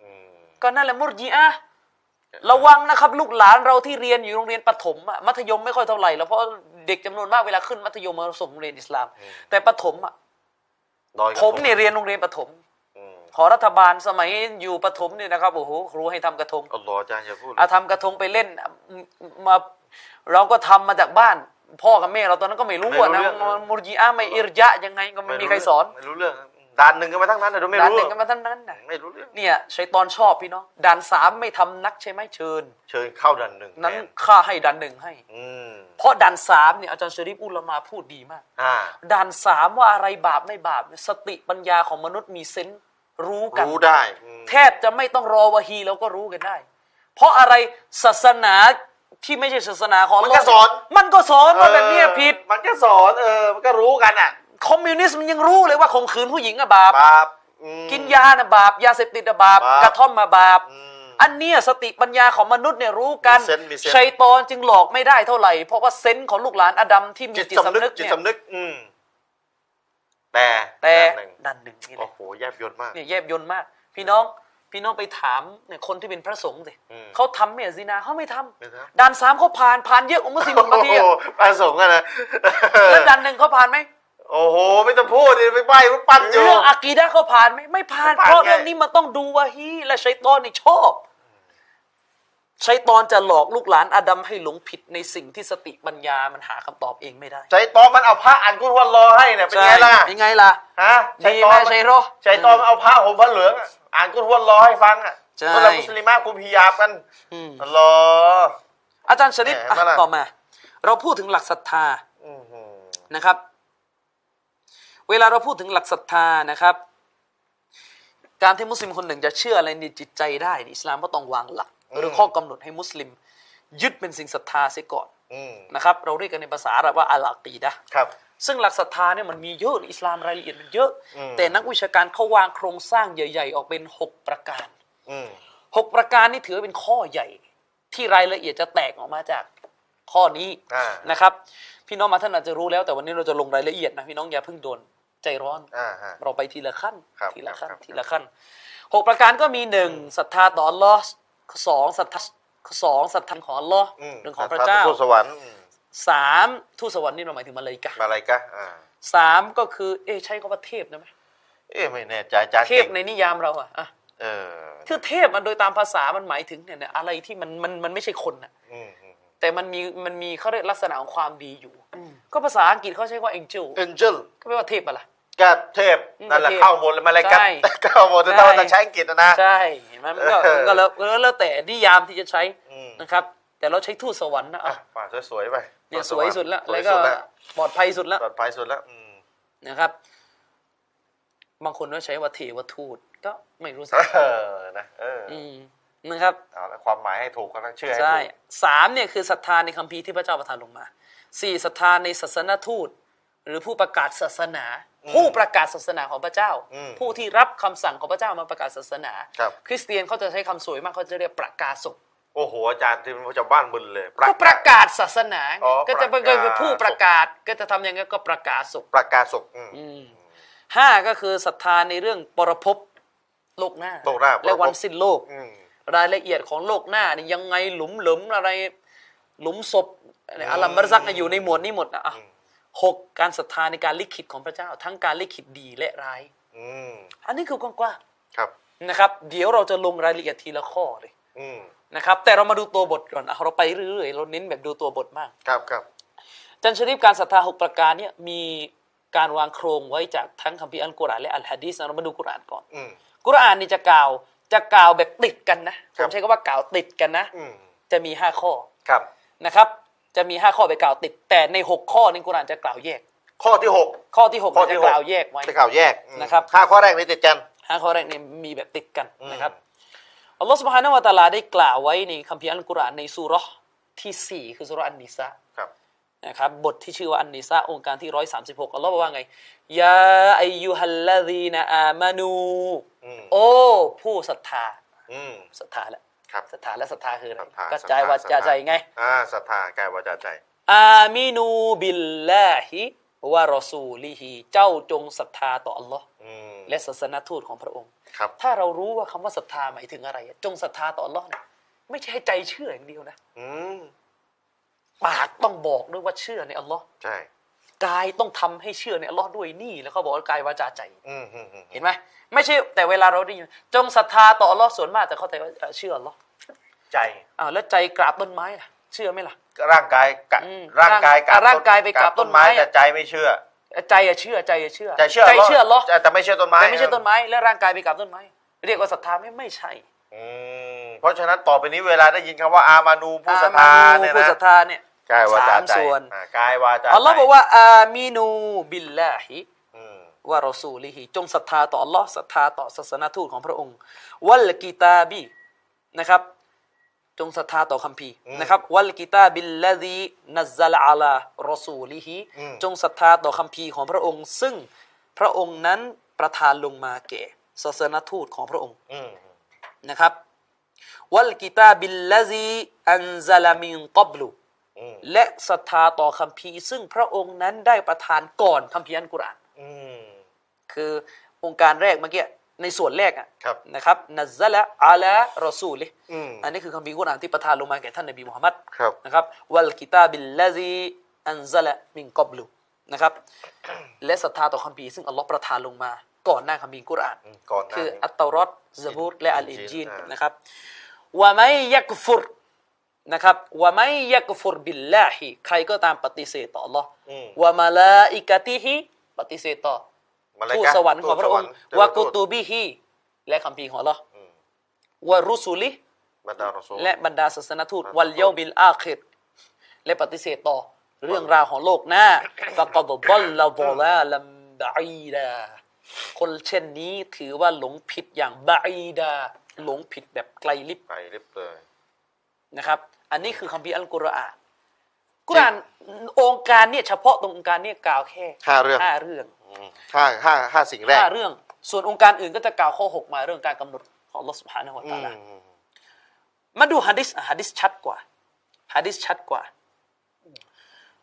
A: อืม
B: ก็นั่นแหละมุรจีอะห์ระวังนะครับ ลูกหลานเราที่เรียนอยู่โรงเรียนประถมอะมัธยมไม่ค่อยเท่าไหร่แล้วเพราะเด็กจำนวนมากเวลาขึ้นมัธยมมาส่งโรงเรียนอิสลาม แต่ประถมอะ
A: ลอยกระ
B: ผมเนี่ยเรียนโรงเรียนประถม
A: อืม
B: ขอรัฐบาลสมัยอยู่ประถมเนี่ยนะครับโอ้โหครูให้ทำกระทง
A: อัลเลาะห์อาจารย์อย่าพูด
B: อาทำกระทงไปเล่นอะมา เราก็ทำมาจากบ้าน พ่อกับแม่เราตอนนั้นก็ไม่รู้อะนะมุรจีอะห์ไม่อิรยะห์ยังไงก็ไม่มีใครสอน
A: ไม่รู้เรื่องด่านหนึ่งกันมาทั้งนั้นนะเดี๋ยวไม่
B: ดัน
A: รู้
B: หนึ่งกันมาทั้งนั้นน่ะ
A: ไม่รู้เรื่อง
B: เนี่ยชัยตอนชอบพี่เนาะด่านสามไม่ทำนักใช่ไหมเชิญ
A: เชิญเข้าดันหนึ่งแท
B: นั้น
A: น
B: ข้าให้ด่านหนึ่งให้
A: อืม
B: เพราะด่านสามเนี่ยอาจารย์ชริปอุลามาพูดดีมาก
A: อ่า
B: ด่านสามว่าอะไรบาปไม่บาปเนี่ยสติปัญญาของมนุษย์มีเซนส์รู้กัน
A: รู้ได้อืม
B: แทบจะไม่ต้องรอวะฮีแล้วก็รู้กันได้ เพราะอะไรศาสนาที่ไม่ใช่ศาสนาของ
A: มัน
B: ล
A: ก็สอน
B: มันก็สอนว่าแบบเนี้ยผิด
A: เออมันก็สอนเออ มันก็รู้กันอ่ะ
B: คอมมิวนิสต์มันยังรู้เลยว่าข่มขืนผู้หญิงอะบาป
A: บาปอืม
B: กินยาน่ะบาปยาเสพติดน่ะบาป
A: บาป
B: กระท่อมมาบาป
A: อืม
B: อันเนี้ยสติปัญญาของมนุษย์เนี่ยรู้กัน
A: มีเซนส์มีเซนส์
B: ชัยตอนจึงหลอกไม่ได้เท่าไหร่ เพราะว่าเซนส์ของลูกหลานอดัมที่มี
A: จิต
B: จิต
A: สำ
B: สำ
A: นึ
B: นึ
A: ก
B: ก
A: จิต
B: เนี่ย
A: สำนึก อืม แต่
B: แต่
A: ด้านหนึ่ง
B: ดันหนึ่งนี่แห
A: โอ้
B: ละ
A: โห แยบยลมาก
B: เนี่ยแยบยนต์มาก พี่น้องพี่น้องไปถามเนี่ยคนที่เป็นพระสงฆ์สิ
A: อืม
B: เขาทำไหมอะซินาเขาไม่ท
A: ไม่ทำ
B: ำดันสามเขาผ่านผ่านเยอะกว่ามุสลิมบางทีอะ
A: โอ้โหประสงค์กันนะ
B: แล้วดันหนึ่งเขาผ่านไหม
A: โอ้โห ไม่ต้องพูดดิไปใบ้รูปปั้นอยู่
B: เรื่องอากีดะห์เขาผ่านไหมไม่ผ่าน
A: ไม่ผ่าน
B: เพราะ
A: ไง
B: เรื่องนี้มันต้องดูวะฮีและชัยตอนนี่ชอบชัยตอนจะหลอกลูกหลานอดัมให้หลงผิดในสิ่งที่สติปัญญามันหาคำตอบเองไม่ได้
A: ใจตอนมันเอาพระอ่านกุรวันรอให้เนี่ยเป็นไงล่ะ
B: ใช่เป็นไงล่ะ
A: ฮะ
B: ดีไหม
A: น
B: ชัยโร่
A: ชัยตอนเอาผ้าห่มผ้าเหลืองอะอ่านกุรฮุวัลลอฮ์ให้ฟังอ่ะ
B: ใช่
A: คนละมุสลิมะคุมฮิญาบกัน
B: อืม
A: อัลลอฮ์
B: อาจารย์ชริป
A: แหม่มาล่ะ
B: อ่ะต่อมา เราพูดถึงหลักศรัทธา
A: อื้อหือ
B: นะครับ เวลาเราพูดถึงหลักศรัทธานะครับ การที่มุสลิมคนหนึ่งจะเชื่ออะไรในจิตใจได้นี่อิสลามก็ต้องวางหลัก หรือข้อกำหนดให้มุสลิม ยึดเป็นสิ่งศรัทธาเสียก่อน
A: อืม
B: นะครับ เราเรียกกันในภาษาอาหรับว่าอาลากีดะห์
A: ครับ
B: ซึ่งหลักศรัทธาเนี่ยมันมีเยอะในอิสลามรายละเอียดมันเยอะ
A: อืม
B: แต่นักวิชาการเขาวางโครงสร้างใหญ่ ๆ ออกเป็นหกประการ
A: อืม
B: หกประการนี่ถือเป็นข้อใหญ่ ที่รายละเอียดจะแตกออกมาจากข้อนี้
A: อ่า
B: นะครับ พี่น้องมาท่านอาจจะรู้แล้วแต่วันนี้เราจะลงรายละเอียดนะพี่น้องอย่าเพิ่งโดนใจร้อน
A: อ่าฮะ
B: เราไปทีละขั้น
A: ครับ
B: ทีละขั้น
A: ครับ
B: ทีละขั้นหกประการก็มีหนึ่งศรัทธาต่ออัลลอฮ์สองศรัทธาสองศรัทธาของอัลลอฮ์
A: อืม
B: หนึ่งของพระเจ้า
A: ทูตสวรรค์อืม
B: สามทูตสวรรค์นี่เราหมายถึงมาเลยกา
A: อะไรกะอ่า
B: สามก็คือเอ๊ะใช้คำว่าเทพนะไหม
A: เอ๊ะไม่แน่ใจอาจารย์
B: เทพในนิยามเราอะอ่ะ
A: เออ
B: คือเทพมันโดยตามภาษามันหมายถึงเนี่ยนะอะไรที่มันมันมันไม่ใช่คนอะ
A: อืมอืม
B: แต่มันมีมันมีเขาเรียกลักษณะของความดีอยู่ ก็ภาษาอังกฤษเขาใช้ว่า angel
A: Angel
B: ก็แปลว่าเทพอะล่ะ
A: ก็เทพนั่นแหละ
B: เทพ
A: เข้าหมดเลยมาเลยกะ
B: ใช่
A: เข้าหมดแต่ต้อง
B: ใช่
A: ต้องใช้อังกฤษนะนะ
B: ใช่เห็นไหมมันก็
A: เออ
B: มันก็แล้วก็แล้วแต่นิยามที่จะใช้
A: อืม
B: นะครับ แต่เราใช้ทูตสวรรค์นะ
A: อ่ะ
B: อ่ะ
A: ป่าสวยๆไป
B: เนี่ยสวยสุดละ
A: ส
B: แล้ว วย ก็
A: สุดละ
B: ปลอดภัยสุดละ
A: ปลอดภัยสุดละอืม
B: นะครับ บางคนก็ใช้ว่าเทวทูตก็ไม่รู้สึก
A: เออนะเอออ
B: อืมนะครับ
A: เอาละความหมายให้ถูกก็ต้องเชื่อให้
B: ใช่
A: ถูก
B: สามเนี่ยคือศรัทธาในคัมภีร์ที่พระเจ้าประทานลงมาสี่ศรัทธาในศาสนทูต หรือผู้ประกาศศาสนา ผู้ประกาศศาสนาของพระเจ้า ผู้ที่รับคำสั่งของพระเจ้ามาประกาศศาสนา
A: ครับ
B: คริสเตียนเขาจะใช้คำสวยมากเขาจะเรียกประกาศก
A: โอ้โห อาจารย์ที่เป็นชาวบ้านมึนเลย
B: ก็ประกาศศาสนาไง
A: อ๋อ
B: ก็จะ
A: ป
B: เป็น
A: ระกาศ
B: เป็นผู้ประกาศก็จะทำยังไงก็ประกาศก
A: ประกาศศก
B: ห้าก็คือศรัทธาในเรื่องปรภพโลกหน้า
A: โลกหน้าป
B: และ
A: รภพ
B: วันสิ้นโลก
A: อืม
B: รายละเอียดของโลกหน้านี่ยังไงหลุมหลมอะไร หลุมศพอะไร
A: อืม
B: อารัมบรซักอยู่ในหมวดนี้หมดนะอ่ะ
A: อืม
B: หกการศรัทธาในการลิขิตของพระเจ้า ทั้งการลิขิตดีและร้าย
A: อืม
B: อันนี้คือกว้าง
A: ครับ
B: ๆนะครับ เดี๋ยวเราจะลงรายละเอียดทีละข้อเลย
A: อืม
B: นะครับแต่เรามาดูตัวบทก่อนอ่ะเราไปเรื่อยๆเราเน้นแบบดูตัวบทมาก
A: ครับครับ
B: จันชริปการศรัทธาหกประการเนี่ยมีการวางโครงไว้จากทั้งคัมภีร์อัลกุรอานและอัลฮะดีษนะเรามาดูกุรอานก่อน
A: อืม
B: กุรอานนี่จะกล่าวจะกล่าวแบบติดกันนะผ
A: ครับ
B: มใช้คำว่ากล่าวติดกันนะ
A: อืม
B: จะมีห้าข้อ
A: ครับ
B: นะครับ จะมีห้าข้อไปกล่าวติด แต่ในหกข้อนี่กุรอานจะกล่าวแยก
A: ข้อที่หก
B: ข้อที่หก
A: ข้อที่
B: จะ
A: หก
B: กล่าวแยกไว้
A: จะกล่าวแยกอืม
B: นะครับ
A: ห้าข้อแรกนี้ติดกัน
B: ห้าข้อแรกเนี่ยมีแบบติดกัน
A: อืม
B: นะครับอัลลอฮฺสุบฮานาวะตะอาลาได้กล่าวไว้ในคัมภีร์อัลกุรอานในสุเราะห์ที่สี่คือสุเราะห์อันนิสา
A: ครับ
B: นะครับบทที่ชื่อว่าอันนิซาองค์การที่ 136อัลลอฮ์บอกว่าไง ยาอายุฮัลลาดีนาอามานู
A: อืม
B: โอ้ ผู้ศรัทธา
A: อืม
B: ศรัทธาแหละ
A: ครับ
B: ศรัทธาและศรัทธาคืออะไร
A: ศรัทธาก
B: ระจายวา
A: ศรัท
B: จา
A: ธา
B: ใจไง
A: อ่าศรัทธากายวาจาใจ
B: อามินูบิลลาฮิวะรอซูลิฮิเจ้าจงศรัทธาต่ออัลลอฮ์
A: อืม
B: และศาสนทูตของพระองค์
A: ครับ
B: ถ้าเรารู้ว่าคำว่าศรัทธาหมายถึงอะไร จงศรัทธาต่ออัลลอฮ์เนี่ยไม่ใช่ให้ใจเชื่ออย่างเดียวนะ
A: อืม
B: ปากต้องบอกด้วยว่าเชื่อในอัลลอฮ์
A: ใช่
B: กายต้องทำให้เชื่อในอัลลอฮ์ด้วยนี่แล้วเขาบอกว่ากายวาจาใจ
A: อืมอืมอืม
B: เห็นไหมไม่ใช่แต่เวลาเราได้ยินจงศรัทธาต่ออัลลอฮ์ส่วนมากแต่เข้าใจว่าเอ่อเชื่ออัลลอฮ์
A: ใจ
B: อ้าวแล้วใจกราบต้นไม้ล่ะ เชื่อไหมล่ะ
A: ร่างกายกะ
B: อืม
A: ร่างกาย
B: ร่างร่างกายไปกับต้นไม้
A: แต่ใจไม่เชื่อ
B: ใจอะเชื่อใจอะเชื่อ
A: ใจเชื่อ
B: ใจเชื่ออัลลอฮ์
A: แต่แต่ไม่เชื่อต้นไม้
B: แต่ไม่ใช่ต้นไม้และร่างกายไปกราบต้นไม้ เรียกว่าศรัทธาไหม่ไม่ใช่
A: อืมเพราะฉะนั้นต่อไปนี้เวลาได้ยินคำว่าอามานูผู้ศรัทธา
B: อา
A: เนี่ย
B: นูผู้
A: นะ
B: ศรัทธาเนี่ย
A: กายวาจา
B: สาม
A: ใจ
B: ส่วน
A: อ่ากายวาจา
B: อัลลอฮ์
A: ใจ
B: บอกว่าอามินูบิลลาฮิ
A: อืม
B: ว่ารอซูลิฮิจงศรัทธาต่ออัลลอฮ์ศรัทธาต่อศาสนาทูตของพระองค์ วัลกิตาบีนะครับ จงศรัทธาต่อคัมภีร์นะครับ วัลกิตาบิลลาดีนัซซัลอาลารอซูลิฮิจงศรัทธาต่อคัมภีร์ของพระองค์ ซึ่งพระองค์นั้นประทานลงมาแก่ศาสนาทูตของพระองค์
A: อืม
B: นะครับ วัลกิตาบิลลาดีอันซาลามินกับลู
A: อืม
B: และศรัทธาต่อคัมภีร์ ซึ่งพระองค์นั้นได้ประทานก่อนคัมภีร์อันกุรอาน
A: อืม
B: คือองค์การแรกเมื่อกี้ในส่วนแรกอะ
A: ครับ
B: นะครับนัซซะละอาลารอซูลิห์
A: อืม
B: อันนี้คือคำพิกุรอานที่ประทานลงมาแก่ท่านนบีมุฮัมมัด
A: ครับ
B: นะครับวัลกิตาบิลลาซีอันซะละมินกอบลูนะครับ และศรัทธาต่อคำพีร์ซึ่งอัลลอฮ์ประทานลงมา ก่อนหน้าคำพีร์กุรอาน
A: ก่อนหน้า
B: คือ
A: นี้
B: อัตเตารอดซะบูรและอัลอินจีน
A: อ่าน
B: นะครับว่าไม่ยักฟุรนะครับว่าไม่ยักฟุรบิลลาฮิใครก็ตามปฏิเสธต่ออัลลอฮ์
A: อืม
B: ว่ามาลาอิกะติฮิปฏิเสธต่อ
A: มาเลกะ
B: ทูตสวรรค์ของพระองค์
A: ทูตสรรค์
B: วากุตูบิฮีและคำพีร์ของเรา
A: อืม
B: วารุสุลิฮ์
A: บรรดารอซูล
B: และบรรดาศาสนทูต
A: ครับ
B: วัลเยาบิลอาคิรและปฏิเสธต่อเรื่องราวของโลกหน้าฟะกดดัลลาบลาลัมบะอีดาคนเช่นนี้ถือว่าหลงผิดอย่างบะอีดา หลงผิดแบบไกลลิบ
A: ไปเรียบเลย
B: นะครับ อันนี้คือคำพีร์อัลกุรอานกุรอานองค์การเนี่ยเฉพาะตรงองค์การเนี่ยกล่าวแค่
A: ห้าเรื่อง
B: ห้าเรื่อง
A: อืมห้าห้าห้าสิ่งแรก
B: ห้าเรื่อง ส่วนองค์การอื่นก็จะกล่าวข้อ 6 มาเรื่องการกำหนดของลอสุภานะฮว
A: อื
B: ตาม ลามาดูฮะดิษฮะดิษชัดกว่าฮะดิษชัดกว่า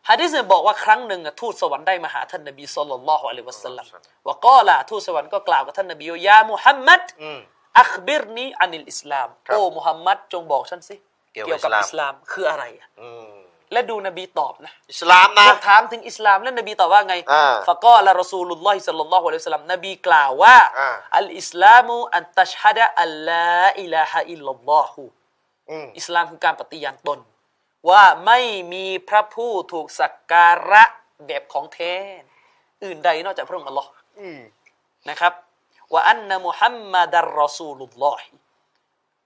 B: ฮะดิษเนี่ยบอกว่าครั้งหนึ่งอะทูตสวรรค์ได้มาหาท่านนบีสุลต่านละฮ์อะลัยวะสัลลัมว่าก็ล่ะทูตสวรรค์ก็กล่าวกับท่านนบีว่ายามุฮัมมัด
A: อืม
B: อัคบิรนีอันิลอิสลาม
A: ครับ
B: โอ้มุฮัมมัดจงบอกฉันสิ
A: เกี่ยวกับอิสลาม
B: คืออะไรอะ
A: อืม
B: และดูนบีตอบนะ
A: อิสลามนะ
B: ถามถึงอิสลามแล้วนบีตอบว่าไง
A: อ่า
B: ฟะกอละรอซูลุลลอฮิสัลลัลลอฮุอะลัยฮิวะสัลลัมนบีกล่าวว่า
A: อ่า
B: อัลอิสลามูอันตัชฮะดะอัลลาอิลาฮะอิลลัลลอฮุ
A: อืม
B: อิสลามคือการปฏิญาณตน ว่าไม่มีพระผู้ถูกสักการะแบบของเทน อื่นใดนอกจากพระองค์อัลลอฮ์
A: อืม
B: นะครับว่าอันนะมุฮัมมัดรอซูลุลลอฮ์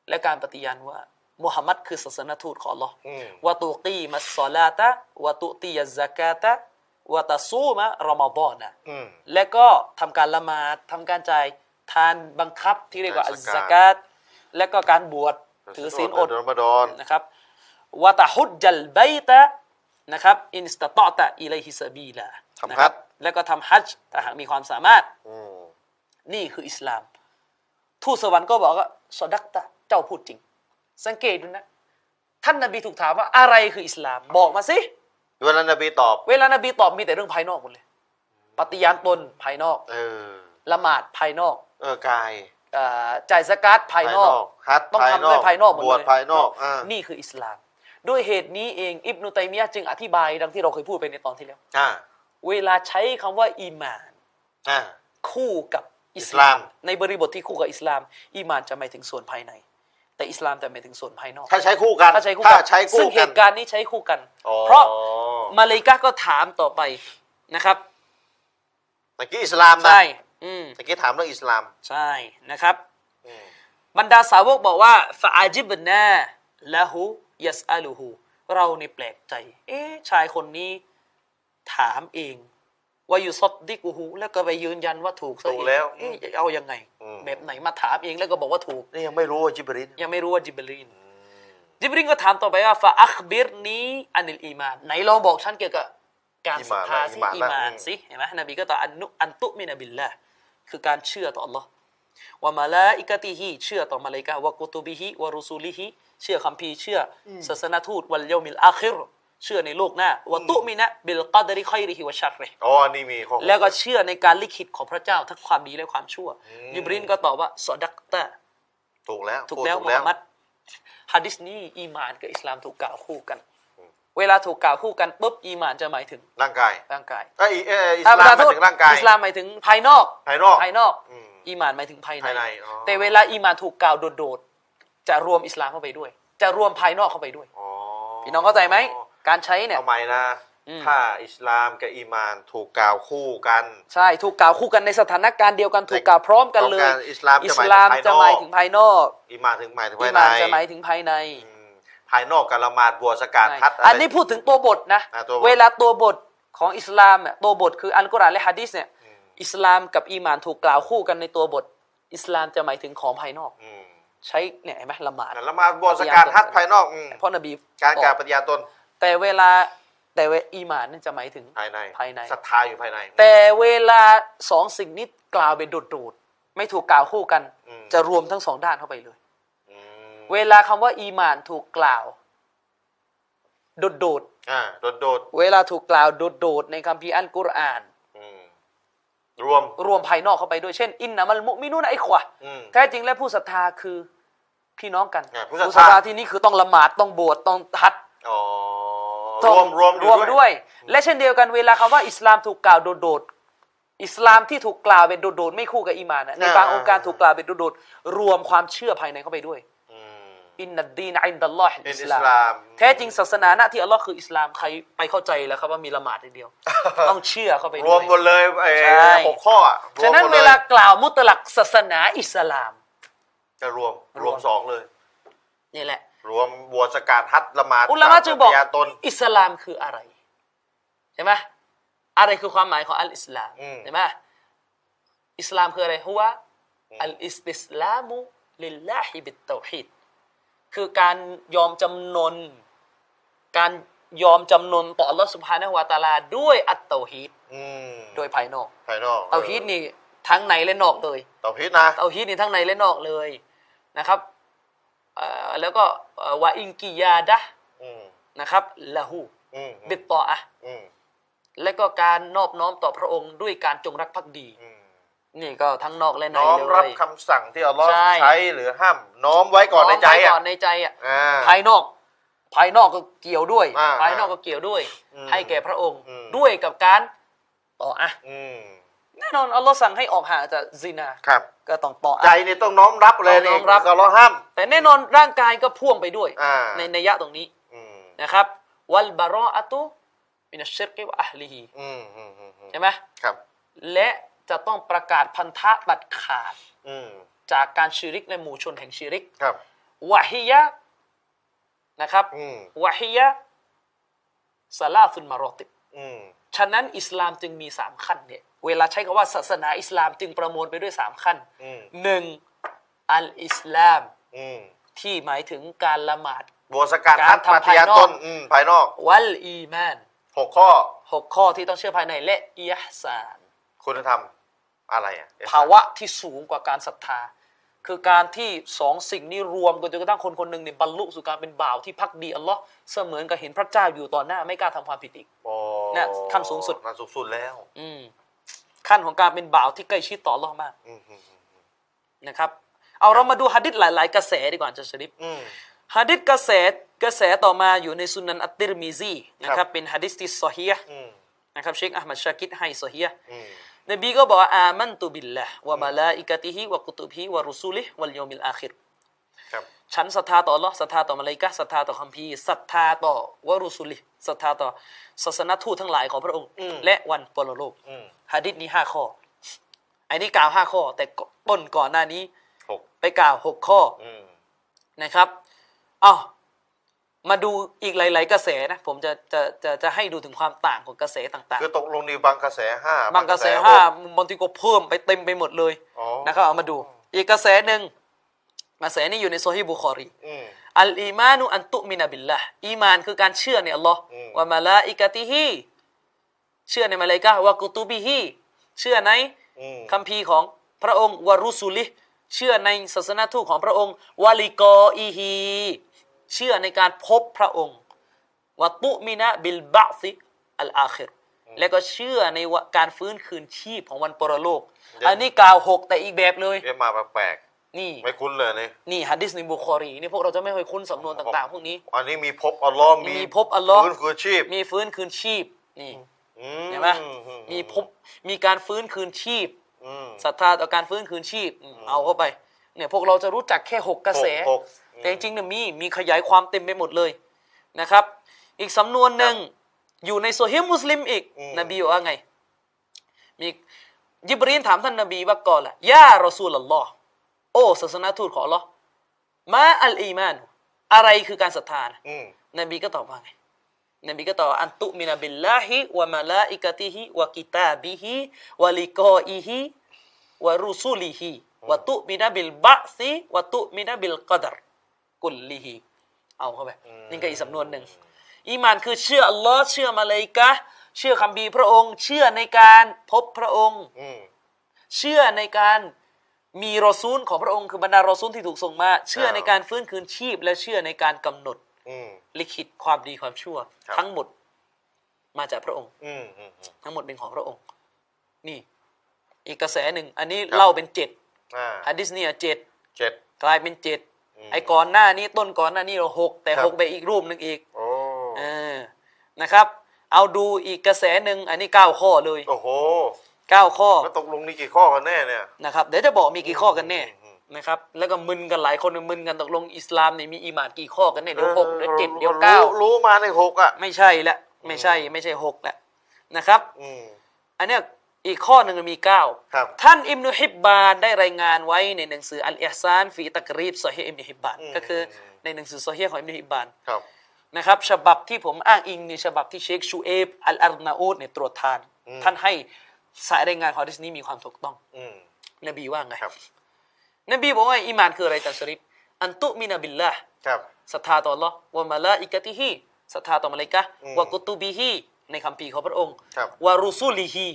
B: และการปฏิญาณว่ามุฮัมมัดคือศาสนทูตของอัลลอฮ์
A: อืม
B: วะตุกีมัสซอลาตะวะตุตียัซซะกาตะวะตะซูมะรอมฎอนะ
A: อืม
B: และก็ทำการละหมาดทำการจ่ายทานบังคับที่เรียกว่า
A: จ่า
B: อั
A: ย
B: ซ
A: ซะกาต
B: ซะกาตและก็การบวชถือศีลอด
A: รมฎอน
B: นะครับวะตะฮุดจัลไบตะนะครับอินสตะตอตะอิเลฮิสบีลานะ
A: ทำ
B: ค
A: ฮั
B: รั
A: ท
B: บแล้วก็ทำฮัจญ์ถ้าหากมีความสามารถ
A: อืม
B: นี่คืออิสลาม ทูตสวรรค์ก็บอกว่าสอดักตะเจ้าพูดจริง สังเกตดูนะ ท่านนบีถูกถามว่าอะไรคืออิสลาม บอกมาสิ
A: เวลานบีตอบ
B: เวลานบีตอบมีแต่เรื่องภายนอกหมดเลย ปฏิญาณตนภายนอก
A: เออ
B: ละหมาดภายนอก
A: เออกาย
B: เอ่อจ่ายสกาดภายนอก
A: ฮัท
B: ต้อง
A: ภาย
B: ทำ
A: นอ
B: ด้วย
A: ก
B: ภายนอกหมด
A: บ
B: เลยว
A: ชภายนอกอ่า
B: นี่คืออิสลาม ด้วยเหตุนี้เองอิบนุตัยมียะห์จึงอธิบายดังที่เราเคยพูดไปในตอนที่แล้ว
A: อ่า
B: เวลาใช้คำว่าอีหมาน
A: อ่า
B: คู่กับอิส
A: อิสลา
B: ลาม ม ในบริบทที่คู่กับอิสลาม อีหมานจะหมายถึงส่วนภายใน แต่อิสลามจะหมายถึงส่วนภายนอก
A: ถ้าใช้คู่กัน
B: ถ้าใช้คู่กั
A: ถ้าใช้คู่
B: ซึ่งเห
A: กัน
B: ตุการณ์นี้ใช้คู่กัน
A: อ๋อ
B: เพราะมาเลกาก็ถามต่อไปนะครับ
A: ตะกี้อิสลามนะ
B: ใช่อืม
A: ตะกี้ถามเรื่องอิสลาม
B: ใช่นะครับ
A: อืม
B: บรรดาสาวกบอกว่าฟาอาจิบนาละหูยัสอาลูหูเรานี่แปลกใจ เอ๊ะชายคนนี้ถามเองว่าอยู่ซอดดิกูหูแล้วก็ไปยืนยันว่าถูกซะ
A: ถู
B: เอกง
A: แล้ว
B: เอ๊ะจะเอายังไง
A: อืม
B: แบบไหนมาถามเองแล้วก็บอกว่าถูก
A: นี่ยังไม่รู้ว่าจิบริน
B: ยังไม่รู้ว่าจิบรินจิบรินก็ถามต่อไปว่าฟาอัคบิรนี้อันิลอีมานไหนลองบอกฉันเกี่ยวกับการศรัทธาสิอีมานสิเห็นไหมนบีก็ตอบอันนุอันตุมินบิลละคือการเชื่อต่อ Allah วะมาลาอิกะติฮิเชื่อต่อมาเลกาวะกุตุบิฮิวะรุซูลิฮิเชื่อคัมภีร์เชื่ออศาสนทูตวัลเยามิลอาคิรเชื่อในโลกหน้าวะตุมินะบิลกัดริคอยริฮิวะชัรริ
A: อ๋ออันนี่มีข้อ
B: แล้วก็เชื่อในการลิขิตของพระเจ้าทั้งความดีและความชั่ว
A: อืม
B: ยิบรินก็ตอบว่าสอดักตะ
A: ถูกแล้ว
B: ถูกแล้ว
A: พู
B: มุ
A: ด
B: ฮัมมัดฮะดิษนี้อีหมานกับอิสลามถูกกล่าวคู่กัน เวลาถูกกล่าวคู่กันปุ๊บอีหมานจะหมายถึง
A: ร่างกาย
B: ร่างกาย
A: เอ้ยเอ้ยอิสลามหมายถึงร่างกาย
B: อิสลามหมายถึงภายนอก
A: ภายนอก
B: ภายนอก
A: อืม
B: อีหมานหมายถึงภายใน
A: ภายในอ๋อ
B: แต่เวลาอีหมานถูกกล่าวโดดๆจะรวมอิสลามเข้าไปด้วย จะรวมภายนอกเข้าไปด้วย
A: อ๋อ
B: พี่น้องเข้าใจไหมการใช้เนี่ย
A: เอาใหม่นะ
B: อืม
A: ถ้าอิสลามกับอีมานถูกกล่าวคู่กัน
B: ใช่ถูกกล่าวคู่กันในสถานการณ์เดียวกันถูกกล่าวพร้อมกันเลย
A: พร้อมกันอิสลามจะหมายถึง
B: ลาม
A: ภายนอก
B: จะหมาย
A: อีมาน
B: ถึงภายนอก
A: ถึงหมายถึง
B: อี
A: ภายใน
B: หมานจะหมายถึงภายใน
A: อืมภายนอกการละหมาดบวชสกาด
B: ใช่
A: พัดอะไร
B: อันนี้พูดถึงตัวบทนะ
A: อ่าตัวบท
B: เวลาตัวบทของอิสลามเนี่ยตัวบทคืออัลกุรอานและฮะดิษเนี่ย อิสลามกับอีหมานถูกกล่าวคู่กันในตัวบท อิสลามจะหมายถึงของภายนอก
A: อืม
B: ใช้เนี่ยเห็นไหมละหมาด
A: นั่นละหมาดบวชสกาดพัดภายนอกอืม
B: เพราะนบี
A: การกล่าว
B: บ
A: ป
B: อ
A: ฏิญาณตน
B: แต่เวลาแต่เวอีหมานเนี่ยจะหมายถึง
A: ภายใน
B: ภายใน
A: ศรัทธาอยู่ภายใน
B: แต่เวลาสองสิ่งนี้กล่าวเป็นโดดๆไม่ถูกกล่าวคู่กัน
A: อืม
B: จะรวมทั้งสองด้านเข้าไปเลย
A: อืม
B: เวลาคำว่าอีหมานถูกกล่าวโดด
A: อ่าโดด
B: ๆเวลาถูกกล่าวโดดๆในคัมภีร์อัลกุรอาน
A: ๆอืมรวม
B: รวมภายนอกเข้าไปด้วยเช่น อินนามัลมุมินูนไอขวะ
A: อืม
B: แท้จริงแล้วผู้ศรัทธาคือพี่น้องกัน
A: อ่ะผู้ศรัทธา
B: ที่นี่คือต้องละหมาดต้องบวชต้องฮัด
A: อ๋อรวมรวมอ
B: รวมด้วย วย และเช่นเดียวกันเวลาคำว่าอิสลามถูกกล่าวโดดๆอิสลามที่ถูกกล่าวเป็นโดดๆไม่คู่กับอีหมานนะในบาง
A: อ่า
B: องค์การถูกกล่าวเป็นโดดๆรวมความเชื่อภายในเข้าไปด้วย
A: อืม
B: อินนัดดีนอินดัลลอฮิ
A: เป็น
B: อิ
A: อิ
B: สลา
A: สลาม
B: มแท้จริงศาสนาหน้าที่อัลลอฮ์คืออิสลามใครไปเข้าใจแล้วครับว่ามีละหมาดอย่างเดียว ต้องเชื่อเข้าไป
A: ร
B: ด้
A: ว
B: ว
A: ม
B: ย
A: หมดเลยเออ
B: ใช่
A: หกข้ออะรม
B: ฉะนั้น
A: หมด
B: เวย ลากล่าวมุตลักศาสนาอิสลาม
A: จะรวมร
B: ร
A: ว
B: ว
A: ม
B: ม
A: สองเลย
B: นี่แหละ
A: รวมบวชสกาดฮัดละหมาด
B: อุลามะจึงบอก
A: ปฏิญาณตน
B: อิสลามคืออะไรใช่ไหมอะไรคือความหมายของอัลอิสลาม
A: อืม
B: ใช่ไหมอิสลามคืออะไรฮุวะอัลอิสติสลามุลิลลาฮิบิตเตาฮิดคือการยอมจำนน การยอมจำนนต่อ Allah Subhanahu wa Taala ด้วยอัตเตาฮีดโดยภายนอก
A: ภายนอก
B: เตาฮีดนี่ทั้งในและนอกเลย
A: เตาฮีดนะ
B: เตาฮีดนี่ทั้งในและนอกเลยนะครับเอ่อแล้วก็เอ่อวะอิงกิยาดะห์
A: อืม
B: นะครับละหู
A: อืม
B: บิดต่ออะห์
A: อืม
B: และก็การนอบน้อมต่อพระองค์ด้วยการจงรักภักดี
A: อืม
B: นี่ก็ทั้งนอกและใน
A: น้อม
B: เลย
A: รับคำสั่งที่อัลลอฮ์
B: ใช่
A: ใช้หรือห้าม น้อมไว้ก่อนในใจ
B: มไว้
A: อ่ะ
B: ก่อนในใจอ่ะ
A: อ่า
B: ภายนอก ภายนอกก็เกี่ยวด้วย
A: อ่า
B: ภายนอกก็เกี่ยวด้วย
A: อืม
B: ให้แก่พระองค์
A: อืม
B: ด้วยกับการต่ออะ
A: อืม
B: แน่นอนอัลลอฮ์สั่งให้ออกห่างจากซินา
A: ครับ
B: ก็ต้องต่อ
A: ใจ
B: อะ
A: เนี่ยต้องน้อมรับเลย
B: ต้องน้
A: นี่
B: อมรับ
A: กับเราห้าม
B: แต่แน่นอนร่างกายก็พ่วงไปด้วย
A: อ่า
B: ในในยะตรงนี้
A: อืม
B: นะครับ วัลบารออะตุมินัชชิรกิวะอะฮลีฮี
A: อืมอืมอืมอืม
B: ใช่ไหม
A: ครับ
B: และจะต้องประกาศพันธะบัตรขาด
A: อืม
B: จากการชิริกและหมู่ชนแห่งชิริก
A: ครับ
B: วะฮียะนะครับ
A: อืม
B: วะฮียะสลาซุนมารอติบ
A: อืม
B: ฉะนั้นอิสลามจึงมีสามขั้นเนี่ยเวลาใช้คำว่าศาสนาอิสลามจึงประมวลไปด้วยสามขั้น
A: อืม
B: หนึ่งอัลอิสลาม
A: อืม
B: ที่หมายถึงการละหมาด
A: บัวสกัด
B: การ
A: อัต
B: ทำ
A: มาติยา
B: ภายนอก
A: ต้นอืมภายนอก
B: วัลอีมาน
A: หกข้อ
B: หกข้อที่ต้องเชื่อภายในและอิยฮซาน
A: คุณธรรมอะไรอ่ะ
B: ภาวะที่สูงกว่าการศรัทธา คือการที่สองสิ่งนี้รวมกันจนกระทั่งคนคนหนึ่งเนี่ยบรรลุสู่การเป็นบ่าวที่พักดีอัลลอฮ์เสมือนกับเห็นพระเจ้าอยู่ต่อหน้าไม่กล้าทำความผิดอีก
A: โอ้
B: เนี่ยขั้นสูงสุด
A: ขั้นสูงสุดแล้ว
B: อืมขั้นของการเป็นบ่าวที่ใกล้ชิดต่ออัลลอฮ์มาก
A: อืมอืม
B: นะครับ เอาเรามาดูฮะดิษหลาย ๆ กระแสดีกว่าอาจารย์ชริป
A: อืม
B: ฮะดิษกระแสกระแสต่อมาอยู่ในซุนนันอัตติรมิซีนะค
A: ครั
B: รับบ เป็นฮะดิษที่ซอฮีห์
A: อืม
B: นะครับเชคอัลมัดชากิดให้ซอฮีห์
A: อืม
B: นบีก็บอกว่าอามันตุบิลละวะมาลาอิกะติฮิวะกุตุบฮิวะรุซูลิฮิวัลยอมิลอาคิร
A: ครับ
B: ฉันศรัทธาต่อ Allah ศรัทธาต่อมาลาอิกะฮ์ศรัทธาต่อคัมภีร์ศรัทธาต่อวะรุซูลิฮิศรัทธาต่อศาสนทูตทั้งหลายของพระองค์
A: อืม
B: และวันปรโลก
A: อืม
B: ฮะดิษนี้ห้าข้ออันนี้กล่าวห้าข้อ แต่ต้นก่อนหน้านี้
A: หก
B: ไปกล่าวหกข้อ
A: อืม
B: นะครับเอามาดูอีกหลาย ๆ กระแสนะผมจะจะจะจะให้ดูถึงความต่างของกระแสต่าง
A: คือตกลงนี่บางกระแสห้า
B: ๆบางกระแสห้าก มอนติโกเพิ่มไปเต็มไปหมดเลย
A: อ๋อ
B: นะครับเอามาดู อีกกระแสหนึ่งกระแสนี้อยู่ในโซฮีบุคอรี
A: อืม
B: อัลอีมานุอันตุมินาบิลละอีมานคือการเชื่อในอัลลอฮ์
A: อืม
B: วะมาลาอิกะติฮีเชื่อในมาลาอิกะฮ์วะกุตุบิฮีเชื่อใน
A: อืม
B: คัมภีร์ของพระองค์วะรุสุลิฮ์เชื่อในศาสนาทูตของพระองค์วะลิกออีฮีเชื่อในการพบพระองค์วะตุมินะบิลบะซิอัลอาคิรและก็เชื่อในวะการฟื้นคืนชีพของวันปรโลก อันนี้กล่าวหกแต่อีกแบบเลย
A: เอ๊ะมาแปลก
B: นี่
A: ๆไม่คุ้นเลยนี่
B: นี่ฮัดดิสในบุคอรีนี่พวกเราจะไม่เคยคุ้นสำนวนต่างๆ พวกนี้
A: อันนี้มีพบอัลลอฮ์
B: มีพบอัลลอฮ์
A: ฟื้นคือชีพ
B: มีฟื้นคืนชีพนี่
A: อื
B: เห็นไหม
A: อือื
B: มีพบมีการฟื้นคืนชีพ
A: อืม
B: ศรัทธาต่อการฟื้นคืนชีพอืมเอาเข้าไปเนี่ยพวกเราจะรู้จักแค่หกกระแส
A: หกๆอืม
B: แต่จริงๆเนี่ยมีมีขยายความเต็มไปหมดเลยนะครับ อีกสำนวนหนึ่งอยู่ในโซเฮียมุสลิมอีก
A: อืม
B: นบีบอกว่าไง มียิบรีนถามท่านนบีว่าก่อนละยารอซูลลลอฮ์โอ้ศาสนาทูตของอัลลอฮ์มาอัลอีมานอะไรคือการศรัทธานะ
A: อืม
B: นบีก็ตอบว่าไง นบีก็ตอบว่าอันตุมินาบิลลาฮิวะมาลาอิกะติฮิวะกิตาบิฮิวะลิกออิฮิวะรุซูลิฮิวะตุมินาบิลบะซิวะตุมินาบิลกอดรกุลลิฮิเอาเข้าไปนี่ก็อีกสำนวนหนึ่งอีมานคือเชื่ออัลลอฮ์เชื่อมาเลายกะฮ์เชื่อคำบีร์พระองค์ เชื่อในการพบพระองค์
A: อืม
B: เชื่อในการมีรอซูลของพระองค์คือบรรดารอซูลที่ถูกส่งมา เชื่อ
A: ครับ
B: ในการฟื้นคืนชีพ และเชื่อในการกำหนด
A: อืม
B: ลิขิตความดีความชั่ว
A: ครับ
B: ทั้งหมดมาจากพระองค์
A: อืมอืมอืม
B: ทั้งหมดเป็นของพระองค์ นี่ อีกกระแสหนึ่ง อันนี้
A: ครับ
B: เล่าเป็นเจ็ด
A: อ่า
B: ฮัดดิสเนี่ยเจ็ด
A: เจ็ด
B: กลายเป็นเจ็ด
A: อืม
B: ไอ้ก่อนหน้านี้ต้นก่อนหน้านี้เราหกแต่
A: ครับ
B: หกไปอีกรูปหนึ่งอีก
A: โอ้
B: เออนะครับ เอาดูอีกกระแสหนึ่ง อันนี้เก้าข้อเลย
A: โอ้โห
B: เก้าข้อ
A: แล้วตกลงนี่กี่ข้อกันแน่เนี่ย
B: นะครับเดี๋ยวจะบอกมีกี่ข้อกันแน่
A: อืม
B: นะครับ แล้วก็มึนกันหลายคนมึนกันตกลงอิสลามนี่มีอีหมานกี่ข้อกันแน่เดี๋ยวหกเดี๋ยวเจ็ดเดี๋ยวเก้า
A: รู้รู้มาในหกอ่ะ
B: ไม่ใช่ละไม่ใช่ไม่ใช่หกละนะครับ
A: อืม
B: อันเนี้ยอีกข้อหนึ่งมันมีเก้า
A: ครับ
B: ท่านอิมนุฮิบบานได้รายงานไว้ในหนังสืออัลอิฮซานฟีตักรีบซอฮีอิมนุฮิบบาน
A: อืม
B: ก็คือในหนังสือซอฮีของอิมนุฮิบบาน
A: ครับ
B: นะครับฉบับที่ผมอ้างอิงในฉบับที่เชคชูเอฟอัลอาร์นาอูดเนี่ยตรวจทาน
A: อืม
B: ท่านให้สายรายงานฮอดิสนี้มีความถูกต้อง
A: อืม
B: นบีว่าไง
A: ครับ
B: นบีบอกว่าอิมานคืออะไรตัสริฟอันตุมินาบิลลาห์
A: ครับ
B: ศรัทธาต่อ Allah วะมาลาอิกะติฮิศรัทธาต่อมาลาอิกะฮ์
A: อืม
B: วะกุตุบิฮิในคำพีร์ของพระองค์
A: ครับ
B: วะรุซูลิฮิ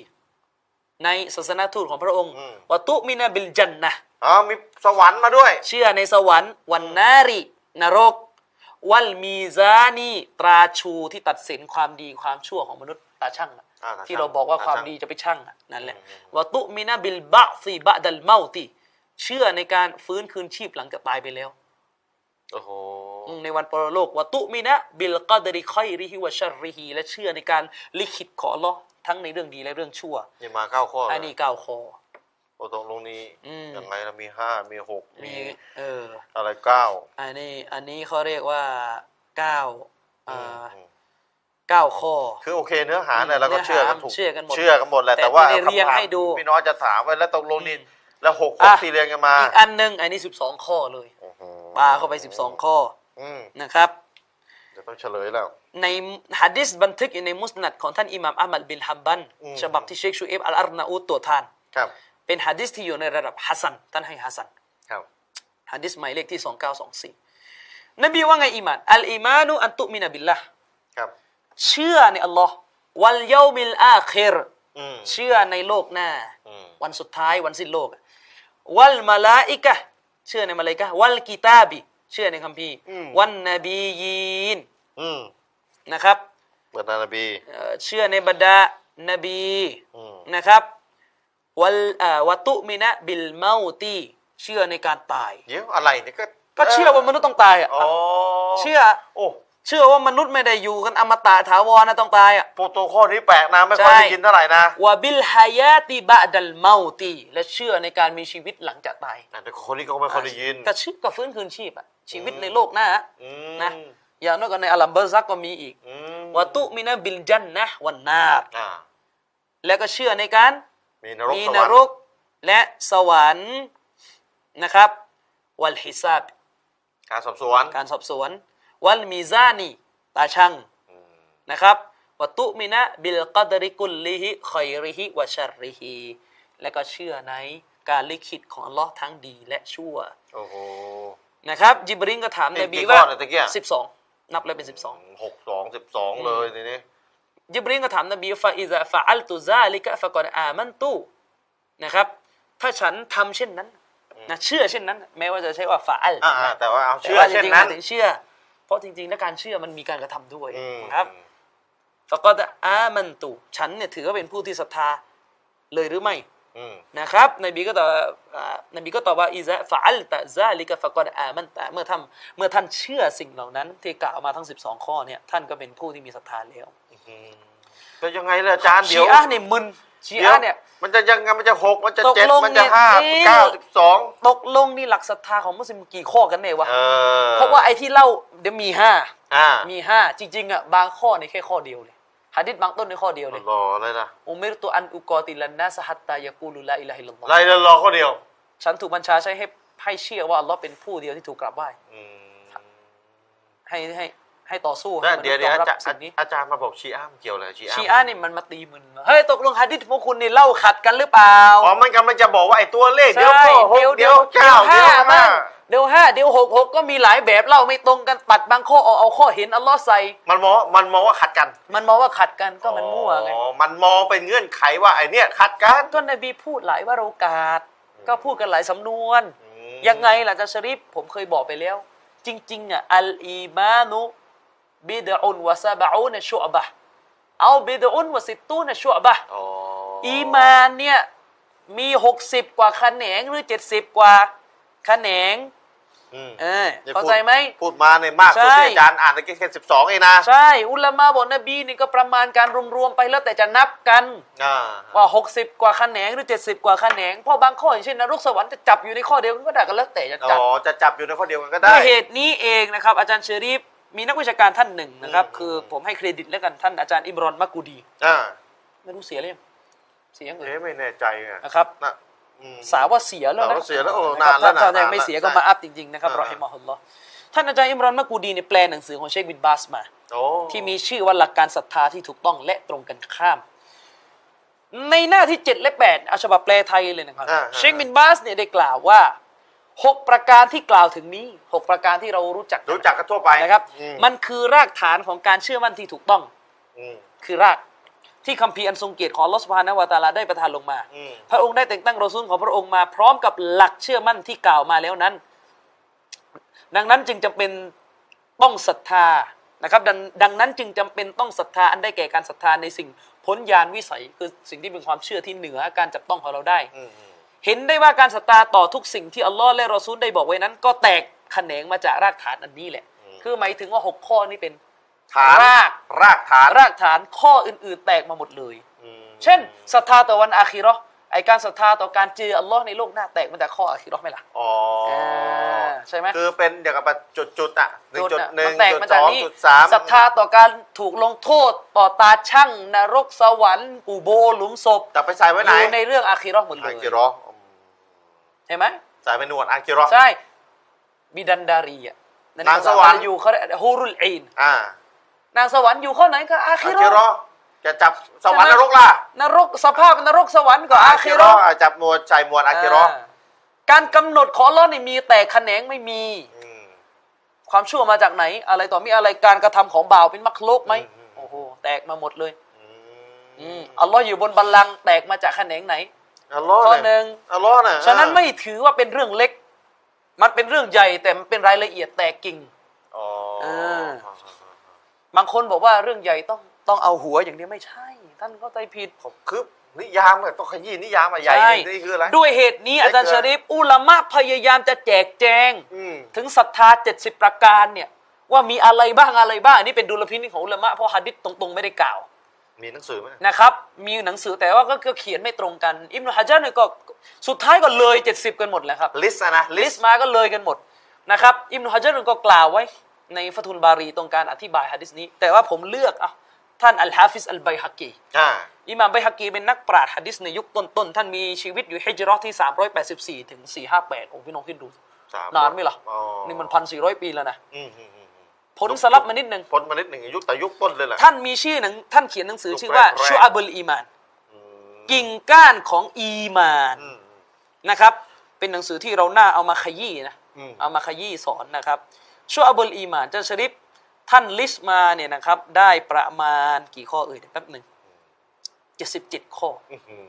B: ในศาสนาทูตของพระองค์
A: อืม
B: วะตุมินะบิลจันนะห์
A: อ๋อมีสวรรค์มาด้วย
B: เชื่อในสวรรค์วันนารีนรก วัลมีซานีตราชูที่ตัดสินความดีความชั่วของมนุษย์ตาช่างอะ
A: อ่าตาชั่ง
B: ที่เราบอกว่า
A: ตา
B: ความ
A: ชั่ง
B: ดีจะไปช่างอะนั่นแหละ
A: อืม
B: วะตุมินะบิลบะซีบะดัลเมาติเชื่อในการฟื้นคืนชีพหลังจากตายไปแล้ว
A: โอ้โห
B: อืมในวันปรโลกวะตุมินะ บิลกอดริคอยริฮิวะชัรริฮีและเชื่อในการลิขิตของอัลเลอทั้งในเรื่องดีและเรื่องชั่ว
A: นี่มาเก้าข้อ
B: อัน
A: เล
B: นี้
A: ย
B: กล่าวคอ
A: โอ้ตรงลงนี้
B: อืม
A: ยังไงเรามีห้ามีหก
B: มี
A: มี
B: เออ
A: อะไรเก้า
B: อันนี้อันนี้เขาเรียกว่าเก้าอ่า
A: อืม
B: เก้าข้อ
A: คือโอเคเนื้อหาเนี่ยเราก็เชื่อกันถูก
B: เชื่อกันหมด
A: เชื่อกันหมดแหละ
B: แต่
A: แต่ว่า
B: ไม่ได้เรียง
A: คำถาม
B: ให้ดู
A: พี่น้อยจะถามไว้แล้วตรงลงนี้
B: อืม
A: แล้วหกห
B: อ่ะ
A: กที่เรียงกันมา
B: อีกอันหนึ่งอันนี้สิบสองข้อเลย
A: โอ้โห
B: ปาเข้าไปสิบสองข้อ
A: อืม
B: นะครับ
A: เดี๋ยวต้องเฉลยแล้ว
B: ในฮะดิษบันทึกอยู่ในมุสนัดของท่านอิหม่ามอัมัดบินฮัมบัน
A: อืม
B: ฉบับที่เชคชูเอฟอัลอาร์นาอูตตัวจทาน
A: ครับ
B: เป็นฮะดิษที่อยู่ในระดับฮัสซันท่านให้ฮัสซัน
A: ครับ
B: ฮะดิษหมายเลขที่ 2924 นบีว่าไงอีมาน อัลอีมานุอันตุมินะบิลละ
A: ครับ
B: เชื่อในอัลลอฮ์วัลเยามิลอาคิร
A: อืม
B: เชื่อในโลกหน้า
A: อืม
B: วันสุดท้ายวันสิ้นโลก วัลมาลาอิกะห์เชื่อในมาลาอิกะห์วัลกิตาบิ เชื่อในคัมภีร์
A: อืม
B: วันนบียีน
A: อืม
B: นะครับ
A: เปิดนานบี
B: เอ่อเชื่อในบรรดานบี
A: อืม
B: นะครับวัลเอ่อวะตุมินะบิลเมาตีเชื่อในการตาย
A: เดี๋ยวอะไรเนี่ยก็
B: ก็เชื่อว่ามนุษย์ต้องตายอ่ะ
A: อ๋อ
B: เชื่อ
A: โอ้
B: เชื่อว่ามนุษย์ไม่ได้อยู่กันอมตะถาวรนะต้องตายอ่ะ
A: โปรโตคอลนี้แปลกนะไม่ค่อย
B: ใช่
A: ได้ยินเท่าไหร่นะ
B: วะบิลฮายาติบะดัลเมาตีและเชื่อในการมีชีวิตหลังจากตาย
A: แต่คนนี้ก็ไม่ค่อยได้ยิน
B: กระชื่อก็ฟื้นคืนชีพอ่ะชีวิตในโลกหน้าอะ
A: อืม
B: นะอย่างน้อยก็ในอัลลัมเบอร์ซักก็มีอีก
A: อืม
B: วะตุมินะบิลจันนะห์วันนาบ
A: อ่า
B: และก็เชื่อในการ
A: มีนรก
B: มี
A: ส
B: น
A: วรร
B: รก
A: ค์
B: และสวรรค์นะครับวัลฮิซาบ
A: การสอบสวน
B: การสอบสวน วัลมีซานีตาช่าง
A: อืม
B: นะครับวะตุมินะบิลกัดริกุลลิฮิคอยริฮิวะชัรริฮิและก็เชื่อในการลิขิตของอัลลอฮ์ทั้งดีและชั่ว
A: โอ้โห
B: นะครับจิบรินก็ถาม
A: นี่
B: นบี
A: กี่ข้อ
B: ว่า
A: เนี่ยตะเกีย
B: สิบสองนับแล้วเป็นสิบสอง
A: หกสองสิบสองเลยทีนี้
B: จิบรินก็ถามนบีฟาอิซาฟาอัลตุซาลิกะฟะกอนอามันตุนะครับ ถ้าฉันทำเช่นนั้นนะเชื่อเช่นนั้น แม้ว่าจะใช้ว่าฟาอัล
A: อ่าอ่าแต่ว่าเอาเชื่อ
B: ว่าจ
A: เช่น
B: ริงๆ
A: นั้น
B: หมายถึงเชื่อ เพราะจริงๆแล้วการเชื่อมันมีการกระทำด้วย
A: อืม
B: นะครับ ฟะกอดอามันตุฉันเนี่ยถือว่าเป็นผู้ที่ศรัทธาเลยหรือไม่
A: อืม
B: นะครับนบีก็ตอบอ่านบีก็ตอบว่าอิซะฟะอัลตะซาลิกะฟะกอดอามันตะเมื่อท่านเมื่อท่านเชื่อสิ่งเหล่านั้น ที่กล่าวมาทั้ง 12 ข้อเนี่ยท่านก็เป็นผู้ที่มีศรัทธาแล้ว
A: อืมแต่ยังไงล่ะอาจารย์
B: ชี
A: เดี๋ยว
B: อะห์เนี่ยมึนชีอะห์เนี่ย
A: ดี๋วมันจะยังไงมันจะหกมันจะ
B: ตก
A: เจ็ด
B: ลง
A: มันจะ
B: เนี่ย
A: ห้า
B: เอ๊ะ
A: เก้าสิบสอง
B: ตกลงนี่หลักศรัทธาของมุสลิมกี่ข้อกันเนี่ยวะ
A: เออ
B: เพราะว่าไอ้ที่เล่าเดี๋ยวมีห้า
A: อ่า
B: มีห้าจริงๆอ่ะบางข้อในแค่ข้อเดียวเลยหะดิษบางต้นในข้อเดียวเลย
A: รออะไรล่ะ
B: อุมิรตุอันอุกอติลันนาสฮัตตายะกูลุลาอิลาฮิลลลอฮ
A: อะไรล่ะรอข้อเดียว
B: ฉันถูกบัญชาใช้ให้ให้เชื่อว่าอัลลอฮ์เป็นผู้เดียวที่ถูกกราบไหว้
A: อืม
B: ให้ให้ให้ต่อสู้
A: แล้ว
B: ให้
A: เดี๋ยว
B: มนุษ
A: เดี๋ยว
B: อ
A: อา
B: รั
A: จารย์
B: สิ่งนี้
A: อาจารย์มาบอกชีอ้ามเกี่ยวอะไรชีอ้าม
B: ชีอะห์นี่มันมาตีมึนเฮ้ยตกลงฮะดิษพวกคุณนี่เล่าขัดกันหรือเปล่า
A: อ๋อมันกำลังจะบอกว่าไอ้ตัวเลข
B: ใช่
A: เดี๋ยวก็หกเดี๋ยวเก้าเดี๋
B: ห้า
A: ยวห้า
B: บ้างเดี๋ยวห้าเดี๋ยวหกหกก็มีหลายแบบเล่าไม่ตรงกันตัดบางข้อเอาเอาข้อเห็นอัลลอฮ์ใส่
A: มันมองว่ามันมองว่าขัดกัน
B: มันมองว่าขัดกันก็มันมั่วไง
A: อ๋อ มันมองเป็นเงื่อนไขว่าไอ้เนี่ยขัดกัน
B: ก็นบีพูดหลายว่าเรากาดก็พูดกันหลายสำนวน
A: ม
B: ยังไงล่ะอาจารย์ชริฟผมเคยบอกไปแล้ว จริง ๆ อ่ะ อัลอีมานุบิดอุนวะซาบะอูนชุอบะห์เอาบิดอุนวะสิตูนชุอบะห์
A: อ๋อ
B: อีมานเนี่ย มี 60 กว่าแขนงหรือ 70 กว่าแขนง
A: อืม
B: เออ
A: นี่ย
B: เข้าใจไหม
A: พูดพูดมาในยมากสุด
B: ใช่
A: ที่อาจารย์อ่านตะกี้แค่สิบสองเองนะ
B: ใช่ อุลามะบอกนบีนี่ก็ประมาณการรวม ๆ ไปแล้วแต่จะนับกัน
A: อ่า
B: ว่า 60 กว่าแขนงหรือ 70 กว่าแขนงเพราะบางข้ออย่างเช่นนรกสวรรค์จะจับอยู่ในข้อเดียวกันก็ได้กันแล้วแต่จะจับ
A: อ๋อ จะจับอยู่ในข้อเดียวกันก็
B: ด้
A: ได้
B: วยเหตุนี้เองนะครับ อาจารย์เชอรีฟมีนักวิชาการท่านหนึ่งนะครับ
A: อืม
B: คือผมให้เครดิตแล้วกันท่านอาจารย์อิบรอนมักกูดี
A: อ่า
B: ไม่รู้เสียหรือยังเสียยังเอ่ย
A: เอ๊ะไม่แน่ใจไง
B: นะครับ
A: นะอืม
B: สาวว่าเสียแล้ว
A: สาว
B: นะ
A: ว่าเสียแล้วโอ้
B: ะครั
A: นา
B: บ
A: นแล้วนะ
B: ถ้ายังไม่เสียก็
A: นาน
B: มาอัพจริง ๆ นะครับ
A: อ่า
B: รอฮิมอฮุลลอฮ์ท่านอาจารย์อิบรอนมักกูดีเนี่ยแปลหนังสือของเชคบินบาสมา
A: โอ้
B: ที่มีชื่อว่าหลักการศรัทธาที่ถูกต้องและตรงกันข้าม ในหน้าที่ 7 และ 8 เอาฉบับแปลไทยเลยนะครับ
A: า
B: เชคบินบาสเนี่ยได้กล่าวว่า 6 ประการที่กล่าวถึงนี้ 6 ประการที่เรารู้จักน
A: รู้จักกันทั่วไป
B: นะครับ
A: อื
B: มันคือรากฐานของการเชื่อมั่นที่ถูกต้อง
A: อืม
B: คือรากที่คัมภีร์อันทรงเกียรติของอัลลอฮฺสุบฮานะฮูวะตะอาลาได้ประทานลงมา
A: อืม
B: พระองค์ได้แต่งตั้งรอซูลของพระองค์มาพร้อมกับหลักเชื่อมั่นที่กล่าวมาแล้วนั้น ดังนั้นจึงจำเป็นต้องศรัทธานะครับดงดังนั้นจึงจำเป็นต้องศรัทธาอันได้แก่การศรัทธาในสิ่งพ้นญาณวิสัย คือสิ่งที่เป็นความเชื่อที่เหนือการจับต้องของเราได้
A: อืม
B: เห็นได้ว่าการศรัทธาต่อทุกสิ่งที่อัลลอฮ์และรอซูลได้บอกไว้นั้น ก็แตก แขนงมาจากรากฐานอันนี้แหละ
A: อืม
B: คือหมายถึงว่าหกข้อนี้เป็น
A: ฐาน
B: ราก
A: รากฐาน
B: รากฐานข้ออื่น ๆ แตกมาหมดเลย
A: อืม
B: เช่นศรัทธาต่อวันอาคีเราะห์ไอการศรัทธาต่อการเจออัลลอฮ์ในโลกหน้าแตกมาจากข้ออาคีเราะห์ไหมล่ะ
A: อ๋ออา
B: ใช่ไหม
A: คือเป็นอย่างกับจุดจุดๆอ่ะหนึ่งจุด
B: อะ
A: หนึ่ง
B: มัแตก
A: จุด
B: มา
A: ส
B: จาก
A: อง
B: นี่
A: จุดสาม
B: ศรัทธาต่อการถูกลงโทษ ต่อตาช่างนรกสวรรค์กูโบหลุมศพ
A: แต่ไปใส่ไว้ไหน
B: อยู่ในเรื่องอาคีเราะห์หมดเล
A: อั
B: ย
A: งกิรอ
B: เห็นไหม
A: ใส่ไปหนวดอังกิรอ
B: ใช่บิดันดารีอะ
A: นางสวรรค์
B: อยู่เขาเรียกฮูรุลอิน
A: อ่าน
B: างสวรรค์อยู่ข้อไหนก็อา
A: อั
B: คี
A: งกิรอ
B: เราะห์
A: จะจับสวรรค์นรกล่ะ
B: นรกสภาพนรกสวรรค์ก็อาคี
A: รอ
B: เราะห์
A: จับหนวดใส่หมวดอังกิรอ
B: อ่าการกำหนดของอัลลอฮ์นี่มีแต่แขนงไม่มี
A: อืม
B: ความชั่วมาจากไหน อะไรต่อมีอะไรการกระทำของบ่าวเป็นมักลุกไหม
A: อืม
B: โอ้โหแตกมาหมดเลย
A: อื
B: อื
A: ม
B: มอัลลอฮ์อยู่บนบัลลังก์แตกมาจากแขนงไหน
A: อัลลอฮ์
B: ข้อ
A: เย
B: หนึ่ง
A: อัลลอฮ์น่ะ
B: ฉะนั้นไม่ถือว่าเป็นเรื่องเล็ก มันเป็นเรื่องใหญ่แต่มันเป็นรายละเอียดแตกกิ่ง
A: อ๋อ
B: เออ
A: ครับ
B: บางคนบอกว่าเรื่องใหญ่ต้องต้องเอาหัวอย่างเดียวไม่ใช่ ท่านเข้าใจผิด
A: ผมคือนิยามเลยต้องขยี้นิยามมาใหญ่นี่คืออะไร
B: ด้วยเหตุนี้
A: เล็ก
B: อาจารย์
A: เกิ
B: ช
A: น
B: ริฟอุลามะพยายามจะแจกแจง
A: อืม
B: ถึงศรัทธา 70 ประการเนี่ย ว่ามีอะไรบ้างอะไรบ้างอันนี้เป็นดุลพินิจของอุลามะเพราะหะดิษตรงๆไม่ได้กล่าว
A: มีหนังสือไหมเนี่ย
B: นะครับมีหนังสือแต่ว่าก็ก็เขียนไม่ตรงกัน อิมนุฮะจัรเนี่ยก็สุดท้ายก็เลย 70 กันหมดแหล้วครับ
A: ลิสต์อะนะลิ
B: ลิ
A: ส
B: ส
A: ต์
B: ต์มาก็เลยกันหมดนะครับอิมนุฮะจัรเนี่ยก็กล่าวไว้ในฟะทุลบารีตรงการอธิบายฮะดิษนี้ แต่ว่าผมเลือกอ่ะท่านอัลฮะฟิซอัลไบฮักกี
A: อ่า
B: อิหม่ามไบฮักกีเป็นนักปราชญ์ฮะดิษในยุคต้นๆ ท่านมีชีวิตอยู่ฮิจเราะห์ที่ 384 ถึง 458โอ้พี่น้องคิดดู
A: สาม
B: นานไหมล่ะ
A: อ๋อ
B: นี่มันพันสี่ร้อยปีแล้วนะ
A: อืมอืมอืมอืม
B: ผลสลับมานิดหนึ่ง
A: พ้นมานิดหนึ่งยุคแต่ยุคต้นเลยแหละ
B: ท่านมีชื่อหนังท่านเขียนหนังสือชื่อว่า
A: แรกๆ
B: ชูอาบุลอีมาน
A: อืม
B: กิ่งก้านของอีมาน
A: อืม
B: นะครับ เป็นหนังสือที่เราหน้าเอามาขยี้นะ
A: อืม
B: เอามาขยี้สอนนะครับชั่วอับุลอีหมานเจ้าชริฟท่านลิสต์มาเนี่ยนะครับ ได้ประมาณกี่ข้อเอ่ยเดี๋ยวแป๊บหนึ่งเจ็ดสิบเจ็ดข้อ
A: อื้อหือ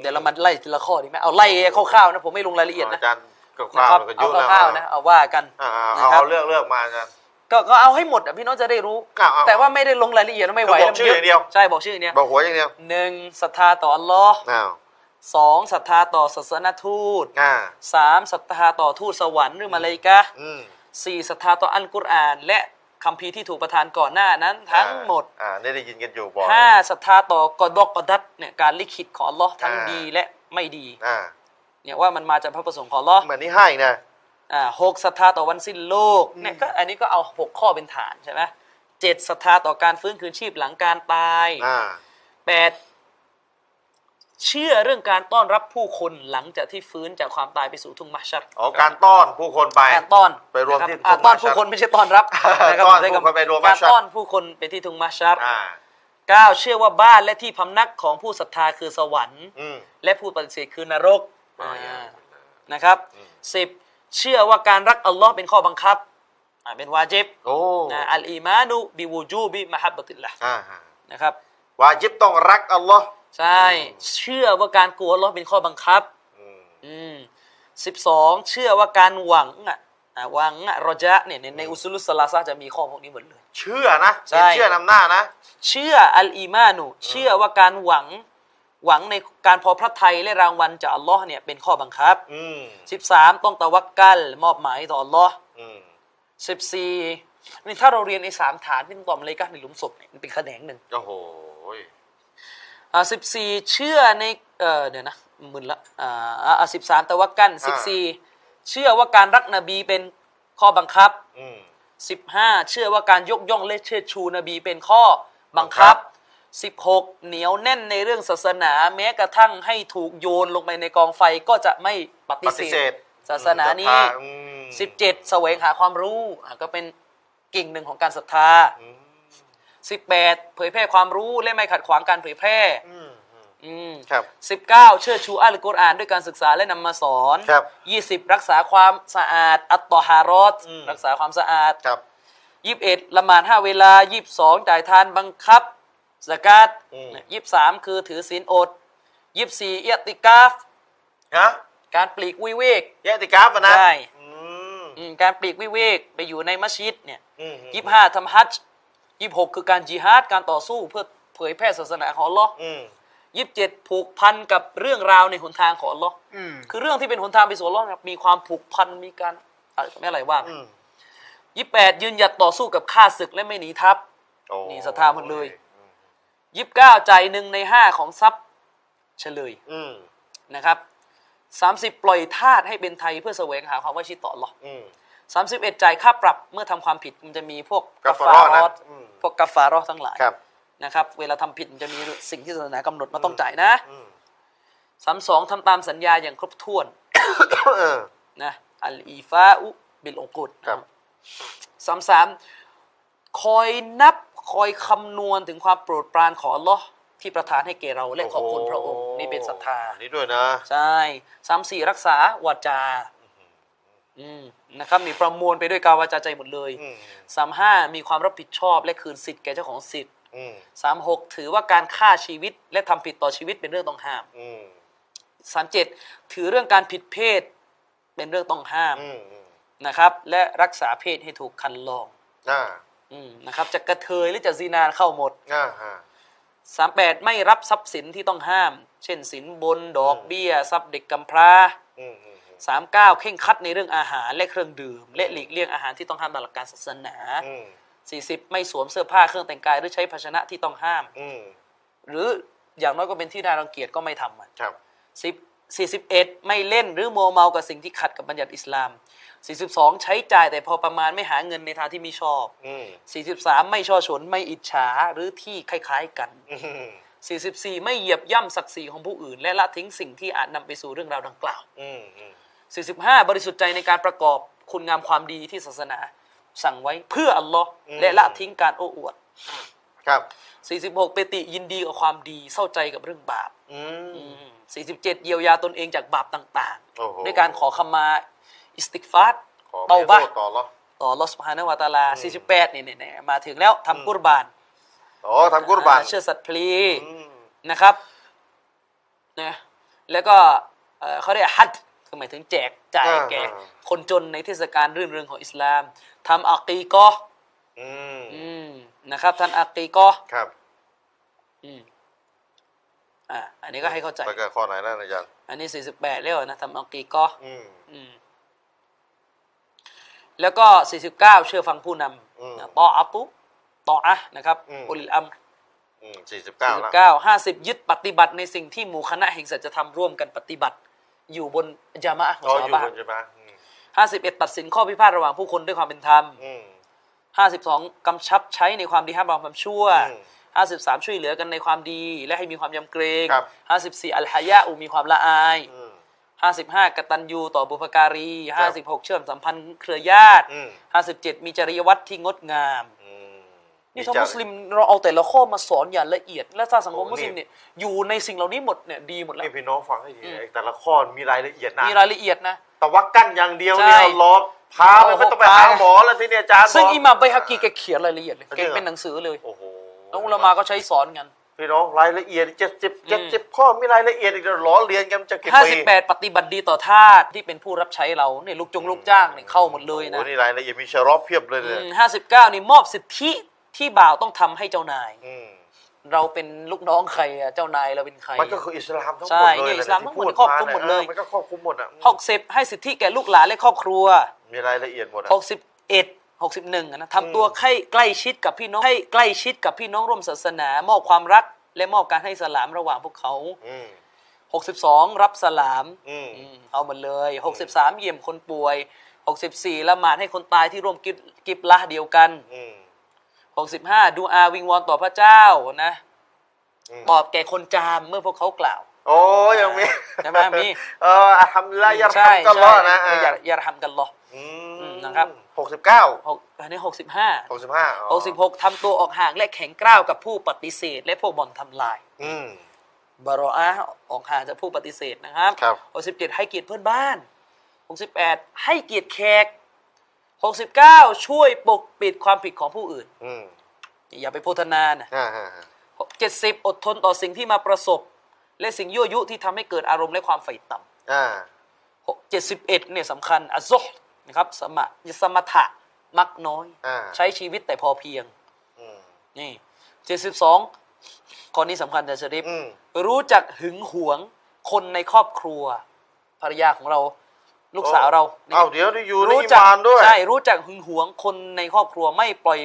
B: เดี๋ยวเรามาไล่ทีละข้อดีไหมเอาไล่คร่าวๆนะ ผมไม่ลงรายละเอียดนะ
A: อาจารย์กับ
B: นะ
A: ข้าว
B: ครับ
A: มันก็ยุ่
B: เอา
A: งแล้ว
B: คร่าวๆนะ เอาว่ากัน
A: อ่า
B: นะ
A: เอา
B: ครับ
A: เอาเลือกเลือกมาอาจารย์
B: ก็ก็เอาให้หมดอะพี่น้องจะได้รู้
A: เอาเอา
B: แต่ว่าไม่ได้ลงรายละเอียดนะไม่ไหว
A: ก็บอกชื่ออย่างเดียว
B: ใช่บอกชื่ออย่างเดียว
A: บอกหัวอย่างเดียว
B: หนึ่งศรัทธาต่ออัลลอฮ์
A: อ้าว
B: สองศรัทธาต่อศาสนทูต
A: อ่า
B: สามศรัทธาต่อทูตสวรรค์หรือมาเลายกะห์
A: อืม
B: สี่ศรัทธาต่ออัลกุรอาน และคำพีร์ที่ถูกประทานก่อนหน้านั้นทั้งหมด
A: อ่าอ่าได้ได้ยินกันอยู่บอก
B: ห้าศรัทธาต่อกอดอกกอดัตเนี่ยการลิขิตของอัลลอฮ์ทั้งดีและไม่ดี
A: อ่า
B: เนี่ยว่ามันมาจากพระประสงค์ของอัลลอฮ์
A: เหมือนนี่ให้าอีกนะ
B: อ่าหกศรัทธาต่อวันสิ้นโลกเนี่ยก็อันนี้ก็เอาหกข้อเป็นฐานใช่ไหมเจ็ดศรัทธาต่อการฟื้นคืนชีพหลังการตาย
A: อ่า
B: แปดเชื่อเรื่องการต้อนรับผู้คนหลังจากที่ฟื้นจากความตายไปสู่ทุ่งมัชชัด
A: อ๋อการต้อนผู้คนไป
B: การต้อน
A: ไปรวมที่
B: นะคบอ่า
A: ทุ่งมั
B: ต้อน
A: ชชัด
B: ผู้คนไม่ใช่ต้อนรับนะครับ
A: ต้อน
B: ผมใช้
A: ผู้
B: คำ
A: คนไปรวมมั
B: การ
A: ชชัด
B: ต้อนผู้คนไปที่ทุ่งมัชชัด
A: อ่า
B: 9เชื่อว่าบ้านและที่พำนักของผู้ศรัทธาคือสวรรค์
A: อืม
B: และผู้ปฏิเสธคือนรก
A: อ่า
B: อ่านะครับ 10 เชื่อว่าการรักอัลลอฮ์เป็นข้อบังคับอ่าเป็นวาจิบ
A: โอ้
B: นะอัลอีมานุบิวูจูบิมะฮับบะติลละ
A: อ่า
B: นะครับ
A: วาจิบต้องรักอัลลอฮ์
B: ใช่ เชื่อว่าการกลัวอัลลอฮ์เป็นข้อบังคับ
A: อืม
B: อืม12 เชื่อว่าการหวังอ่ะอ่าหวังอ่ะรอจะเนี่ยในในอุซุลุสลาซาจะมีข้อพวกนี้หมดเลย
A: เชื่อนะ
B: ใช่
A: มีเชื่อนำหน้านะ
B: เชื่ออัลอีมานุเชื่อว่าการหวังหวังในการพอพระทัยและรางวัลจากอัลลอฮ์เนี่ยเป็นข้อบังคับ
A: อืม
B: 13 ต้องตะวักกัลมอบหมายต่ออัลลอฮ์
A: อืม
B: 14นี่ถ้าเราเรียนไอ้สามฐานที่ต้องตอบเลยกันในหลุมศพเนี่ยมันเป็นแขนงหนึ่ง
A: โอ้โห
B: อ่า14 เชื่อในเออเดี๋ยวนะมึนละอ่าอ่าสิบสามตะวักกัล
A: อ่
B: 14 เชื่อว่าการรักนบีเป็นข้อบังคับ
A: อืม
B: 15 เชื่อว่าการยกย่องและเชิดชูนบีเป็นข้อบังคับ 16 เหนียวแน่นในเรื่องศาสนา แม้กระทั่งให้ถูกโยนลงไปในกองไฟก็จะไม่ปฏิ
A: ป
B: เส
A: ฏิเส
B: ธ
A: ธ
B: ศาสนานี้
A: อืม
B: 17 แสวงหาความรู้อ่ะก็เป็นกิ่งหนึ่งของการศรัทธา
A: อืม
B: 18 เผยแพร่ความรู้และไม่ขัดขวางการเผยแพร่
A: อืมอืม
B: อืม
A: ครับ
B: 19 เชื่อชูอัลกุรอานด้วยการศึกษาและนำมาสอน
A: ครับ
B: 20 รักษาความสะอาด อัตตอฮารอต
A: อืม
B: รักษาความสะอาด
A: ครับ
B: ยี่สิบเอ็ดละหมาดห้าเวลายี่สิบสองจ่ายทานบังคับสกาด
A: อืม
B: ยี่สิบสามคือถือศีลอดยี่สิบสี่เอยติกาฟ
A: ฮะ
B: การปลีกวิเวก
A: แยกติกราฟอะนะ
B: ใช่
A: อืม
B: อืมการปลีกวิเวกไปอยู่ในมัสยิดเนี่ย
A: อืมอืม
B: ยี่สิบห้าทำฮัจญ์ยี่สิบหกคือการจิฮาดการต่อสู้เพื่อเผยแพร่ศาสนาของอัลลอฮ์
A: อืม
B: ยี่สิบเจ็ดผูกพันกับเรื่องราวในหนทางของอัลลอฮ์
A: อืม
B: คือเรื่องที่เป็นหนทางไปสู่อัลลอฮ์เนี่ยมีความผูกพันมีการ อะไรไม่อะไรว่าง
A: อืม
B: ยี่แปดยืนหยัดต่อสู้กับข้าศึกและไม่หนีทัพ
A: โอ้
B: นี่ศรัทธาหมดเลย ยี่เก้าใจายหนึ่งในห้าของทรัพย์เฉลย
A: อืม
B: นะครับสามสิบปล่อยทาสให้เป็นไทยเพื่อแสวงหาความว่าชิตต่ออัลลอฮ์
A: อืม
B: สามสิบเอ็ดจ่ายค่าปรับเมื่อทำความผิดมันจะมีพวก
A: กัฟฟารอนะ
B: กัฟฟารอ
A: อืม
B: พวกกัฟฟารอทั้งหลาย
A: ครับ
B: นะครับ เวลาทำผิดมันจะมีสิ่งที่ศาสนากำหนดมาต้องจ่ายนะ
A: อืม
B: สามสองทำตามสัญญาอย่างครบถ้วน
A: เออ
B: นะอัลอีฟาอุบิลองกุด
A: ครับ
B: สามสามคอยนับคอยคำนวณถึงความโปรดปรานของอัลลอฮ์ที่ประทานให้แก่เราและขอบคุณพระองค์ นี่เป็นศรัทธา
A: อันนี้ด้วยนะ
B: ใช่สามสี่รักษาวาจาอืมนะครับนี่ประมวลไปด้วยการวาจาใจหมดเลย
A: อืม
B: สามห้ามีความรับผิดชอบและคืนสิทธิ์แก่เจ้าของสิทธิ์
A: อืม
B: สามหกถือว่าการฆ่าชีวิตและทำผิดต่อชีวิตเป็นเรื่องต้องห้าม
A: อืม
B: สามเจ็ดถือเรื่องการผิดเพศเป็นเรื่องต้องห้าม
A: อืมอืม
B: นะครับ และรักษาเพศให้ถูกคันลอง
A: อ่า
B: อืมนะครับจะกระเทยหรือจะซีนาเข้าหมด
A: อ่าฮะ
B: สามแปดไม่รับทรัพย์สินที่ต้องห้าม เช่นสินบนดอก
A: อืม
B: เบี้ยทรัพย์เด็กกำพร้า
A: อืมอืมอืม
B: สามเก้าเข่งครัดในเรื่องอาหารและเครื่องดื่ม และหลีกเลี่ยงอาหารที่ต้องห้ามตามหลักการศาสนา
A: อืม
B: สี่สิบไม่สวมเสื้อผ้าเครื่องแต่งกายหรือใช้ภาชนะที่ต้องห้าม
A: อืม
B: หรืออย่างน้อยก็เป็นที่น่ารังเกียจก็ไม่ทำมัน
A: ครับ
B: สิบสี่สิบเอ็ดไม่เล่นหรือมัวเมากับสิ่งที่ขัดกับบัญญัติอิสลาม 42 ใช้จ่ายแต่พอประมาณไม่หาเงินในทางที่มิชอบ
A: อืม
B: 43 ไม่ช่อฉนไม่อิจฉาหรือที่คล้ายๆกัน
A: อืม
B: 44 ไม่เหยียบย่ำศักดิ์ศรีของผู้อื่น และละทิ้งสิ่งที่อาจนำไปสู่เรื่องราวดังกล่าว
A: อืมอืม
B: 45 บริสุทธิ์ใจในการประกอบคุณงามความดีที่ศาสนา สั่งไว้เพื่ออัลลอฮ์และละทิ้งการโอ้อวด
A: ครับ
B: 46 เปติยินดีกับความดีเศร้าใจกับเรื่องบาป
A: อืม
B: 47 เยียวยาตนเองจากบาปต่าง
A: โอ้โห
B: ๆ ด้วยการขอขมาอิสติกฟาร์
A: ขอ
B: เตา
A: ไม่
B: บะ
A: โทษต่อเหรอ
B: ต่อลอสพานวาตาลา 48นี่นี่มาถึงแล้วทำกุรบาน
A: อ๋อทำกุรบาน
B: อ่าเชื่อสัตว์พลี
A: อืม
B: นะครับนะแล้วก็เอ่อเขาเรียกฮัดคือหมายถึงแจกจ่ายแก่คนจนในเทศกาลรื่นเริงของอิสลามทำอักีกอ
A: อืม
B: อืมนะครับท่านอักีกอ
A: ครับ
B: อืมอ่าอันนี้ก็ให้เข้าใจ
A: ไปกับข้อไหนนั่นอาจารย์
B: อันนี้ 48 แล้วนะทำอักีกอ
A: อืม
B: อืมแล้วก็ 49 เชื่อฟังผู้น
A: อืม
B: ำต่ออัตุต่ออะนะครับ
A: อืม
B: อุลิลอัมร
A: อืมสี่สิบเก้าละ
B: 49 50 ยึดปฏิบัติในสิ่งที่หมู่คณะแห่งสัจธรรมร่วมกันปฏิบัติ อยู่บนญามะของ
A: อ๋อ
B: ชา
A: อ
B: ว
A: ยู่
B: บ้า
A: บ
B: น
A: นใช่ไหมอืม
B: 51 ตัดสินข้อพิพาทระหว่างผู้คนด้วยความเป็นธรรม
A: อืม
B: 52 กำชับใช้ในความดีห้ามบางความชั่ว
A: อืม
B: 53 ช่วยเหลือกันในความดี และให้มีความยำเกรง
A: ครับ
B: 54 อัลฮายะอูมีความละอาย
A: อืม
B: 55 กตัญญูต่อบุพการี
A: ครับ
B: 56 เชื่อมสัมพันธ์เครือญาติ
A: อืม
B: 57 มีจริยวัตรที่งดงาม
A: อืม
B: นี่ชาว
A: จร
B: มุ
A: ณ์
B: สลิมเราเอาแต่ละข้อมาสอนอย่างละเอียด และถ้าสังคม
A: โอ้
B: มุสลิม
A: นี่
B: เนี่ยอยู่ในสิ่งเหล่านี้หมดเนี่ยดีหมดแล้ว
A: นี่พี่น้องฟังให้ดี
B: อืม
A: แต่ละข้อมีรายละเอียดนะ
B: มีรายละเอียดนะ
A: แต่วักกั้นอย่างเดียว
B: ใช่
A: นี่เอาล้อพาไป
B: โอ้โห
A: ไม่ต้องไป
B: พา
A: หาหมอแล้วที่นี่อาจารย์
B: ซึ่ง
A: บก
B: อิหม่ามไบฮากีแกเขียนรายละเอียดเลย
A: จริงเหรอ
B: เก่งเป็นหนังสือเลย
A: โอ้โห
B: แล้วอุลามาก็ใช้สอนกัน
A: พี่น้องรายละเอียดเจ็ดสิบเจ็ดสิบข้อมีรายละเอียดอีกแล้วล้อเลียนกันจะกี่ปี
B: 58 ปฏิบัติดีต่อทาสที่เป็นผู้รับใช้เราเนี่ยลูกจงลูกจ้างเนี่ยเข้าหมดเลย
A: โอ้
B: นะ
A: โหนี่รายละเอียดมีชะรอบเพียบเลย
B: อื
A: เนี่ย
B: ม59 นี่มอบสิทธิที่บ่าวต้องทำให้เจ้านาย
A: อืม
B: เราเป็นลูกน้องใครอะเจ้านายเราเป็นใคร
A: มันก็คืออิสลามทั้งห
B: ใช่
A: มดเลย
B: เนี่ยอิสลามทั้งหมด
A: ที่พู
B: ครอบคลุมหมดเลย
A: านี่มันก็ครอบคลุมหมดอ่ะ
B: หกสิบให้สิทธิแก่ลูกหลานและครอบครัว
A: มีรายละเอียดหมดอะ
B: หกสิบเอ็ดหกสิบหนึ่งนะทำตัวใกล้ใกล้ชิดกับพี่น้องให้ใกล้ชิดกับพี่น้องร่วมศาสนามอบความรัก และมอบการให้สลามระหว่างพวกเขา
A: อืม
B: หกสิบสองรับสลาม
A: อืม
B: อืมเอาหมดเลยหกสิบสามเยี่ยมคนป่วยหกสิบสี่ละหมาดให้คนตายที่ร่วมกิบกิบละเดียวกัน
A: อืม
B: หกสิบห้าดูอาวิงวอนต่อพระเจ้านะ
A: อืม
B: ตอบแก่คนจามเมื่อพวกเขากล่าว
A: โอ้ยังมี
B: ใช่ไหมมี
A: เอออัลฮัมดุลิลลาฮ์ยัรฮัมกัลลอฮ์นะอ่ะ
B: อย่าอย่าทำกันหรอ
A: อืม
B: นะครับ
A: หกสิบเก้า
B: หกอันนี้หกสิบห้า
A: หกสิบห้า
B: หกสิบหกทำตัวออกห่างและแข็งกร้าวกับผู้ปฏิเสธ และพวกบ่อนทำลาย
A: อืม
B: บารออะห์ออกห่างจากผู้ปฏิเสธนะครับ
A: ครับ
B: หกสิบเจ็ดให้เกียรติเพื่อนบ้านหกสิบแปดให้เกียรติแขกหกสิบเก้าช่วยปกปิดความผิดของผู้อื่น
A: อืม
B: อย่าไปโพธนานะ
A: อ่าฮะฮะ
B: เจ็ดสิบอดทนต่อสิ่งที่มาประสบ และสิ่งยั่วยุที่ทำให้เกิดอารมณ์และความใฝ่ต่
A: อ่า
B: ำเจ็ดสิบเอ็ดเนี่ยสำคัญอัซซุฮ์นะครับสมะสมถะมักน้อย
A: อ่า
B: ใช้ชีวิตแต่พอเพียง
A: อืม
B: นี่เจ็ดสิบสองข้อนี้สำคัญจะชริฟ
A: อืม
B: รู้จักหึงหวงคนในครอบครัว ภรรยาของเรา ลูกสาวเรานี่
A: เอ้าเดี๋ยวนี่อยู่ใน
B: รู้
A: อิ
B: จัก
A: มานด้วย
B: ใช่รู้จักหึงหวงคนในครอบครัวไม่ปล่อย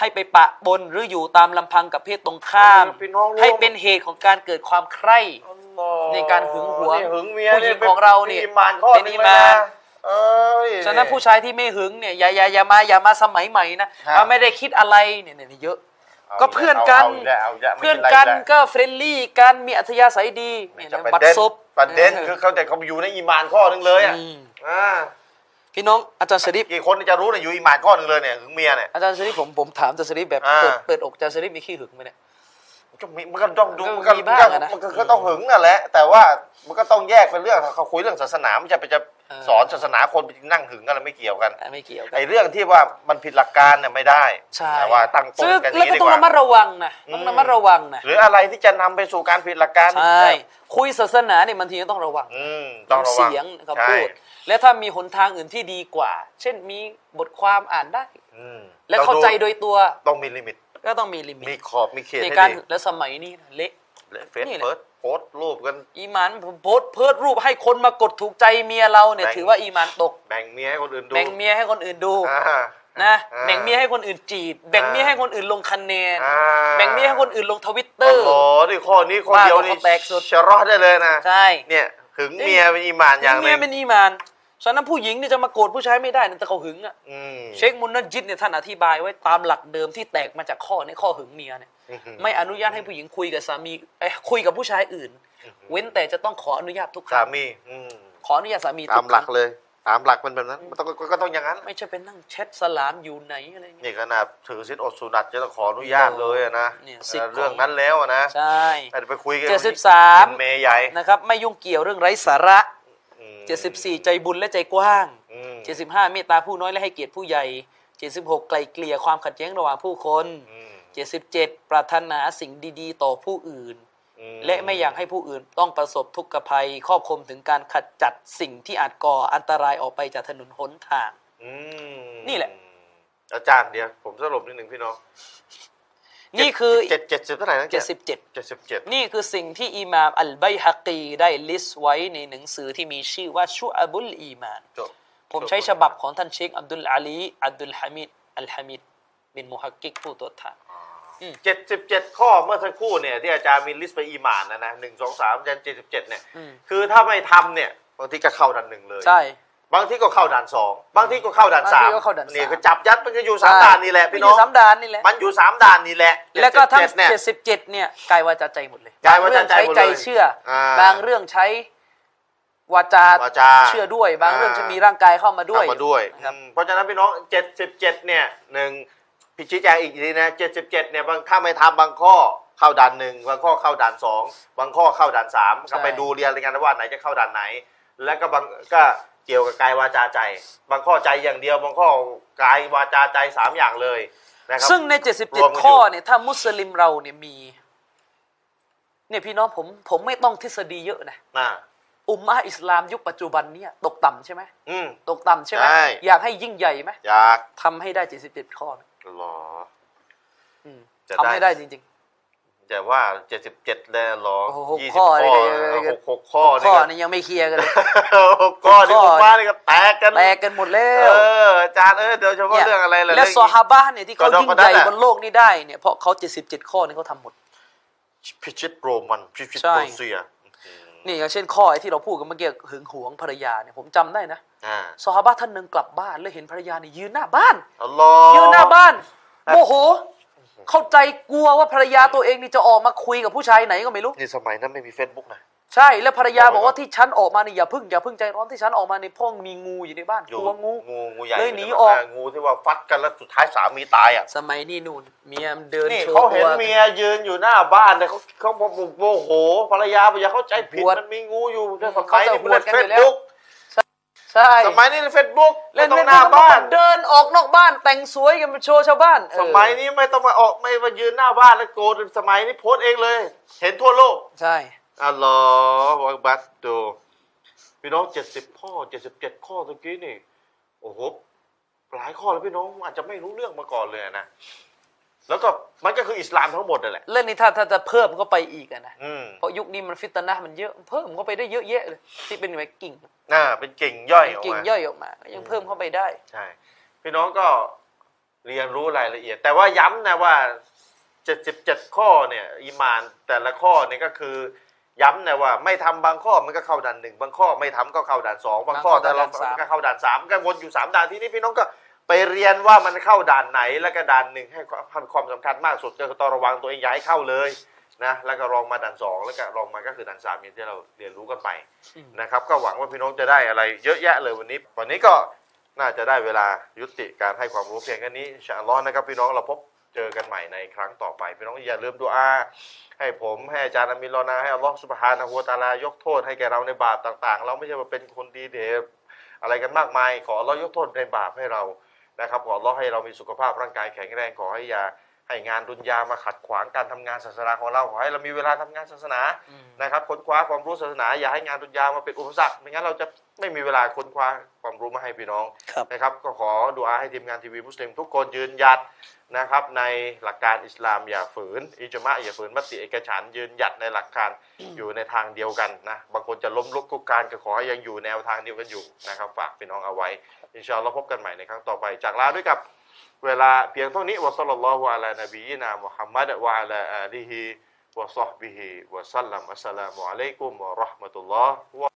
B: ให้ไปปะบนหรืออยู่ตามลำพังกับเพศตรงข้าม
A: พี่น้องร่วม
B: ให้เป็นเหตุของการเกิดความใคร่
A: อัลลอฮ์
B: ในการหึงหวง
A: นี่หึงเมีย
B: ผู้หญิงของเรานี่
A: ป็อิมานข้อ
B: เป็น
A: ห
B: อิมาน
A: ะเอ้ย
B: ฉะนั้นผู้ชายที่ไม่หึงเนี่ยอย่าอย่าอย่ามาอย่ามาสมัยใหม่นะครับ เอาไม่ได้คิดอะไรเนี่ยเนี่ยเยอะ
A: า
B: ก็เพื่อนกัน
A: าอีแล้วาอีแล้วไม่
B: เพื่อน
A: ป็ไร
B: กัน
A: แล้ว
B: ก็เฟรนลี่กันมีอัธยาศัยดีเนี่ย
A: จะ
B: นะ
A: ประ
B: บัด
A: เด็น
B: ซบ
A: ประเด็นคือเขาแต่เขาอยู่ในอีหมานข้อหนึ่งเลยอ่ะ
B: อืม
A: อ่า
B: พี่น้องอาจารย์สริป
A: กี่คนจะรู้เนี่ยอยู่อีหมานข้อหนึ่งเลยเนี่ยถึงเมียเนี่ย
B: อาจารย์สริปผมผมถามอาจารย์สริปแบบ
A: อ่า
B: เปิดเปิดอกอาจารย์สริปมีขี้หึงไหมเนี่ย
A: ก็มีมันก็ต้องดู
B: มันก็
A: มันก็
B: มีบ้างอะนะ
A: มันก็ก็ต้องหึงนั่นแหละ แต่ว่ามันก็ต้องแยกเป็นเรื่องเขาคุยเรื่องศาสนามันจะไปจะ
B: เออ
A: สอนศาสนาคนไปนั่งหึงกันแล้วไม่เกี่ยวกัน
B: อ่ะไม่เกี่ยวกัน
A: ไอ้เรื่องที่ว่ามันผิดหลักการเนี่ยไม่ได้
B: ใช่
A: แต่ว่าตั้งต้น
B: ซึ่
A: กันอย่าง
B: แล้ว
A: นี้
B: ก็
A: ดี
B: ต้อง
A: กว่า
B: ระมัดระวังนะต้อง
A: อืม
B: ระมัดระวังนะ
A: หรืออะไรที่จะนำไปสู่การผิดหลักการ
B: ใช่คุยศาสนาเนี่ยบางทีก็ต้องระวัง
A: อืมต้องระวัง
B: เสียงคำ
A: ใช่
B: พูดและถ้ามีหนทางอื่นที่ดีกว่า เช่นมีบทความอ่านได้
A: อืม
B: และเข้าใจโดยตัว
A: ต้องมีลิมิต
B: ก็ต้องมีลิมิ
A: มี
B: ต
A: ขอบมีเขต
B: ใน
A: ให้
B: การ
A: ดี
B: และสมัยนี้นะเละ
A: เฟซ
B: นี่แหละ
A: เพิร์ดโพสต์รูปกัน
B: อีหมันโพสต์เพิดรูปให้คนมากดถูกใจเมียเราเนี่ย
A: แบ่ง
B: ถือว่าอีหมันตก
A: แบ่งเมียให้คนอื่นดู
B: แบ่งเมียให้คนอื่นดู
A: อ่า
B: นะ
A: อ่า
B: แบ่งเมียให้คนอื่นจีบ แบ่ง
A: อ่า
B: เมียให้คนอื่นลงคะแนน
A: อ่า
B: แบ่งเมียให้คนอื่นลงทวิตเตอ
A: โอ้
B: ร์
A: โหนี่ข้อนี้ข้อ
B: บ้า
A: เดียว
B: กับ
A: นี่
B: ข้อแตกสุด
A: ชะรอดได้เลยนะ
B: ใช่
A: เนี่ยถึง
B: นี่
A: เมียเป็นอิหมานอย่างห
B: เมี
A: นึ่
B: ย
A: ง
B: เป็นอีหมานฉะนั้นผู้หญิงเนี่ยจะมาโกรธผู้ชายไม่ได้นะแต่เขาหึงอ่ะ
A: อืม
B: เชคมุนนจิตเนี่ยท่านอธิบายไว้ตามหลักเดิมที่แตกมาจากข้อในข้อหึงเมียเนี่ย
A: อื้อหือ
B: ไม่อนุญาตให้ผู้หญิงคุยกับสามีเอ้ยคุยกับผู้ชายอื่น เว้นแต่จะต้องขออนุญาตทุกค
A: สา
B: รั้ง
A: มีอืม
B: ขออนุญาตสามี
A: ตา
B: ทุ
A: ม
B: ก
A: ห
B: ค
A: ลั
B: รั้
A: ก
B: ง
A: เลย ตามหลักมันแบบนั้นมันต้องก็ก็ต้องอย่างนั้น
B: ไม่ใช่เป็นนั่งแชทสลามอยู่ไหนอะไรเงี้ย
A: นี่ขนาดถือสิทธิอดสุนัตจะต้องขออนุญาตเลยอะนะ
B: เนี่ยสิทธิ์ของ
A: เรื่องนั้นแล้วอะนะ
B: ใช่
A: แต่ไปคุยกัน
B: เจ็ดสิบสาม
A: เมย์ใหญ่
B: นะครับไม่ยุ่งเกี่ยวเรื่องไร้สาระ
A: อืม
B: เจ็ดสิบสี่ใจบุญและใจกว้าง
A: อืม
B: 75 เมตตาผู้น้อยและให้เกียรติผู้ใหญ่ 76 ไกลเกลี่ยความขัดแย้งระหว่างผู้คน
A: อืม
B: 77 ปรารถนาสิ่งดีๆ ต่อผู้อื่น
A: อื
B: และไม่อยากให้ผู้อื่นต้องประสบทุกขภัย ครอบคลุมถึงการขัดจัดสิ่งที่อาจก่ออันตรายออกไปจากถนนหนทาง
A: อืม
B: นี่แหละ
A: อาจารย์เดี๋ยวผมสรุปนิดหนึ่งพี่น้อง
B: นี่คือ
A: เจ็ดเจ็ดสิบเท่าไหร่นะ
B: 77
A: เจ็ดสิบเจ็ด
B: นี่คือสิ่งที่อิหม่ามอัลไบฮักกีได้ลิสต์ไว้ในหนังสือที่มีชื่อว่าชุอาบุลอีมาน
A: จบ
B: ผมใช้ฉบับของท่านเชคอับดุลอาลีอับดุลฮามิดอัลฮามิดบินมุฮักกิกผู้ตรวจทาน
A: เจ็ดสิบเจ็ดข้อเมื่อสักครู่เนี่ยที่อาจารย์มีลิสต์ไปอีหมานนะนะหนึ่งสองสามยันเจ็ดสิบเจ็ดเนี่ย
B: อืม
A: คือถ้าไม่ทำเนี่ยบางทีก็เข้าด่านหนึ่งเลย
B: ใช่
A: บางทีก็เข้าด่านสองบางทีก็เข้าด่านสา
B: บาง
A: ม
B: ทีก็เข้าด่านสาม
A: ยก็จับยัดมันก็อยู่สามด่านนี่แหละพี่น้อง
B: มีอยู่สามด่านนี่แหละ
A: มันอยู่สามด่านนี่แหละ
B: แล้วก็ทั้ง
A: 77เนี่ย
B: เจ็ดสิบเจ็ดเนี่ยกายวาจาใจหมดเลย
A: กายวาจาใจหมดเลย
B: บงเรื่องใช้ใจเชื่ออา บางเรื่องใช้วาจาว
A: าจา
B: เชื่อด้วย บางเรื่อง
A: อ่า
B: จะมีร่างกายเข้ามาด้วย
A: ทำมาด้วย
B: นะครับ
A: อืมเพราะฉะนั้นพี่น้อง 77 เนี่ยหนึ่งพิชี้แจงอีกทีนะ 77 เนี่ยบางถ้าไม่ทำบางข้อเข้าด่านหนึ่งบางข้อเข้าด่านสองบางข้อเข้าด่านสามก็ไปดูเรียนรายงานว่าไหนจะเข้าด่านไหน แล้วก็บางก็เกี่ยวกับกายวาจาใจ บางข้อใจอย่างเดียว บางข้อกายวาจาใจสามอย่างเลยนะครับ
B: ซึ่งใน
A: รวมกันอยู่
B: 77 ข้อเนี่ยถ้ามุสลิมเราเนี่ยมี เนี่ยพี่น้องผมผมไม่ต้องทฤษฎีเยอะนะ
A: อ่า
B: อุมมาอิสลามยุคปัจจุบันเนี่ยตกต่ำใช่ไหม
A: อืม
B: ตกต่ำใช่ไหม
A: ใช่
B: อยากให้ยิ่งใหญ่ไหม
A: อยาก
B: ทำให้ได้ 77 ข้อไหม
A: หรอ
B: อืม
A: จะได้
B: ทำให้ได้จริง
A: แต่ว่า 77เลยหรอ
B: โอ้โห
A: ยี่
B: ข้
A: สิบ
B: อ
A: ข้อ
B: นี่ก็
A: หกหกข้อ
B: ๆ
A: นี่
B: ข้อ
A: ก็
B: เนี่ยยังไม่เคลียร์กันเลย
A: หกข้อนี่ผมว่านี่ก็แตกกัน
B: แตกกันหมดแล้
A: เอ
B: ว
A: ออาจารย์เออเดี๋ยวเฉพาะ
B: นี่ย
A: เรื่องอะไรเหรอ
B: และ
A: เรื่อง
B: ซอ
A: นี้
B: ฮาบะห์เนี่ยที่เขา
A: กระดอก
B: ยิ่ง
A: กระ
B: ให
A: ดับ
B: ญ่
A: อะ
B: บนโลกนี้ได้เนี่ยเพราะเขา 77 ข้อนี่เขาทำหมด
A: พิชิตโรมันพิชิต
B: ใช่
A: โปรเซีย
B: นี่อย่างเช่นข้อไอ้ที่เราพูดกันเมื่อกี้หึงหวงภรรยาเนี่ยผมจำได้นะ
A: อ่า
B: ซอฮาบะห์ท่านหนึ่งกลับบ้านแล้วเห็นภรรยาเนี่ยยืนหน้าบ้าน
A: อัลลอฮ์
B: ยืนหน้าบ้านโมโห เข้าใจกลัวว่าภรรยาตัวเองนี่จะออกมาคุยกับผู้ชายไหนก็ไม่รู้
A: นี่สมัยนั้นไม่มีเฟซบุ๊กนะ
B: ใช่แล้วภรรยา
A: บบอ
B: อก ก
A: ไว้ก่อน
B: ว่าที่ฉันออกมาเนี่ยอย่าพึ่งอย่าพึ่งใจร้อนที่ฉันออกมาในยเพ่องมีงูอยู่ในบ้านกลัวงู
A: งูงูใหญ่
B: เลยหนี
A: ะ
B: ออก
A: งูที่ว่าฟัดกันแล้วสุดท้ายสามีตายอ่ะ
B: สมัยนี่นู่นเมียเดิน
A: นี่
B: โชว์
A: เขา
B: ตั
A: เห็น
B: ว
A: เมียยืนอยู่หน้าบ้านเนี่ยเขาเขาบอกโมโหภรรยาบอกอย่าเข้าใจผิด
B: บวช
A: มันมีงูอยู่ในส
B: เขา
A: มัย
B: จะ
A: นี้มันเล่น
B: บวชกัน
A: เฟ
B: อ
A: ซ
B: ยู่แล้ว
A: บุ๊ก
B: ใช่
A: สมัยนี้เฟซบุ๊ก
B: เล่น
A: ต้อ
B: เล่
A: ง
B: น
A: หน้าบ้าน
B: เดินออกนอกบ้านแต่งสวยกันไปโชว์ชาวบ้านเออ
A: สมัยนี้ไม่ต้องมาออกไม่มายืนหน้าบ้านแล้วโกนสมัยนี้โพสต์เองเลย เห็นทั่วโลก
B: ใช่
A: อัลลอฮฺอักบัตดูพี่น้องเจ็ดสิบข้อเจ็ดสิบเจ็ดข้อตะกี้นี่ โอ้โหหลายข้อแล้วพี่น้องอาจจะไม่รู้เรื่องมาก่อนเลยนะ แล้วก็มันก็คืออิสลามทั้งหมดนั่นแหละ
B: เรื่องนี้ถ้าถ้าจะเพิ่มเข้าไปอีกอะนะ
A: อืม
B: เพราะยุคนี้มันฟิตนะห์มันเยอะเพิ่มเข้าไปได้เยอะแยะเลยที่เป็นแบบกิ่ง
A: อ่าเป็นกิ่งย่อยออก
B: กิ่ง
A: มา
B: ย่อยออกมาก็ยังเพิ่มเข้าไปได้
A: ใช่พี่น้องก็เรียนรู้รายละเอียด แต่ว่าย้ำนะว่า 77 ข้อเนี่ย อิมานแต่ละข้อเนี่ยก็คือ ย้ำนะว่า ไม่ทำบางข้อมันก็เข้าด่านหนึ่งบางข้อไม่ทำก็เข้าด่านสองบางข้อแต่เรา
B: บางข้อด่านสาม
A: ก็เข้าด่านสามก็วนอยู่สามด่านที่นี่พี่น้องก็ไปเรียนว่ามันเข้าด่านไหนแล้วก็ด่านหนึ่งให้ความความสำคัญมากสุดก็คือต้องระวังตัวเองอย่าให้เข้าเลยนะแล้วก็รองมาด่านสองแล้วก็รองมาก็คือด่านสามอย่างที่เราเรียนรู้กันไป นะครับก็หวังว่าพี่น้องจะได้อะไรเยอะแยะเลยวันนี้ วันนี้ก็น่าจะได้เวลายุติการให้ความรู้เพียงแค่นี้อินชาอัลลอฮ์นะครับพี่น้องเราพบเจอกันใหม่ในครั้งต่อไป พี่น้องอย่าลืมดูอา ให้ผมให้อาจารย์อามินรอนาให้อัลลอฮ์สุบฮานะฮูวะตะอาลายกโทษให้แก่เราในบาปต่างๆ เราไม่ใช่ว่าเป็นคนดีเดบอะไรกันมากมาย ขออัลลอฮ์ยกโทษในบาปให้เรานะครับขออัลลอฮ์ให้เรามีสุขภาพร่างกายแข็งแรงขอให้อยาให้งานดุนยามาขัดขวางการทำงานศาสนาของเราขอให้เรามีเวลาทำงานศาสนา นะครับค้นคว้าความรู้ศาสนาอย่าให้งานดุนยามาเป็นอุปสรรคไม่งั้นเราจะไม่มีเวลาค้นคว้าความรู้มาให้พี่น้อง
B: ครับ
A: นะครับ ก็ขอดูอาให้ทีมงานทีวีมุสลิมทุกคนยืนหยัดนะครับ ในหลักการอิสลามอย่าฝืนอิจมะอย่าฝืนมติเอกฉันท์ยืนหยัดในหลักการอยู่ในทางเดียวกันนะบางคนจะล้มลุกคลุกคลานก็ขอให้ยังอยู่แนวทางเดียวกันอยู่นะครับฝากพี่น้องเอาไว้อินชาอัลลอฮ์พบกันใหม่ในครั้งต่อไปจากลาด้วยกับเวลาเพียงเท่านี้วะซัลลัลลอฮุอะลานบีนามุฮัมมัดวะอะลาอาลีฮิ وصحبه وسلم السلام عليكم ورحمة الله